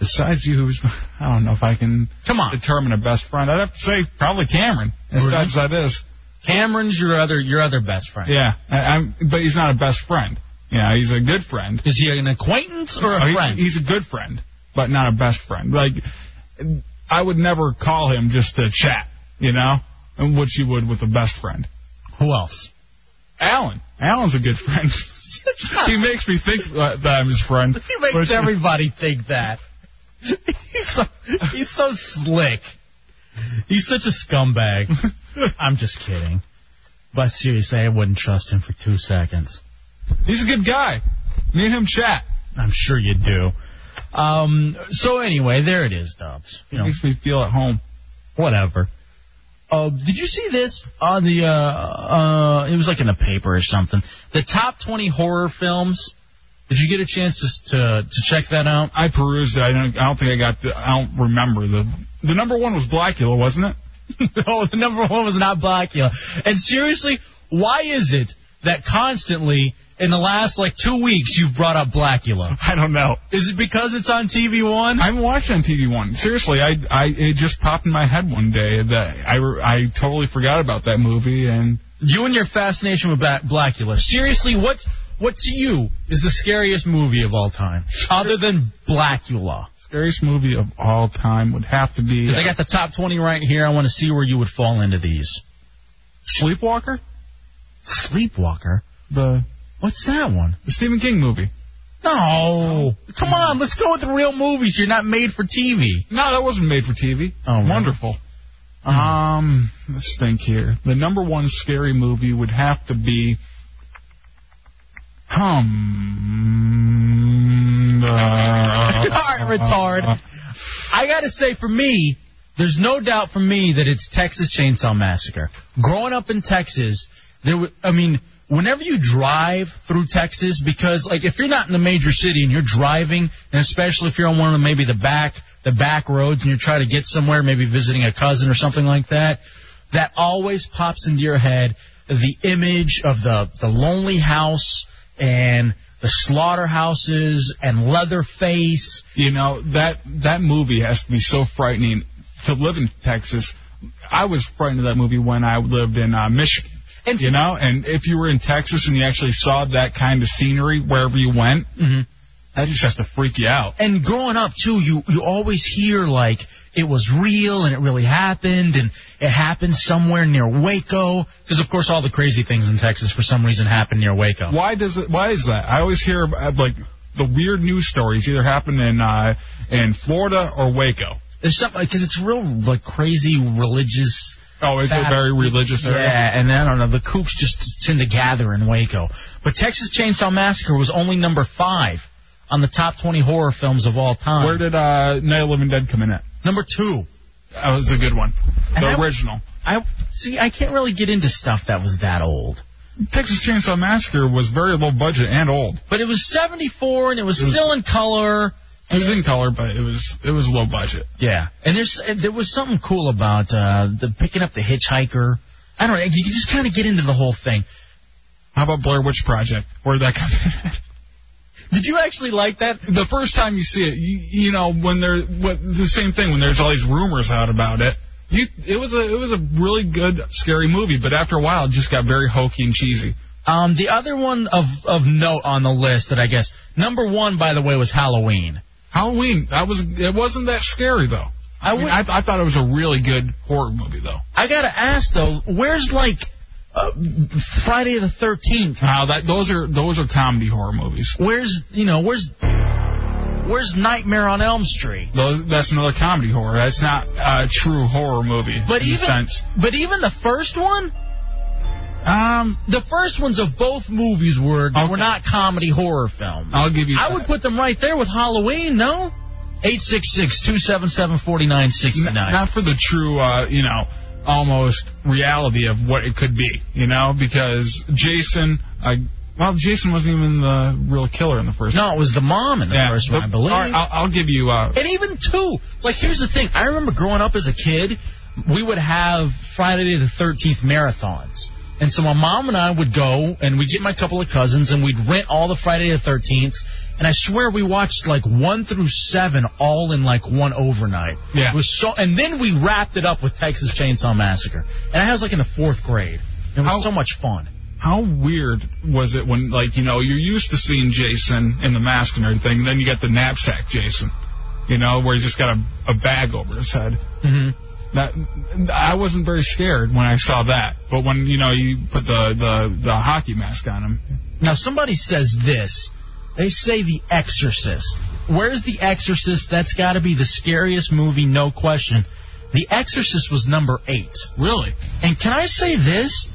Speaker 5: Besides you, who's I don't know if I can
Speaker 4: Come on,
Speaker 5: determine a best friend. I'd have to say probably Cameron. As
Speaker 4: Really?
Speaker 5: sad as that is,
Speaker 4: Cameron's your other your other best friend.
Speaker 5: yeah. I, I'm, but he's not a best friend. You know, he's a good friend.
Speaker 4: Is he an acquaintance or
Speaker 5: Oh,
Speaker 4: a
Speaker 5: he-
Speaker 4: friend?
Speaker 5: he's a good friend, but not a best friend. Like, I would never call him just to chat, you know, and which you would with a best friend.
Speaker 4: Who else?
Speaker 5: Alan. Alan's a good friend. he makes me think uh, that I'm his friend.
Speaker 4: He makes
Speaker 5: Which-
Speaker 4: everybody think that. He's so, he's so slick. He's such a scumbag. I'm just kidding. But seriously, I wouldn't trust him for two seconds.
Speaker 5: He's a good guy. Me and him chat.
Speaker 4: I'm sure you do. Um, so anyway, there it is, Dubs. You know,
Speaker 5: Makes me feel at home.
Speaker 4: whatever. Uh, did you see this on the? Uh, uh, it was like in a paper or something. The top 20 horror films. Did you get a chance to to, to check that out?
Speaker 5: I perused it. I don't. I don't think I got. The, I don't remember the. The number one was Blackula, wasn't it?
Speaker 4: no, the number one was not Blackula. And seriously, why is it that constantly in the last like two weeks you've brought up Blackula?
Speaker 5: I don't know.
Speaker 4: Is it because it's on TV One?
Speaker 5: I haven't watched it on TV one. Seriously, I, I it just popped in my head one day that I, re- I totally forgot about that movie and
Speaker 4: You and your fascination with Ba- Blackula. Seriously, what what to you is the scariest movie of all time, other than Blackula?
Speaker 5: scariest movie of all time would have to be
Speaker 4: Because I got the top 20 right here. I want to see where you would fall into these.
Speaker 5: Sleepwalker,
Speaker 4: Sleepwalker?
Speaker 5: the
Speaker 4: What's that one?
Speaker 5: the Stephen King movie.
Speaker 4: No. Come on, let's go with the real movies. You're not made for TV.
Speaker 5: No, that wasn't made for TV.
Speaker 4: Oh, really?
Speaker 5: wonderful. Um, let's think here. The number one scary movie would have to be. hmm, Um.
Speaker 4: You are a retard. I gotta say, for me, there's no doubt for me that it's Texas Chainsaw Massacre. Growing up in Texas, there were, I mean, whenever you drive through Texas, because like if you're not in a major city and you're driving, and especially if you're on one of the, maybe the back the back roads and you're trying to get somewhere, maybe visiting a cousin or something like that, that always pops into your head the image of the the lonely house and the slaughterhouses and Leatherface.
Speaker 5: You know that that movie has to be so frightening to live in Texas. I was frightened of that movie when I lived in uh, Michigan.
Speaker 4: And-
Speaker 5: you know, and if you were in Texas and you actually saw that kind of scenery wherever you went,
Speaker 4: Mm-hmm.
Speaker 5: that just has to freak you out.
Speaker 4: and growing up too, you you always hear like it was real and it really happened and it happened somewhere near Waco because of course all the crazy things in Texas for some reason happen near Waco.
Speaker 5: Why does it? Why is that? I always hear uh, like the weird news stories either happen in uh, in Florida or Waco.
Speaker 4: There's something because it's real like crazy religious
Speaker 5: Oh, is it
Speaker 4: Bath-
Speaker 5: very religious area?
Speaker 4: Yeah, and I don't know. The Coops just tend to gather in Waco. But Texas Chainsaw Massacre was only number five on the top 20 horror films of all time.
Speaker 5: Where did uh, Night of the Living Dead come in at?
Speaker 4: Number two.
Speaker 5: That was a good one.
Speaker 4: And
Speaker 5: The
Speaker 4: I-
Speaker 5: original.
Speaker 4: I see. I can't really get into stuff that was that old.
Speaker 5: Texas Chainsaw Massacre was very low budget and old.
Speaker 4: But it was 74, and it was, still in color.
Speaker 5: It was in color, but it was it was low budget.
Speaker 4: Yeah, and there's uh, there was something cool about uh, the picking up the hitchhiker. I don't know. You can just kind of get into the whole thing.
Speaker 5: How about Blair Witch Project? Where'd that come in?
Speaker 4: Did you actually like that?
Speaker 5: The first time you see it, you, you know when there what the same thing when there's all these rumors out about it. You it was a it was a really good scary movie, but after a while it just got very hokey and cheesy.
Speaker 4: Um, the other one of of note on the list that I guess number one, by the way, was Halloween.
Speaker 5: Halloween. That was it wasn't that scary though. I, mean, I, I thought it was a really good horror movie though.
Speaker 4: I gotta ask though, where's like uh, Friday the Thirteenth?
Speaker 5: Wow, that those are those are comedy horror movies.
Speaker 4: Where's you know where's where's Nightmare on Elm Street?
Speaker 5: Those, that's another comedy horror. That's not a true horror movie.
Speaker 4: But
Speaker 5: in a
Speaker 4: even
Speaker 5: sense.
Speaker 4: but even the first one.
Speaker 5: Um,
Speaker 4: the first ones of both movies were were not comedy horror films.
Speaker 5: I'll give you.
Speaker 4: I
Speaker 5: that.
Speaker 4: would put them right there with Halloween. No. Eight six six two seven seven forty nine sixty nine.
Speaker 5: not for the true, uh, you know, almost reality of what it could be, you know, because Jason, I, well, Jason wasn't even the real killer in the first.
Speaker 4: No, it was the mom in the
Speaker 5: Yeah,
Speaker 4: first one,
Speaker 5: but-
Speaker 4: I believe.
Speaker 5: all right, I'll, I'll give you. Uh,
Speaker 4: And even two. Like, here's the thing. I remember growing up as a kid, we would have Friday the 13th marathons. And so my mom and I would go, and we'd get my couple of cousins, and we'd rent all the Friday the 13th. And I swear we watched like one through seven all in like one overnight.
Speaker 5: Yeah.
Speaker 4: It was so, and then we wrapped it up with Texas Chainsaw Massacre. And I was like in the fourth grade. It was so much fun.
Speaker 5: how weird was it when, like, you know, you're used to seeing Jason in the mask and everything, and then you got the knapsack Jason, you know, where he's just got a, a bag over his head.
Speaker 4: Mm-hmm.
Speaker 5: That, I wasn't very scared when I saw that, but when you know you put the the, the hockey mask on him,
Speaker 4: Now somebody says this. They say The Exorcist. Where's The Exorcist? That's got to be the scariest movie, no question. The Exorcist was number eight.
Speaker 5: Really?
Speaker 4: And can I say this?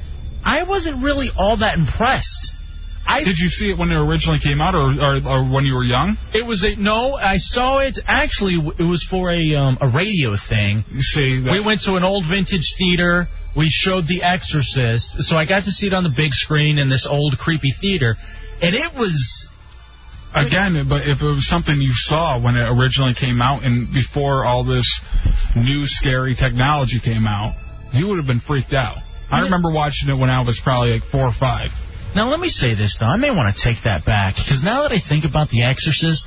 Speaker 4: I wasn't really all that impressed. I
Speaker 5: Did you see it when it originally came out, or, or, or when you were young?
Speaker 4: It was a no. I saw it actually. w- It was for a um, a radio thing.
Speaker 5: You see, that-
Speaker 4: We went to an old vintage theater. We showed The Exorcist, so I got to see it on the big screen in this old creepy theater, and it was
Speaker 5: again, but if it was something you saw when it originally came out, and before all this new scary technology came out, you would have been freaked out. I remember watching it when I was probably like four or five.
Speaker 4: Now, let me say this, though. I may want to take that back, because now that I think about The Exorcist,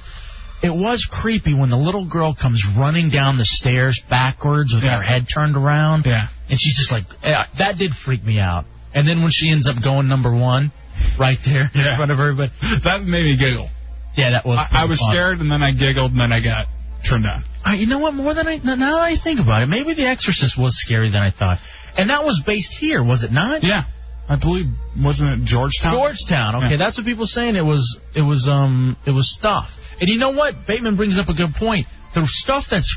Speaker 4: it was creepy when the little girl comes running down the stairs backwards with her head turned around.
Speaker 5: Yeah.
Speaker 4: And she's just like, eh, that did freak me out. And then when she ends up going number one, right there in front of everybody.
Speaker 5: That made me giggle.
Speaker 4: Yeah, that was.
Speaker 5: I, I was
Speaker 4: fun.
Speaker 5: scared, and then I giggled, and then I got turned on.
Speaker 4: Uh, you know what? More than I now that I think about it, maybe The Exorcist was scarier than I thought, and that was based here, was it not?
Speaker 5: Yeah, I believe wasn't it Georgetown?
Speaker 4: Georgetown. Okay, that's what people saying. It was it was um it was stuff. And you know what? Bateman brings up a good point. The stuff that's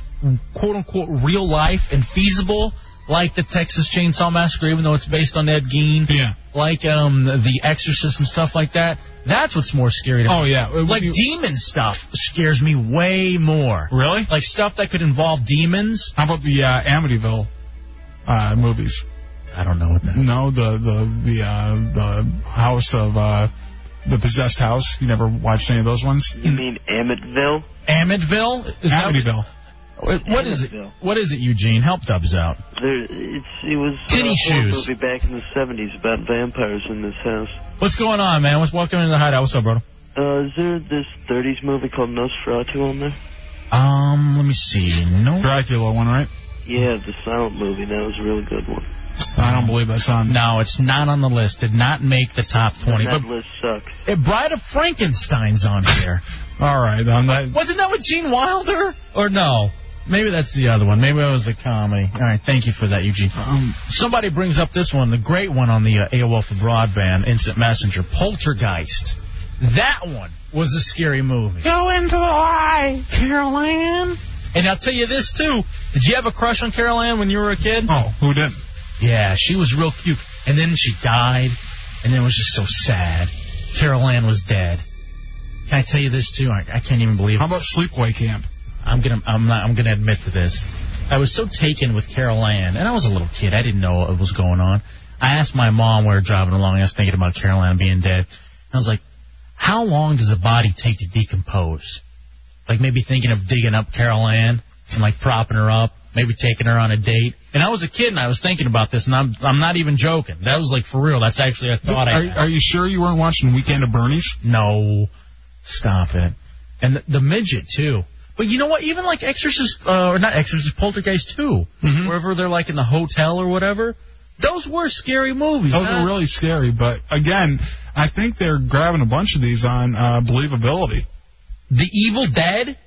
Speaker 4: quote unquote real life and feasible, like the Texas Chainsaw Massacre, even though it's based on Ed Gein.
Speaker 5: Yeah.
Speaker 4: Like um the Exorcist and stuff like that. That's what's more scary to me.
Speaker 5: Oh, yeah. It would
Speaker 4: Like
Speaker 5: be-
Speaker 4: demon stuff scares me way more.
Speaker 5: Really?
Speaker 4: Like stuff that could involve demons.
Speaker 5: How about the uh, Amityville uh, movies?
Speaker 4: I don't know what that.
Speaker 5: No, the the the uh, the house of uh, the possessed house. You never watched any of those ones?
Speaker 19: You mean Amityville?
Speaker 4: Amityville? Is that-
Speaker 5: Amityville.
Speaker 4: What is it?
Speaker 19: Amityville.
Speaker 4: What is it, Eugene? Help Dubs out.
Speaker 19: There, it's, it was
Speaker 4: Titty
Speaker 19: a
Speaker 4: shoes.
Speaker 19: horror movie back in the 70s about vampires in this house.
Speaker 4: What's going on, man? What's welcome into the hideout? What's up, brother?
Speaker 19: Uh, is there this 30s movie called Nosferatu on there?
Speaker 4: Um, let me see. No,
Speaker 5: Dracula one, right?
Speaker 19: Yeah, the silent movie. That was a really good one.
Speaker 5: I don't believe that's on.
Speaker 4: no, it's not on the list. Did not make the top twenty.
Speaker 19: that
Speaker 4: But
Speaker 19: list sucks.
Speaker 4: eh, Bride of Frankenstein's on here.
Speaker 5: All right, I'm not.
Speaker 4: Wasn't that with Gene Wilder? Or no? Maybe that's the other one. Maybe that was the comedy. All right, thank you for that, Eugene.
Speaker 5: Um,
Speaker 4: Somebody brings up this one, the great one on the uh, AOL for broadband, Instant Messenger, Poltergeist. That one was a scary movie.
Speaker 5: Go into the light, Caroline.
Speaker 4: And I'll tell you this too. Did you have a crush on Carol Ann when you were a kid?
Speaker 5: Oh, who did?
Speaker 4: Yeah, she was real cute. And then she died, and then it was just so sad. Carol Ann was dead. Can I tell you this too? I, I can't even believe. How
Speaker 5: about sleepaway camp?
Speaker 4: I'm gonna I'm not I'm gonna admit to this. I was so taken with Carol Ann, and I was a little kid. I didn't know what was going on. I asked my mom where we were driving along. and I was thinking about Carol Ann being dead. And I was like, how long does a body take to decompose? Like maybe thinking of digging up Carol Ann and like propping her up, maybe taking her on a date. And I was a kid and I was thinking about this, and I'm I'm not even joking. That was like for real. That's actually a thought I
Speaker 5: Are,
Speaker 4: had.
Speaker 5: are you sure you weren't watching Weekend at Bernie's?
Speaker 4: No. Stop it. And the, the midget too. But you know what? Even like Exorcist, uh, or not Exorcist, Poltergeist 2, wherever they're like in the hotel or whatever, those were scary movies.
Speaker 5: Those
Speaker 4: huh?
Speaker 5: are really scary, but again, I think they're grabbing a bunch of these on uh, believability.
Speaker 4: The Evil Dead?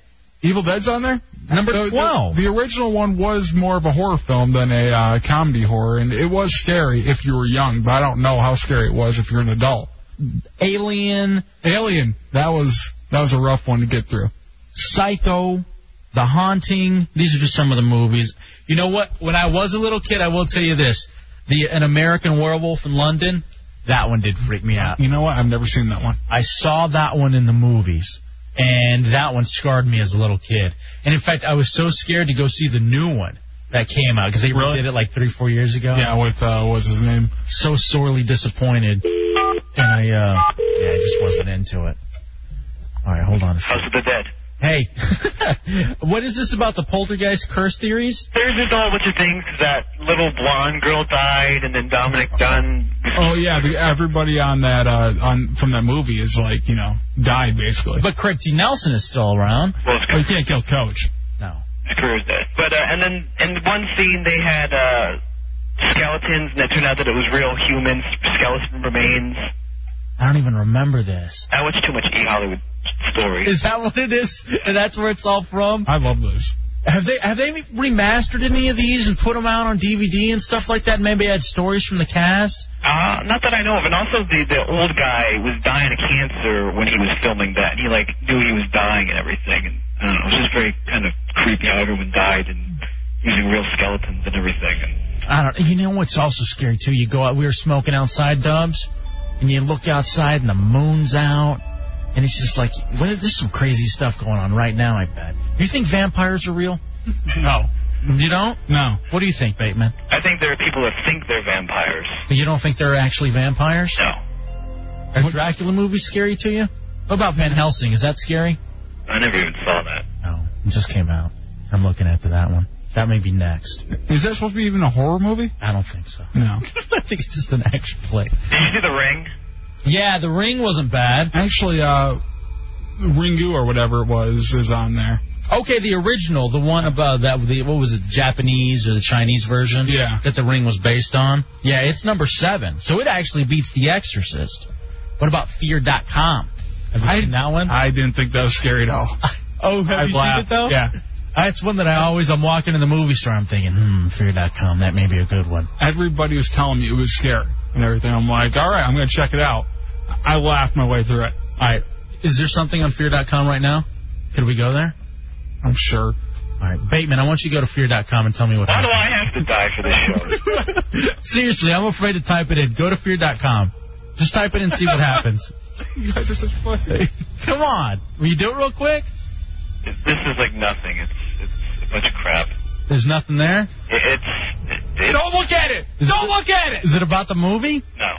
Speaker 5: Evil Dead's on there?
Speaker 4: Number
Speaker 5: The- the-
Speaker 4: 12.
Speaker 5: The, original one was more of a horror film than a uh, comedy horror, and it was scary if you were young, but I don't know how scary it was if you're an adult.
Speaker 4: Alien.
Speaker 5: Alien. That was that was a rough one to get through.
Speaker 4: Psycho, The Haunting. These are just some of the movies. You know what? When I was a little kid, I will tell you this: the An American Werewolf in London. That one did freak me out.
Speaker 5: You know what? I've never seen that one.
Speaker 4: I saw that one in the movies, and that one scarred me as a little kid. And in fact, I was so scared to go see the new one that came out because they did it like three, four years ago.
Speaker 5: Yeah, with uh, what was his name?
Speaker 4: So sorely disappointed, and I uh, yeah, I just wasn't into it. All right, hold on a second.
Speaker 19: House of the Dead.
Speaker 4: Hey, what is this about the poltergeist curse theories?
Speaker 19: There's just a whole bunch of things that little blonde girl died, and then Dominic Dunn.
Speaker 5: Oh yeah, the, everybody on that uh, on from that movie is like you know died basically. Oh,
Speaker 4: But Craig T. Nelson is still around.
Speaker 19: Well,
Speaker 5: you can't kill Coach.
Speaker 4: No.
Speaker 19: Screws that. But uh, and then in one scene they had uh, skeletons, and it turned out that it was real humans, skeleton remains.
Speaker 4: I don't even remember this.
Speaker 19: I watch too much E Hollywood stories.
Speaker 4: Is that what it is? And that's where it's all from?
Speaker 5: I love this.
Speaker 4: Have they have they remastered any of these and put them out on DVD and stuff like that? Maybe add stories from the cast.
Speaker 19: Uh, not that I know of. And also the the old guy was dying of cancer when he was filming that. And he like knew he was dying and everything. And I don't know, it was just very kind of creepy how everyone died and using real skeletons and everything. And
Speaker 4: I don't. You know what's also scary too? You go out. We were smoking outside, Dubs, and you look outside and the moon's out, and it's just like well, there's some crazy stuff going on right now. I bet. You think vampires are real?
Speaker 5: No.
Speaker 4: You don't?
Speaker 5: No.
Speaker 4: What do you think, Bateman?
Speaker 19: I think there are people that think they're vampires.
Speaker 4: You don't think they're actually vampires?
Speaker 19: No.
Speaker 4: Are Dracula movies scary to you? What about Van Helsing? Is that scary?
Speaker 19: I never even saw that.
Speaker 4: It just came out. I'm looking after that one. That may be next.
Speaker 5: Is that supposed to be even a horror movie?
Speaker 4: I don't think so.
Speaker 5: No.
Speaker 4: I think it's just an action flick.
Speaker 19: Did you see The Ring?
Speaker 4: Yeah, The Ring wasn't bad.
Speaker 5: Actually, uh, Ringu or whatever it was is on there.
Speaker 4: Okay, the original, the one about that, the what was it, Japanese or the Chinese version? Yeah. That The Ring was based on. Yeah, it's number seven, so it actually beats The Exorcist. What about Fear.com? Have you seen that one?
Speaker 5: I didn't think that was scary at all.
Speaker 4: Oh, have
Speaker 5: I
Speaker 4: you
Speaker 5: laughed.
Speaker 4: seen it though?
Speaker 5: Yeah.
Speaker 4: That's one that I always, I'm walking in the movie store, I'm thinking, hmm, Fear.com, that may be a good one.
Speaker 5: Everybody was telling me it was scary and everything. I'm like, all right, I'm gonna check it out. I laughed my way through it.
Speaker 4: All right. Is there something on Fear.com right now? Could we go there?
Speaker 5: I'm sure.
Speaker 4: All right, Bateman, I want you to go to Fear.com and tell me what.
Speaker 19: Why do I have to die for this show?
Speaker 4: Seriously, I'm afraid to type it in. Go to Fear.com. Just type it in and see what happens.
Speaker 5: You guys are such pussies.
Speaker 4: Come on. Will you do it real quick?
Speaker 19: It's, this is like nothing. It's it's a bunch of crap.
Speaker 4: There's nothing there.
Speaker 19: It, it's it,
Speaker 4: Don't look at it. Don't look at it. Is it about the movie?
Speaker 19: no.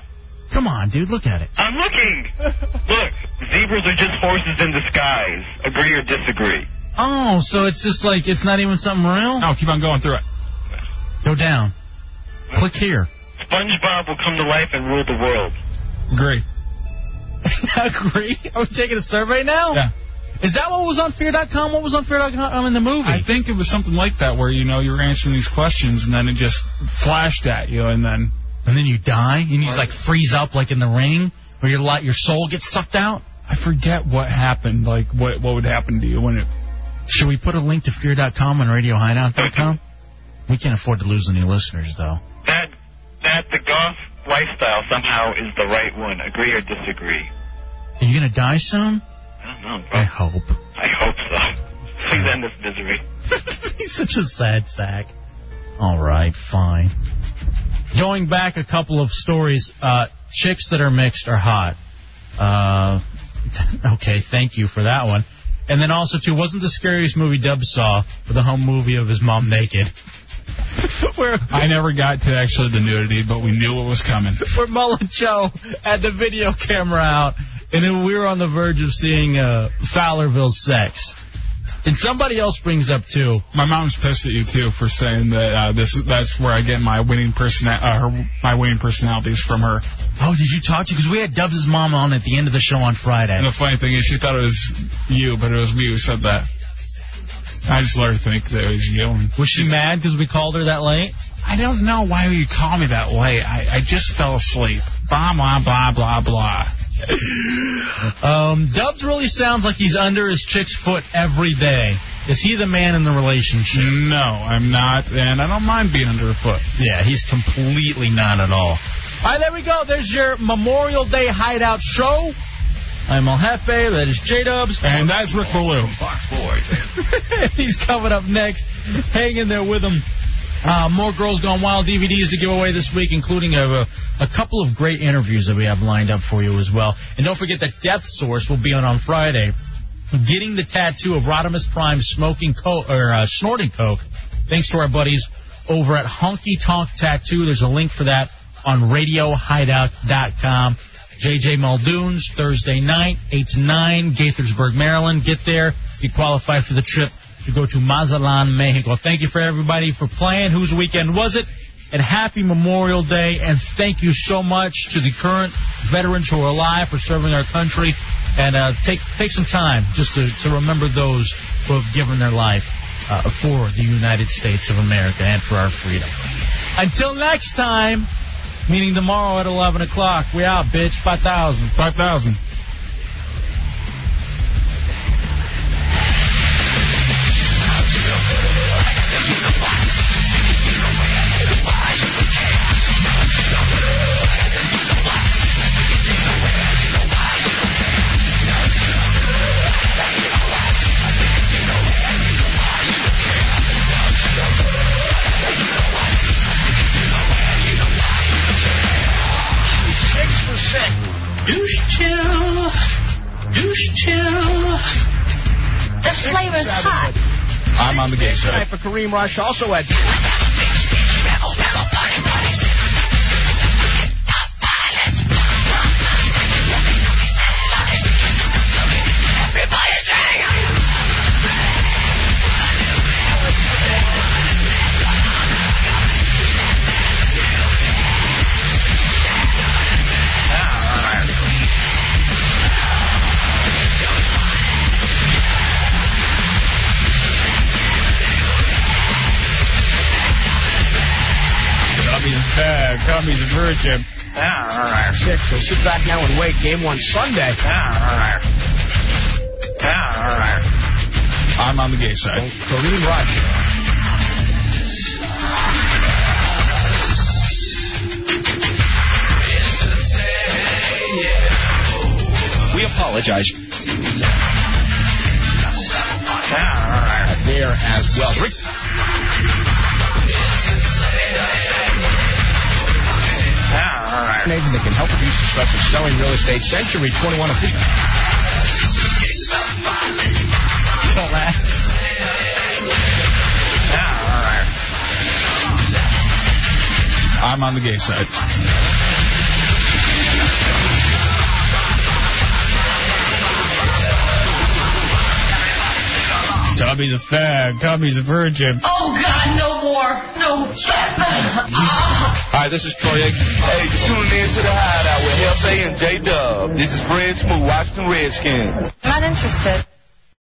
Speaker 4: Come on, dude. Look at it.
Speaker 19: I'm looking. Look, zebras are just horses in disguise. Agree or disagree?
Speaker 4: Oh, so it's just like it's not even something real.
Speaker 5: No, keep on going through it.
Speaker 4: Go down. Click here.
Speaker 19: SpongeBob will come to life and rule the world.
Speaker 5: Agree.
Speaker 4: Agree? Are we taking a survey now?
Speaker 5: Yeah.
Speaker 4: Is that what was on Fear.com? What was on Fear.com in the movie?
Speaker 5: I think it was something like that where you know you were answering these questions and then it just flashed at you and then
Speaker 4: and then you die, and you just like freeze up, like in the ring, where your li your soul gets sucked out.
Speaker 5: I forget what happened, like what what would happen to you when it.
Speaker 4: Should we put a link to fear.com and radiohideout.com? We can't afford to lose any listeners, though.
Speaker 19: That that the goth lifestyle somehow is the right one. Agree or disagree?
Speaker 4: Are you gonna die soon?
Speaker 19: I don't know, bro.
Speaker 4: I hope.
Speaker 19: I hope so. Please end this misery.
Speaker 4: He's such a sad sack. All right, fine. going back a couple of stories, uh, chicks that are mixed are hot. Uh, okay, thank you for that one. And then also too, wasn't the scariest movie Dub saw for the home movie of his mom naked?
Speaker 5: I never got to actually the nudity, but we knew it was coming.
Speaker 4: where Mullen Joe had the video camera out, and then we were on the verge of seeing uh, Fowlerville sex. And somebody else brings up too.
Speaker 5: My mom's pissed at you too for saying that uh, this is- that's where I get my winning person uh, her my winning personalities from her.
Speaker 4: Oh, did you talk to? Because we had Dubs' mom on at the end of the show on Friday.
Speaker 5: And the funny thing is, she thought it was you, but it was me who said that. I just let her think that it was you.
Speaker 4: Was she mad because we called her that late?
Speaker 5: I don't know why you call me that late. I, I just fell asleep. Blah blah blah blah blah.
Speaker 4: Um, Dubs really sounds like he's under his chick's foot every day. Is he the man in the relationship?
Speaker 5: No, I'm not, and I don't mind being under her foot.
Speaker 4: Yeah, he's completely not at all. All right, there we go. There's your Memorial Day Hideout show. I'm El Jefe. That is J Dubs.
Speaker 5: And that's Rick Balloon.
Speaker 1: Fox Sports.
Speaker 4: He's coming up next. Hang in there with him. Uh, more Girls Gone Wild DVDs to give away this week, including a, a couple of great interviews that we have lined up for you as well. And don't forget that Death Source will be on on Friday. Getting the tattoo of Rodimus Prime smoking coke or uh, snorting coke, thanks to our buddies over at Honky Tonk Tattoo. There's a link for that on RadioHideout.com. JJ Muldoon's Thursday night, 8 to 9, Gaithersburg, Maryland. Get there. Be qualified for the trip to go to Mazatlan, Mexico. Thank you for everybody for playing. Whose weekend was it? And happy Memorial Day. And thank you so much to the current veterans who are alive for serving our country. And uh, take take some time just to, to remember those who have given their life uh, for the United States of America and for our freedom. Until next time. Meeting tomorrow at 11 o'clock. We out, bitch. 5,000.
Speaker 5: 5,000.
Speaker 1: Six percent. Douche chill. Douche chill.
Speaker 9: The flavor's hot.
Speaker 5: I'm on the gay
Speaker 9: Tonight
Speaker 5: side.
Speaker 9: for Kareem Rush also had.
Speaker 5: Gummies and bad. Gummies and virgin.
Speaker 9: Six. We'll sit back now and wait. Game one Sunday.
Speaker 5: Ah. I'm on the gay side.
Speaker 9: Kareem Rush.
Speaker 10: We apologize.
Speaker 9: There as well. Rick Nathan that can help reduce the stress of selling real estate. Century 21 official. Don't laugh.
Speaker 5: I'm on the gay side. Tommy's a fag. Tommy's a virgin.
Speaker 1: Oh God, no more. No.
Speaker 11: Hi, this is Troy Aikman. Hey, tune in to the hideout with Hefe and J Dub. This is Fred Smooth, Washington Redskins.
Speaker 23: Not interested.